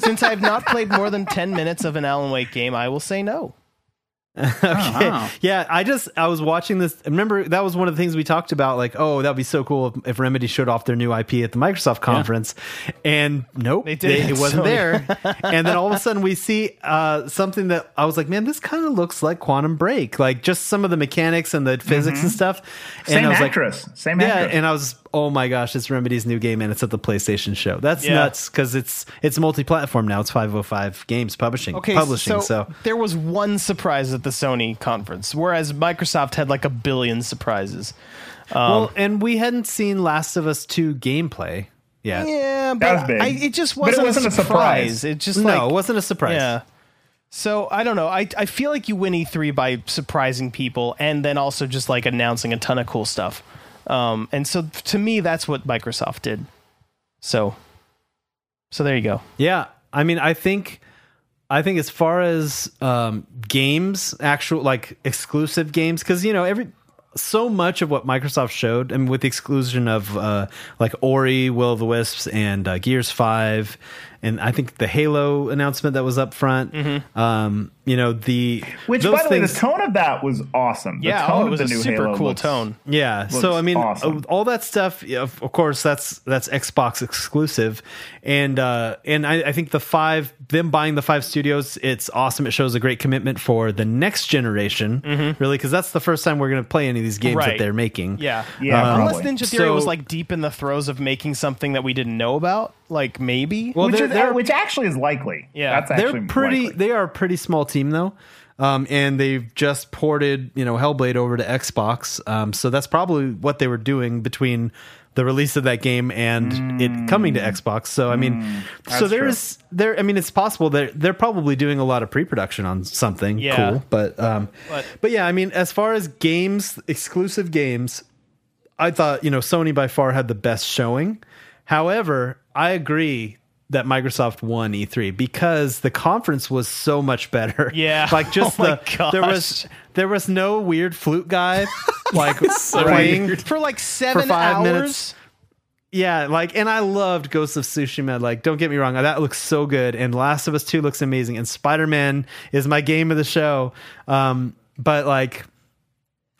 S3: since I've not played more than ten minutes of an Alan Wake game, I will say no.
S1: Okay.
S5: wow.
S1: Yeah, I just I was watching this. Remember that was one of the things we talked about. Like, oh, that'd be so cool if, if Remedy showed off their new IP at the Microsoft conference, and nope,
S3: They did.
S1: it wasn't
S3: Sony.
S1: there. and then all of a sudden we see uh, something that I was like, man, this kind of looks like Quantum Break. Like just some of the mechanics and the physics and stuff.
S4: Same
S1: and I was
S4: actress. Same
S1: Like, yeah,
S4: actress.
S1: and I was oh my gosh, it's Remedy's new game and it's at the PlayStation show. That's
S3: Yeah.
S1: nuts because it's it's multi-platform now. It's 505 Games publishing.
S3: Okay,
S1: publishing. So,
S3: there was one surprise at the Sony conference, whereas Microsoft had like a billion surprises.
S4: Um,
S1: well, and we hadn't seen Last of Us 2 gameplay yet.
S3: Yeah, but
S4: That was big.
S3: I, it just
S4: But it
S3: wasn't,
S4: wasn't
S3: a
S4: a
S3: surprise.
S4: surprise.
S3: It just like,
S1: No, it wasn't a surprise.
S3: Yeah. So I don't know. I I feel like you win E3 by surprising people and then also just like announcing a ton of cool stuff. Um, and so to me, that's what Microsoft did. So, so there you go.
S1: Yeah, I mean, I think, I think as far as um, games, actual like exclusive games, because you know every so much of what Microsoft showed, and with the exclusion of uh, like Ori, Will of the Wisps, and uh, Gears Five, and I think the Halo announcement that was up front. Um, you know the
S4: Mm-hmm. Which,
S1: those
S4: by the way, the
S1: things-
S4: tone of that was awesome. The
S3: Yeah, oh,
S4: tone
S3: it
S4: of
S3: was
S4: the
S3: a
S4: new
S3: super
S4: Halo
S3: cool
S4: looks-
S3: tone.
S1: Yeah. So
S4: looks
S1: I mean,
S4: awesome.
S1: uh, all that stuff. yeah, Of, of course, that's that's Xbox exclusive, and uh, and I, I think the five them buying the five studios, it's awesome. It shows a great commitment for the next generation, really, because that's the first time we're going to play any of these games
S3: Right.
S1: that they're making.
S3: Yeah.
S4: Yeah,
S3: Unless
S1: Um,
S4: probably.
S3: Ninja Theory
S1: So-
S3: was like deep in the throes of making something that we didn't know about, like maybe.
S1: Well,
S4: which
S1: they're,
S4: is
S1: they're,
S4: which actually is likely.
S3: Yeah.
S4: that's
S1: they're
S4: actually
S1: pretty.
S4: likely.
S1: They are a pretty small team though. Um, and they've just ported, you know, Hellblade over to Xbox. Um, so that's probably what they were doing between the release of that game and it coming to Xbox. So I mean, so
S4: Mm. that's
S1: there
S4: true.
S1: is there. I mean, it's possible they're they're probably doing a lot of pre-production on something
S3: Yeah.
S1: cool. But um,
S3: But-
S1: but yeah, I mean, as far as games, exclusive games, I thought, you know, Sony by far had the best showing. However, I agree that Microsoft won E3 because the conference was so much better.
S3: Yeah.
S1: Like just
S3: Oh my
S1: the there was
S3: gosh.
S1: there was no weird flute guy like playing
S3: for like seven
S1: five
S3: hours.
S1: minutes. yeah, like, and I loved Ghost of Tsushima. Like, don't get me wrong, that looks so good, and Last of Us Two looks amazing, and Spider Man is my game of the show. Um, but like,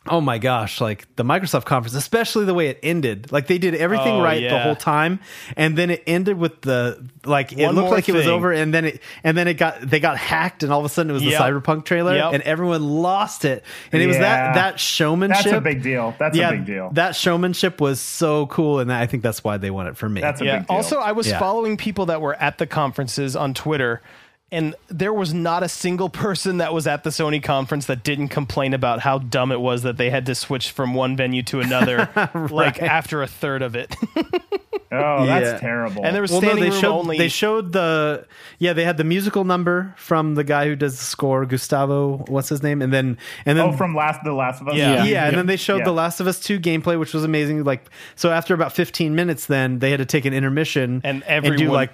S1: oh my gosh, like the Microsoft conference, especially the way it ended, like they did everything
S3: Oh,
S1: right the
S3: yeah.
S1: whole time, and then it ended with the like it
S3: One
S1: looked
S3: more
S1: like it was
S3: thing.
S1: over, and then it and then it got they got hacked, and all of a sudden it was
S3: Yep.
S1: the Cyberpunk trailer,
S3: Yep.
S1: and everyone lost it, and it was that
S4: Yeah.
S1: that showmanship.
S4: That's a big deal. That's a big deal.
S1: That showmanship was so cool, and I think that's why they won it for me.
S4: That's a
S3: Yeah.
S4: big deal.
S3: Also, I was
S1: Yeah.
S3: following people that were at the conferences on Twitter, and there was not a single person that was at the Sony conference that didn't complain about how dumb it was that they had to switch from one venue to another, like after a third of it.
S4: oh, that's
S1: Yeah.
S4: terrible.
S3: and there was
S1: well, no,
S3: standing
S1: they
S3: room
S1: showed
S3: only.
S1: they showed the yeah they had the musical number from the guy who does the score, Gustavo, what's his name, and then and then
S4: oh, from last the Last of Us.
S3: Yeah.
S1: yeah, and then they showed
S4: Yeah.
S1: the Last of Us two gameplay, which was amazing. Like so, after about fifteen minutes, then they had to take an intermission
S3: And
S1: do
S3: everyone
S1: like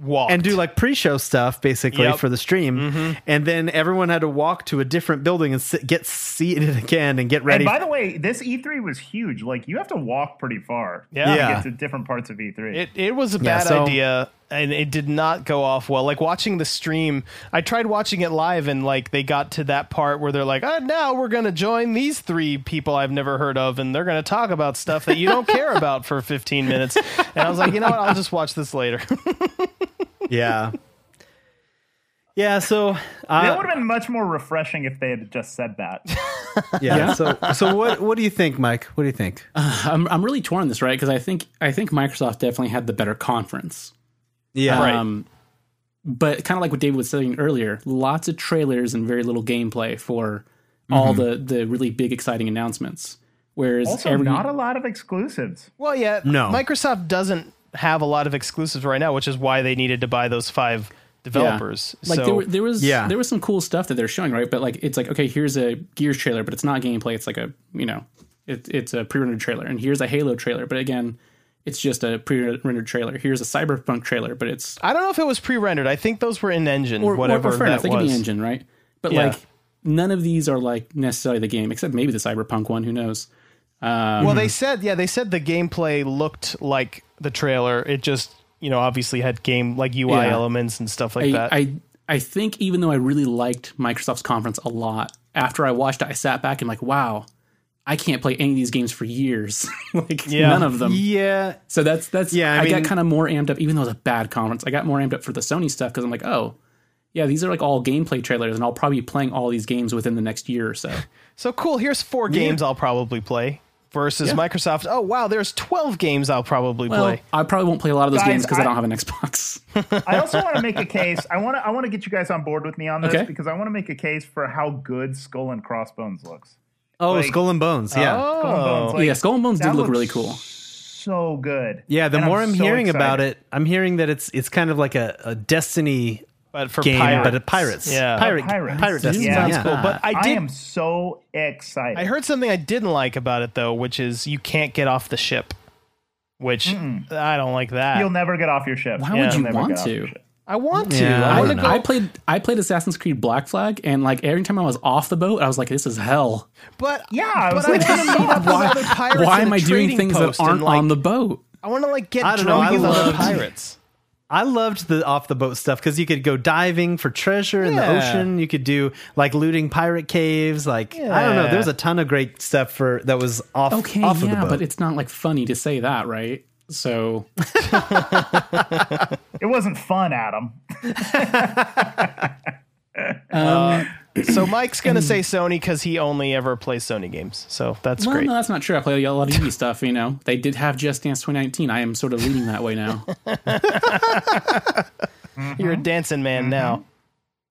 S3: walked.
S1: and do like pre-show stuff basically
S3: Yep.
S1: for the stream
S4: Mm-hmm.
S1: and then everyone had to walk to a different building and sit, get seated again and get ready
S4: And by the way, this E3 was huge. Like you have to walk pretty far.
S3: Yeah.
S4: To
S1: Yeah.
S4: get to different parts of E E3.
S3: It it was a
S1: Yeah,
S3: bad
S1: so-
S3: idea and it did not go off well. Like watching the stream, I tried watching it live and like they got to that part where they're like, "Ah, now we're going to join these three people I've never heard of and they're going to talk about stuff that you don't care about for 15 minutes." And I was like, "You know what? I'll just watch this later."
S1: yeah yeah so
S4: that
S1: uh,
S4: would have been much more refreshing if they had just said that.
S1: yeah, so so what what do you think mike what do you think
S5: I'm I'm really torn on this, right? Because I think I think Microsoft definitely had the better conference.
S1: yeah
S3: Right.
S5: Um, but kind of like what David was saying earlier, lots of trailers and very little gameplay for all
S3: Mm-hmm.
S5: the the really big exciting announcements. Whereas
S4: also,
S5: every
S4: not a lot of exclusives.
S3: well, yeah,
S1: No.
S3: Microsoft doesn't have a lot of exclusives right now, which is why they needed to buy those 5 developers.
S5: Yeah. Like
S3: so
S5: there, were, there was
S1: Yeah.
S5: there was some cool stuff that they're showing, right? But like it's like okay, here's a Gears trailer, but it's not gameplay. It's like a you know, it, it's a pre-rendered trailer, and here's a Halo trailer, but again, it's just a pre-rendered trailer. Here's a Cyberpunk trailer, but it's
S3: I don't know if it was pre-rendered. I think those were in engine,
S5: or- or-
S3: whatever
S5: or fair enough,
S3: that
S5: they could
S3: was.
S5: be engine, right? But
S3: Yeah.
S5: like none of these are like necessarily the game, except maybe the Cyberpunk one. Who knows?
S3: Well, they said, yeah, they said the gameplay looked like the trailer. It just, you know, obviously had game like UI
S5: Yeah.
S3: elements and stuff like
S5: I,
S3: that.
S5: I I think even though I really liked Microsoft's conference a lot, after I watched it, I sat back and like, wow, I can't play any of these games for years. like none of them.
S1: yeah
S5: So that's that's
S1: Yeah, I
S5: yeah. I,
S1: mean-
S5: got kind of more amped up, even though it was a bad conference. I got more amped up for the Sony stuff because I'm like, oh, yeah, these are like all gameplay trailers, and I'll probably be playing all these games within the next year or so.
S3: so cool. Here's four games I'll probably play. versus Microsoft. Oh wow, there's 12 games I'll probably
S5: Well,
S3: play.
S5: I probably won't play a lot of those
S4: Guys,
S5: games because I,
S4: I-
S5: don't have an Xbox.
S4: I also want to make a case. I want to. I want to get you guys on board with me on this
S5: Okay.
S4: because I want to make a case for how good Skull and Crossbones looks.
S1: Oh,
S4: Like-
S1: Skull and Bones. Yeah.
S3: oh.
S4: Skull and Bones, like,
S5: yeah, Skull and Bones did
S4: that
S5: look
S4: looks
S5: really cool.
S4: So good.
S1: yeah. The
S4: And
S1: more I'm,
S4: so
S1: hearing about
S4: excited.
S1: it, I'm hearing that it's it's kind of like a, a Destiny
S3: But for
S1: game,
S3: pirates,
S1: but a pirates.
S3: Yeah.
S1: Pirate,
S4: Pirates.
S1: pirate
S4: Yeah.
S1: Destiny.
S4: Sounds
S1: yeah.
S3: cool. But I
S4: I,
S3: did.
S4: am so excited.
S3: I heard something I didn't like about it though, which is you can't get off the ship. Which I don't like that.
S4: You'll never get off your ship.
S5: Why would
S3: Yeah.
S5: you
S4: Never
S5: want
S4: got
S5: to?
S3: I want to.
S1: Yeah,
S3: I
S1: I
S3: want to
S1: don't
S3: go.
S1: know.
S5: I played I played Assassin's Creed Black Flag, and like every time I was off the boat, I was like, "This is hell.
S3: But
S4: Yeah, I was
S3: but
S4: like,
S3: I want to meet up with other pirates.
S5: Why
S3: in
S5: am
S3: a
S5: I doing
S3: trading
S5: things
S3: post
S5: that
S3: and,
S5: aren't
S3: like,
S5: on the boat?"
S3: I want to like get
S1: I don't know,
S3: drunk
S1: I
S3: with other
S1: loved-
S3: pirates.
S1: I loved the off the boat stuff because you could go diving for treasure in the
S3: Yeah.
S1: ocean. You could do like looting pirate caves. Like I don't know,
S3: Yeah.
S1: there's a ton of great stuff for that was off
S5: Okay,
S1: off of the
S5: yeah,
S1: boat.
S5: but it's not like funny to say that, right? So
S4: It wasn't fun, Adam.
S3: So Mike's gonna say Sony because he only ever plays Sony games. So that's
S5: well,
S3: great.
S5: no, that's not true. I played a lot of Yugi stuff. You know, they did have Just Dance 2019. I am sort of leaning that way now.
S3: You're a dancing man now.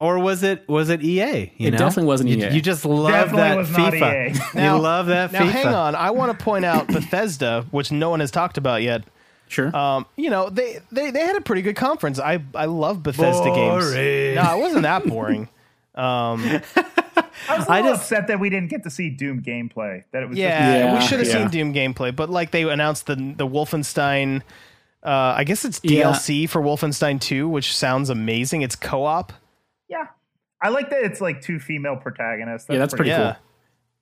S1: or was it was it E EA? You
S5: It
S1: know?
S5: definitely wasn't
S1: You,
S5: EA.
S1: you just love
S4: Definitely
S1: that
S4: was not E
S1: FIFA.
S4: EA.
S1: you love that
S3: Now
S1: FIFA.
S3: hang on, I want to point out Bethesda, which no one has talked about yet.
S5: Sure.
S3: Um, you know they, they they had a pretty good conference. I I love Bethesda
S1: Boring.
S3: games. No, it wasn't that boring.
S4: I was a little
S1: just-
S4: upset that we didn't get to see Doom gameplay. That it was
S3: Yeah,
S5: Yeah,
S3: we should have seen
S5: yeah.
S3: Doom gameplay, but like they announced the the Wolfenstein. Uh, I guess it's
S5: Yeah.
S3: DLC for Wolfenstein 2, which sounds amazing. It's co-op.
S4: just yeah. I like that it's like two female protagonists.
S5: yeah, that's pretty,
S3: yeah.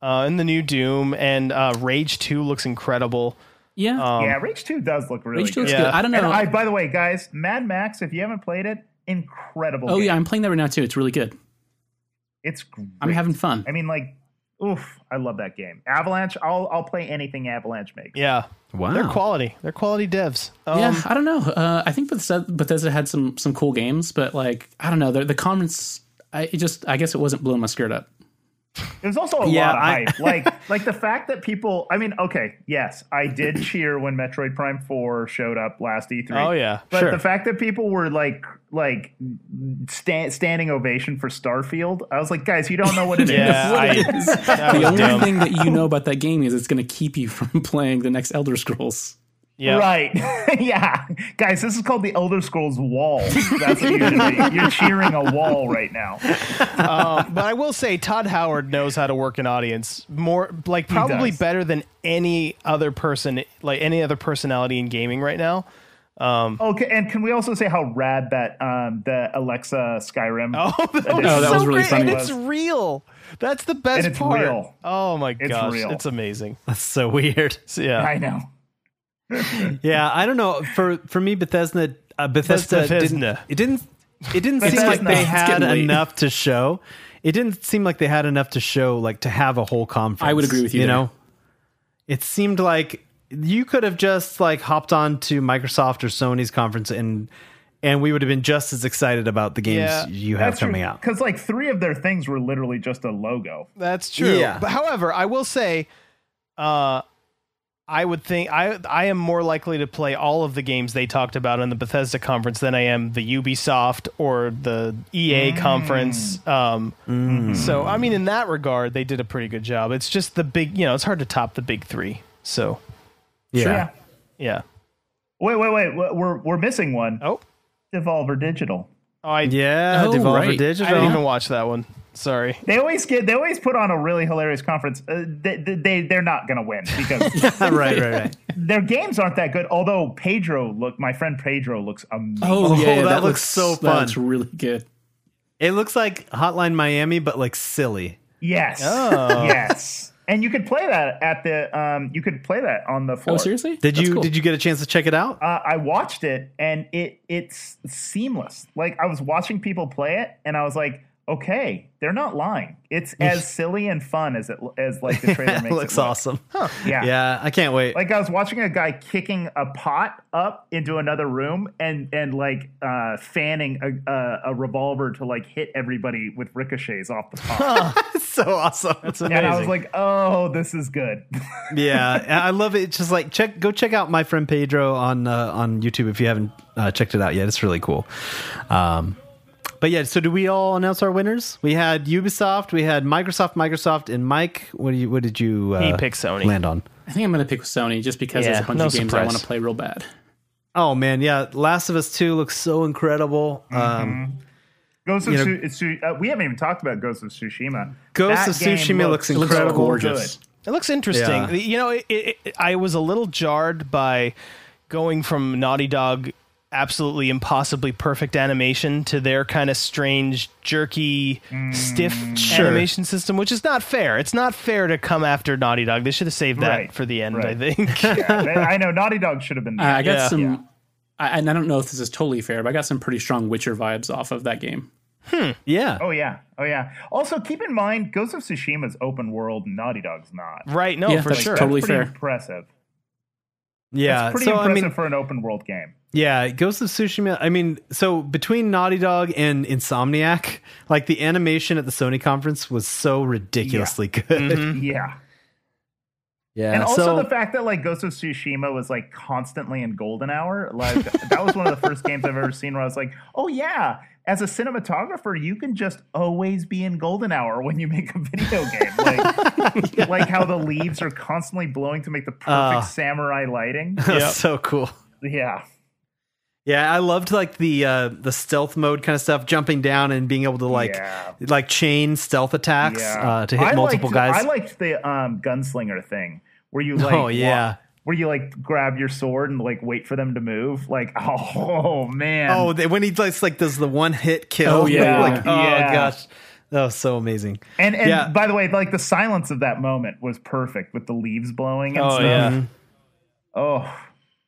S5: cool.
S3: Uh, and the new Doom and uh, Rage 2 looks incredible.
S5: Yeah,
S4: yeah, Rage Two does look really
S5: Rage 2
S4: good.
S5: looks
S3: yeah.
S5: good. I don't know.
S4: Um, And I, by the way, guys, Mad Max. If you haven't played it, incredible.
S5: oh
S4: game.
S5: yeah, I'm playing that right now too. It's really good.
S4: it's. Great.
S5: I'm having fun.
S4: I mean, like, oof, I love that game. Avalanche. I'll I'll play anything Avalanche makes.
S3: Yeah.
S1: Wow.
S3: They're quality. They're quality devs. Um,
S5: yeah, I don't know. Uh, I think Bethesda, Bethesda had some some cool games, but like I don't know, the, the conference. I it just I guess it wasn't blowing my skirt up.
S4: There's also a
S1: Yeah,
S4: lot of
S1: I-
S4: hype. Like like the fact that people I mean, okay, yes, I did cheer when Metroid Prime 4 showed up last E3.
S3: Oh, yeah,
S4: But
S3: sure.
S4: the fact that people were like like sta- standing ovation for Starfield, I was like, guys, you don't know what it is.
S3: Yeah, I- that
S5: the
S3: was
S5: only
S3: dumb.
S5: thing that you know about that game is it's going to keep you from playing the next Elder Scrolls.
S3: Yeah.
S4: Right. yeah. Guys, this is called the Elder Scrolls Wall. That's what you're doing. You're cheering a wall right now.
S3: Um, But I will say Todd Howard knows how to work an audience more like probably
S4: does.
S3: better than any other person like any other personality in gaming right now.
S4: Okay, and can we also say how rad that um the Alexa Skyrim
S3: Oh, that was,
S5: that
S3: so
S5: was really
S3: great.
S5: funny.
S3: And it's real. That's the best
S4: And it's
S3: part.
S4: real.
S3: Oh my gosh,
S4: real.
S3: it's amazing.
S1: That's so weird.
S3: So, yeah.
S4: I know.
S1: Yeah, I don't know. For for me, Bethesda, uh, Bethesda,
S3: Bethesda.
S1: didn't. It didn't. It didn't seem
S4: Bethesda.
S1: like they
S4: It's
S1: had
S5: getting late.
S1: enough to show. It didn't seem like they had enough to show, like to have a whole conference.
S5: I would agree with you
S1: You
S5: there.
S1: know, it seemed like you could have just like hopped on to Microsoft or Sony's conference and and we would have been just as excited about the games
S3: Yeah,
S1: you have coming out.
S4: Because like three of their things were literally just a logo.
S3: That's true.
S1: Yeah.
S3: But however, I will say, uh, I would think I I am more likely to play all of the games they talked about in the Bethesda conference than I am the Ubisoft or the EA
S1: Mm.
S3: conference. Um,
S1: Mm-hmm.
S3: So I mean, in that regard, they did a pretty good job. It's just the big, you know, it's hard to top the big three. So
S1: Yeah.
S3: yeah.
S4: Wait, wait, wait. We're- We're we're missing one.
S3: Oh,
S4: Devolver Digital.
S3: oh I,
S1: Yeah,
S5: Oh,
S1: Devolver
S5: right. I
S3: I didn't even
S1: Digital.
S3: watch that one. Sorry.
S4: They always get. They always put on a really hilarious conference. Uh, they, they- they they're not gonna win because
S1: right, right, right.
S4: their games aren't that good. Although Pedro look, my friend Pedro looks amazing.
S5: Oh, yeah,
S1: that looks so
S5: That
S1: fun.
S5: looks really good.
S1: It looks like Hotline Miami, but like silly.
S4: Yes,
S1: Oh.
S4: yes. And you could play that at the. Um, you could play that on the floor.
S5: Oh, seriously?
S1: Did you did you get a chance to check it out?
S4: Uh, I watched it and it it's seamless. Like I was watching people play it and I was like, okay, they're not lying. It's as silly and fun as it as like the trailer makes
S1: looks
S4: it look.
S1: awesome.
S4: Yeah.
S1: Yeah, I can't wait.
S4: Like I was watching a guy kicking a pot up into another room and and like uh, fanning a, a, a revolver to like hit everybody with ricochets off the pot.
S1: so awesome.
S4: and I was like, oh, this is good.
S1: yeah, and I love it. It's just like check, go check out my friend Pedro on uh, on YouTube if you haven't uh, checked it out yet. It's really cool. Um, but yeah, so did we all announce our winners? We had Ubisoft, we had Microsoft, Microsoft, and Mike. What do you? What did you? Uh,
S3: He picked Sony.
S1: Land on.
S5: I think I'm going to pick Sony just because
S3: Yeah,
S5: there's a bunch
S3: no
S5: of games I
S3: surprise.
S5: want to play real bad.
S1: Oh man, yeah. Last of Us Two looks so incredible. Um,
S4: Ghost of
S1: You know-
S4: Tsu- Tsu- uh, we haven't even talked about Ghost of Tsushima.
S1: Ghost
S4: That
S1: of
S4: game
S1: Tsushima looks
S4: so
S1: incredible.
S4: good.
S5: Gorgeous.
S3: It looks interesting.
S1: Yeah.
S3: The- You know, it, it, it- I was a little jarred by going from Naughty Dog absolutely impossibly perfect animation to their kind of strange jerky
S4: Mm,
S3: stiff animation system which is not fair it's not fair to come after naughty dog they should have saved that
S4: Right.
S3: for the end
S4: Right.
S3: i think
S4: I know Naughty Dog should have been
S1: Uh,
S4: there.
S5: Uh, I I got
S3: Yeah.
S5: some, I, and I don't know if this is totally fair, but I got some pretty strong Witcher vibes off of that game.
S1: Yeah.
S4: Oh yeah, oh yeah. Also, keep in mind, Ghost of Tsushima's open world, and Naughty Dog's not.
S3: right no
S5: Yeah,
S3: for
S5: that's
S3: sure
S5: totally
S4: Pretty
S5: fair.
S4: impressive.
S1: yeah.
S4: Pretty
S1: so
S4: impressive
S1: I mean,
S4: for an open world game.
S1: Yeah, Ghost of Tsushima. I mean, so between Naughty Dog and Insomniac, like the animation at the Sony conference was so ridiculously good.
S4: Yeah.
S1: Mm-hmm. Yeah,
S4: Mm-hmm. And also
S1: so
S4: the fact that like Ghost of Tsushima was like constantly in golden hour, like that was one of the first games I've ever seen where I was like, oh yeah, as a cinematographer, you can just always be in golden hour when you make a video game, like, like how the leaves are constantly blowing to make the perfect
S1: Ah.
S4: samurai lighting.
S1: that's so cool.
S4: Yeah,
S1: Yeah, I loved like the uh, the stealth mode kind of stuff, jumping down and being able to like
S4: Yeah.
S1: like chain stealth attacks
S4: yeah.
S1: uh, to hit
S4: I
S1: multiple
S4: liked-
S1: guys.
S4: I liked the um, gunslinger thing where you like,
S1: oh yeah.
S4: where you like grab your sword and like wait for them to move. Like, oh man,
S1: Oh, they, when he like like does the one hit kill.
S5: Oh, yeah.
S1: like, oh
S4: Yeah.
S1: gosh, that was so amazing.
S4: And and
S1: Yeah.
S4: by the way, like the silence of that moment was perfect with the leaves blowing and
S3: oh
S4: stuff.
S1: mm-hmm.
S3: yeah
S4: Oh,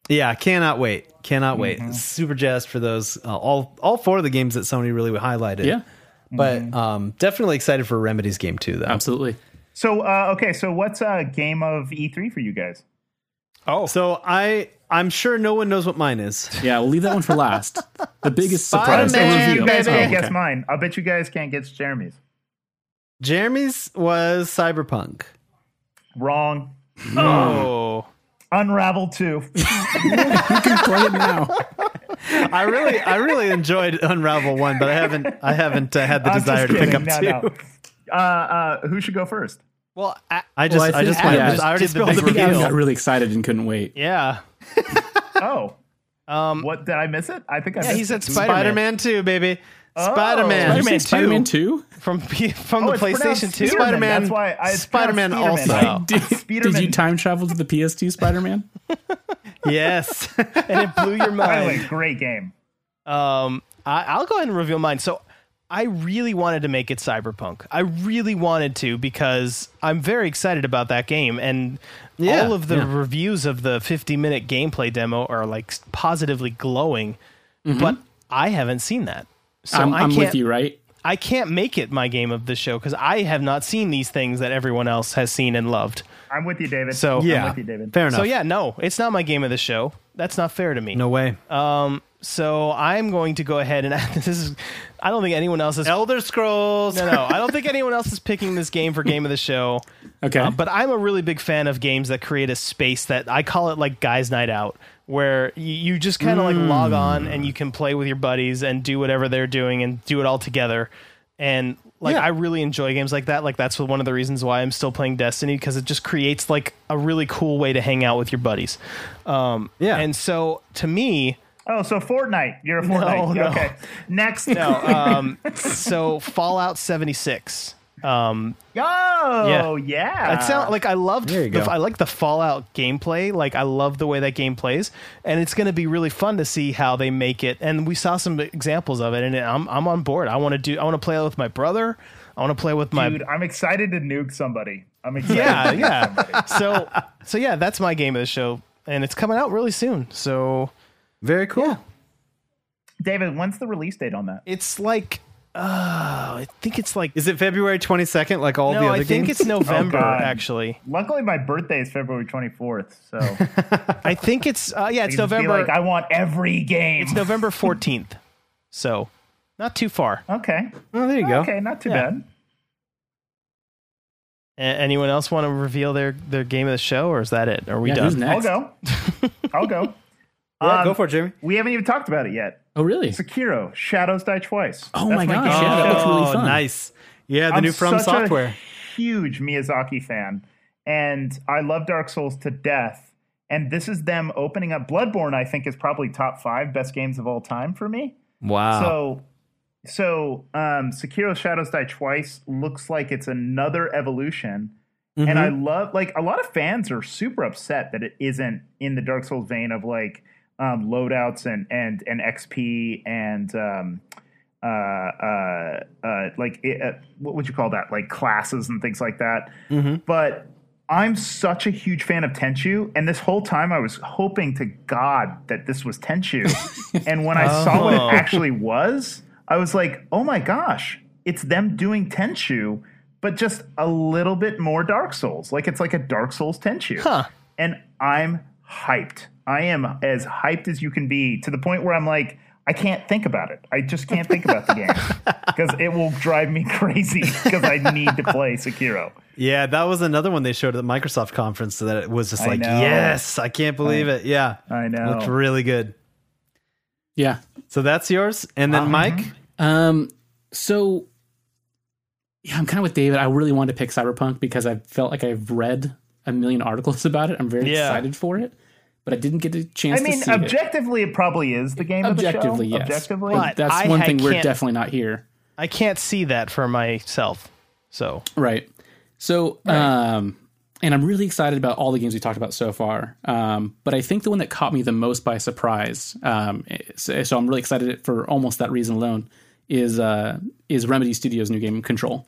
S1: Yeah, cannot wait. Cannot wait. Super jazzed for those uh, all all four of the games that Sony really highlighted.
S5: Yeah,
S1: But um definitely excited for Remedy's game too though.
S5: absolutely.
S4: so uh, okay, so what's a game of E3 for you guys?
S1: So I I'm sure no one knows what mine is.
S5: Yeah, we'll leave that one for last. The biggest surprise. the
S1: Spider-Man,
S4: You
S5: reveal.
S4: guys
S5: Oh,
S4: can't
S5: okay.
S4: guess mine. I bet you guys can't guess Jeremy's.
S1: Jeremy's was Cyberpunk.
S4: Wrong.
S3: oh
S4: Unravel two.
S5: You can play Oh, it now.
S1: I really I really enjoyed Unravel 1, but I haven't I haven't uh, had the
S4: I'm
S1: desire
S4: just
S1: to pick up
S4: kidding.
S1: 2.
S4: no, no. Uh, uh, who should go first?
S3: well I,
S1: I just
S5: Well,
S1: I,
S5: think-
S1: just went
S5: yeah,
S1: I already
S5: just
S1: spilled
S5: big
S1: the
S5: reveal.
S1: beans.
S5: got really excited and couldn't wait.
S3: yeah
S4: Oh,
S3: um
S4: what did I miss it? I think I
S3: yeah
S4: missed
S3: he said
S4: it.
S1: Spider-Man
S3: spider-man,
S1: 2, baby. Spider-Man.
S5: Did you say
S3: Spider-Man
S5: Oh. Spider-Man 2?
S3: from from
S4: Oh,
S3: the
S4: it's
S3: playstation
S4: pronounced
S3: 2
S4: Spearman.
S1: Spider-Man-
S4: That's why I, it's
S1: Spider-Man
S4: pronounced
S1: also.
S4: Spearman.
S5: Did, did you
S4: Spider-Man.
S5: time travel to the PS2 Spider-Man?
S1: Yes.
S3: and it blew your
S4: By the
S3: mind
S4: way, great game.
S3: Um, I, I'll go ahead and reveal mine. So I really wanted to make it cyberpunk. I really wanted to because I'm very excited about that game, and
S1: Yeah,
S3: all of the
S1: yeah.
S3: reviews of the 50 minute gameplay demo are like positively glowing. But I haven't seen that, so
S5: Mm-hmm. I'm,
S3: I
S5: I'm
S3: can
S5: with you, right?
S3: I can't make it my game of the show because I have not seen these things that everyone else has seen and loved.
S4: I'm with you, David.
S3: So-
S4: I'm
S1: yeah.
S4: with you, David.
S1: Fair enough.
S3: So yeah, no, it's not my game of the show. That's not fair to me.
S1: No way.
S3: So I'm going to go ahead and this is. I don't think anyone else is
S1: Elder Scrolls.
S3: No, no, I don't think anyone else is picking this game for game of the show.
S5: Okay.
S3: Uh, but I'm a really big fan of games that create a space that I call it like guys' night out, where you, you just kind of like log on and
S1: Mm.
S3: you can play with your buddies and do whatever they're doing and do it all together. And like
S1: Yeah.
S3: I really enjoy games like that. Like that's one of the reasons why I'm still playing Destiny because it just creates like a really cool way to hang out with your buddies. Um,
S1: Yeah.
S3: And so to me,
S4: Oh, so Fortnite. You're a Fortnite.
S3: no.
S4: Okay. Next.
S3: no. Um, so Fallout 76. Um,
S4: Oh, yeah.
S3: It sound like I loved.
S1: Ah. There you
S3: the,
S1: go.
S3: I like the Fallout gameplay. Like I love the way that game plays, and it's going to be really fun to see how they make it. And we saw some examples of it, and I'm I'm on board. I want to do. I want to play with my brother. I want to play with my.
S4: Dude, I'm excited to nuke somebody. I'm excited.
S3: yeah,
S4: to nuke somebody.
S3: yeah. so so yeah, that's my game of the show, and it's coming out really soon. So
S1: Very cool.
S4: David, when's the release date on that?
S3: it's like uh, I think it's like
S1: Is it February 22nd, like all the
S3: no.
S1: other
S3: I think
S1: games?
S3: it's November
S4: Oh, God.
S3: actually.
S4: Luckily, my birthday is February 24th, so I can
S3: I think it's uh, yeah. It's
S4: just be
S3: November.
S4: Like I want every game.
S3: it's November fourteenth. So not too far.
S4: okay,
S1: oh, there you go.
S4: okay, not too
S3: Yeah.
S4: bad.
S3: A- anyone else want to reveal their their game of the show, or is that it? Are we
S5: Yeah, who's
S3: done?
S4: I'll
S5: next?
S4: go. I'll go.
S1: Yeah, go
S4: Um,
S1: for it, Jeremy.
S4: We haven't even talked about it yet.
S5: Oh, really?
S4: Sekiro: Shadows Die Twice.
S5: Oh
S4: That's
S5: my gosh!
S4: game.
S5: Yeah, that looks really
S1: Oh,
S5: fun.
S1: nice. Yeah, the
S4: I'm
S1: new From
S4: such a
S1: Software.
S4: huge Miyazaki fan, and I love Dark Souls to death. And this is them opening up Bloodborne. I think is probably top five best games of all time for me.
S1: Wow.
S4: So, so um, Sekiro: Shadows Die Twice looks like it's another evolution, and
S1: Mm-hmm.
S4: I love like a lot of fans are super upset that it isn't in the Dark Souls vein of like um, loadouts and and and XP and um, uh, uh, uh, like it, uh, what would you call that? Like classes and things like that. But I'm such a huge fan of Tenchu, and this whole time I was hoping to God that this was Tenchu. and when I saw what it actually was, I was like, oh my gosh, it's them doing Tenchu, but just a little bit more Dark Souls. Like it's like a Dark Souls Tenchu. Huh. And I'm hyped. I am as hyped as you can be to the point where I'm like, I can't think about it. I just can't think about the game because it will drive me crazy because I need to play Sekiro.
S1: yeah, that was another one they showed at the Microsoft conference that it was just like,
S4: know.
S1: yes, I can't believe it. Yeah.
S4: I know.
S1: Looked really good.
S5: Yeah.
S1: So that's yours. And
S5: Uh-huh.
S1: then Mike.
S5: Um. So. Yeah, I'm kind of with David. I really wanted to pick Cyberpunk because I felt like I've read a million articles about it. I'm very
S3: Yeah.
S5: excited for it, but I didn't get a chance.
S4: I mean,
S5: to see it.
S4: objectively, it. probably is the game
S5: objectively,
S4: of the show.
S5: yes.
S4: Objectively,
S5: But that's
S3: I-
S5: one
S3: I
S5: thing we're
S3: can't-
S5: definitely not here.
S3: I can't see that for myself. So
S5: Right. So, um, and I'm really excited about all the games we talked about so far. Um, but I think the one that caught me the most by surprise, um, so, so I'm really excited for almost that reason alone, is uh, is Remedy Studios' new game Control.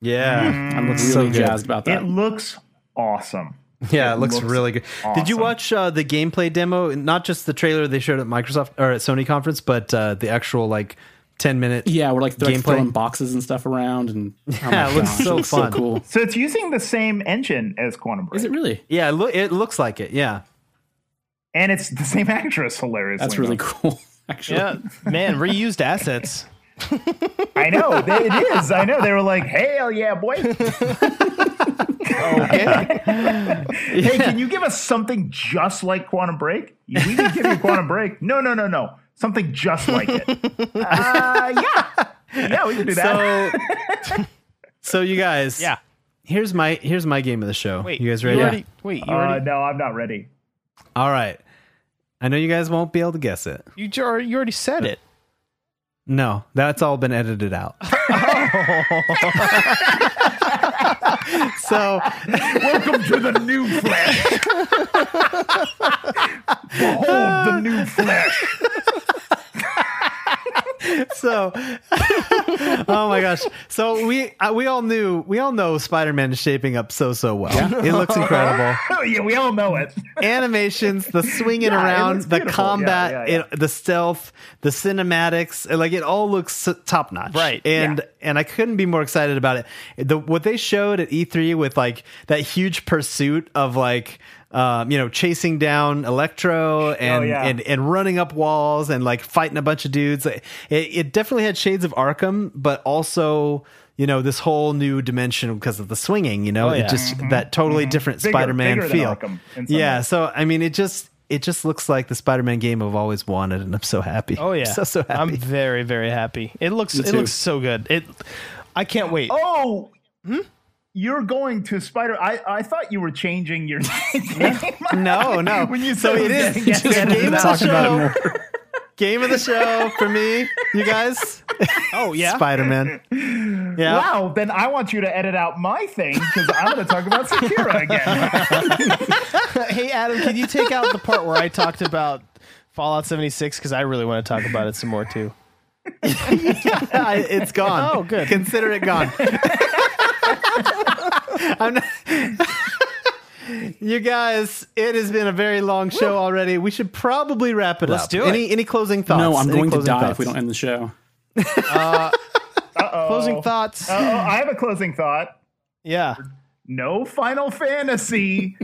S1: Yeah.
S4: Mm-hmm.
S5: I'm really
S1: Mm. so good.
S5: jazzed about that.
S4: it looks awesome.
S1: Yeah, it, looks,
S4: looks
S1: really good. Did you
S4: awesome.
S1: watch uh, the gameplay demo? Not just the trailer they showed at Microsoft or at Sony conference, but uh, the actual like ten minute.
S5: yeah, we're like, they're, like
S1: Gameplay.
S5: throwing boxes and stuff around, and oh my
S1: Yeah, it looks
S5: gosh,
S1: so
S5: it's
S1: fun.
S5: cool.
S4: So it's using the same engine as Quantum Break,
S5: Is it really?
S1: Yeah, it, loo- it looks like it. Yeah.
S4: and it's the same actress. Hilariously,
S5: That's really
S4: enough.
S5: cool. Actually,
S3: yeah, Uh, man, reused assets.
S4: I know they- it is. I know they were like, "Hell yeah, boy!"
S3: Okay.
S4: Hey, can you give us something just like Quantum Break? We can give you Quantum Break. No, no, no, no. Something just like it. Uh, yeah, yeah, we can do that.
S1: So, so you guys.
S3: Yeah.
S1: Here's my here's my game of the show.
S3: Wait,
S1: you guys ready?
S3: already- wait, you
S4: uh,
S3: already,
S4: no, I'm not ready.
S1: All right. I know you guys won't be able to guess it.
S3: you, j- you already said it.
S1: No, that's all been edited out. so
S4: Welcome to the new flesh. Behold the new flesh.
S1: so oh my gosh so we uh, we all knew we all know spider-man is shaping up so so well it looks incredible
S4: Oh yeah, we all know it.
S1: animations the swinging
S4: Yeah, it
S1: around
S4: looks
S1: the
S4: beautiful. Yeah,
S1: combat
S4: yeah, yeah.
S1: It, the stealth the cinematics like it all looks top notch
S3: Right,
S1: and and i couldn't be more excited about it the what they showed at e3 with like that huge pursuit of like um, you know, chasing down Electro and,
S4: Oh, yeah.
S1: and and running up walls and like fighting a bunch of dudes. It, it definitely had shades of Arkham, but also you know this whole new dimension because of the swinging. You know,
S3: Oh, yeah.
S1: it just that totally different
S4: Mm-hmm. Bigger-
S1: Spider-Man
S4: bigger than
S1: feel.
S4: Arkham in some
S1: yeah,
S4: ways.
S1: so I mean, it just it just looks like the Spider-Man game I've always wanted, and I'm so happy.
S3: Oh yeah,
S1: so so happy.
S3: I'm very very happy. It looks it
S5: too.
S3: looks so good. It, I can't wait.
S4: Oh,
S1: hmm?
S4: you're going to Spider. I, I thought you were changing your name.
S1: no, no.
S4: when you
S1: so
S4: said
S1: it is
S4: it was
S1: just
S4: getting
S1: game of the
S4: talked
S1: show. Game of the show for me, you guys.
S3: Oh yeah,
S1: Spider-Man. Yeah.
S4: Wow, then I want you to edit out my thing because I'm going to talk about Sakura again.
S3: hey Adam, can you take out the part where I talked about Fallout 76 because I really want to talk about it some more too.
S1: I, it's gone.
S3: Oh, good.
S1: Consider it gone. I'm not- you guys, it has been a very long show already. We should probably wrap it
S3: Let's
S1: up.
S3: do it.
S1: Any any closing thoughts?
S5: no, I'm
S1: Any
S5: going to
S1: closing
S5: die if
S1: thoughts?
S5: we don't end the show.
S4: Uh-oh.
S3: Closing thoughts.
S4: Uh-oh, I have a closing thought.
S3: yeah.
S4: No Final Fantasy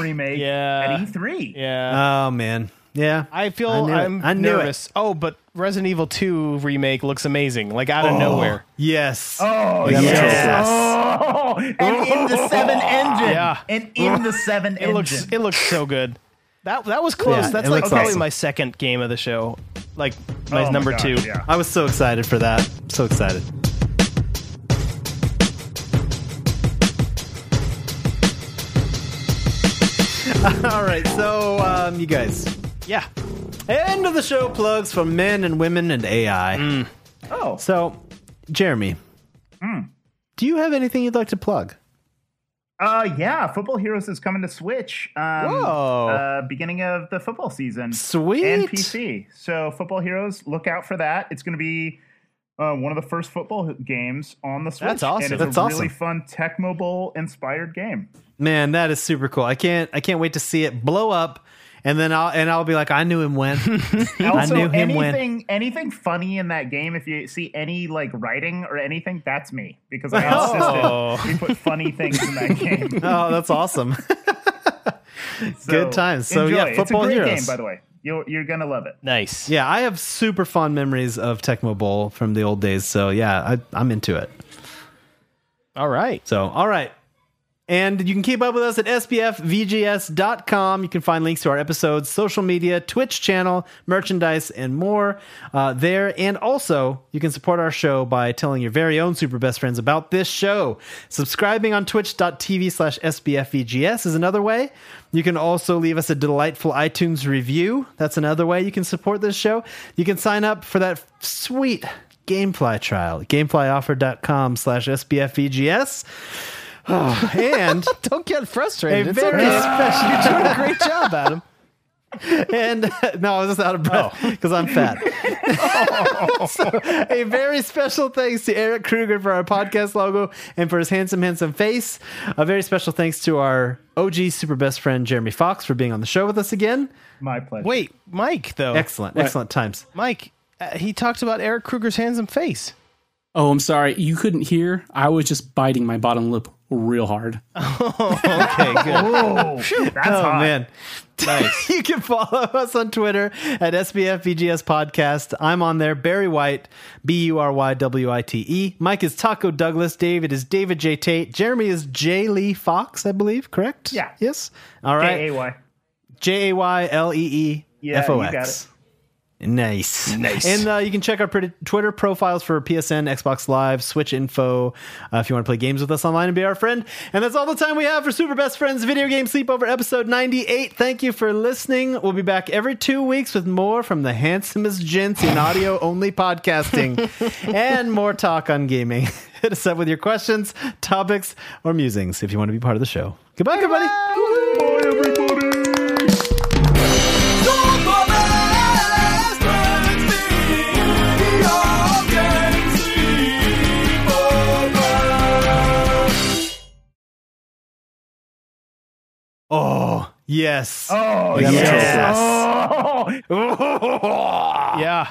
S4: remake
S3: Yeah.
S4: at E E3.
S3: Yeah.
S1: Oh man, yeah.
S3: I feel
S1: I knew it.
S3: I'm
S1: I knew it.
S3: nervous. Oh, but Resident Evil 2 remake looks amazing. Like out
S1: Oh.
S3: of nowhere.
S1: Yes.
S4: Oh
S1: Yeah,
S4: yes.
S1: that's right.
S4: Oh, and in the seven engine.
S3: Yeah.
S4: And in the seven
S3: It
S4: engine.
S3: looks it looks so good. That that was close.
S1: Yeah,
S3: That's
S1: it
S3: like
S1: looks
S3: probably
S4: awesome.
S3: my second game of the show. Like my
S4: Oh my
S3: number
S4: God,
S3: 2.
S4: Yeah.
S1: I was so excited for that. So excited. All right, so um, you guys,
S3: Yeah.
S1: end of the show plugs for men and women and AI.
S4: Oh. Mm.
S1: So, Jeremy, do you have anything you'd like to plug?
S4: Uh, yeah, Football Heroes is coming to Switch. Um,
S1: Whoa.
S4: Uh, beginning of the football season.
S1: Oh, Sweet.
S4: And PC. So Football Heroes, look out for that. It's going to be uh, one of the first football games on the Switch.
S1: That's awesome.
S4: And it's
S1: That's
S4: a
S1: awesome.
S4: really fun Tecmo Bowl inspired game.
S1: Man, that is super cool. I can't I can't wait to see it blow up and then I'll and I'll be like I knew him when. I
S4: Also,
S1: knew him when.
S4: anything anything funny in that game, if you see any like writing or anything, that's me because I insisted we put funny things in that game.
S1: Oh, that's awesome.
S4: So,
S1: Good times. So,
S4: enjoy.
S1: yeah,
S4: It's a
S1: Football
S4: great
S1: Heroes.
S4: game, by the way. You're, you're gonna love it.
S3: Nice.
S1: yeah, I have super fond memories of Tecmo Bowl from the old days. So yeah, I, I'm into it.
S3: All right.
S1: So, all right. And you can keep up with us at sbfvgs.com. You can find links to our episodes, social media, Twitch channel, merchandise, and more uh, there. And also, you can support our show by telling your very own super best friends about this show. Subscribing on twitch.tv slash sbfvgs is another way. You can also leave us a delightful iTunes review. That's another way you can support this show. You can sign up for that sweet Gamefly trial, gameflyoffer.com slash sbfvgs. Oh, and
S3: Don't get
S1: a
S3: frustrated. It's
S1: very
S3: okay.
S1: special
S3: You're doing a great job, Adam. Oh.
S1: and uh, no, I was just out of breath because I'm fat. so, a very special thanks to Eric Kruger for our podcast logo and for his handsome, handsome face. A very special thanks to our OG super best friend Jeremy Fox for being on the show with us again.
S4: My pleasure.
S3: Wait, Mike though.
S1: Excellent, excellent times.
S3: Mike, uh, he talks about Eric Kruger's handsome face.
S5: Oh, I'm sorry. You couldn't hear. I was just biting my bottom lip real hard.
S3: Okay, good.
S4: Whoa, that's
S1: Oh
S4: hot.
S1: man. you can follow us on Twitter at SBFVGS Podcast. I'm on there, Barry White, B U R Y W I T E. Mike is Taco Douglas. David is David J. Tate. Jeremy is J. Lee Fox, I believe, correct?
S4: Yeah.
S1: Yes. All right.
S4: K-A-Y.
S1: J A Y L E E
S4: Yeah,
S1: F O
S4: you got it.
S1: X. Nice. Nice. And uh, you can check our pretty Twitter profiles for PSN, Xbox Live, Switch info uh, if you want to play games with us online and be our friend. And that's all the time we have for Super Best Friends Video Game Sleepover episode 98. Thank you for listening. We'll be back every two weeks with more from the handsomest gents in audio only podcasting and more talk on gaming. Hit us up with your questions, topics, or musings if you want to be part of the show. Goodbye, everybody. Oh, yes.
S4: Oh,
S1: Yeah, that's
S4: yes.
S1: Oh.
S3: Yeah.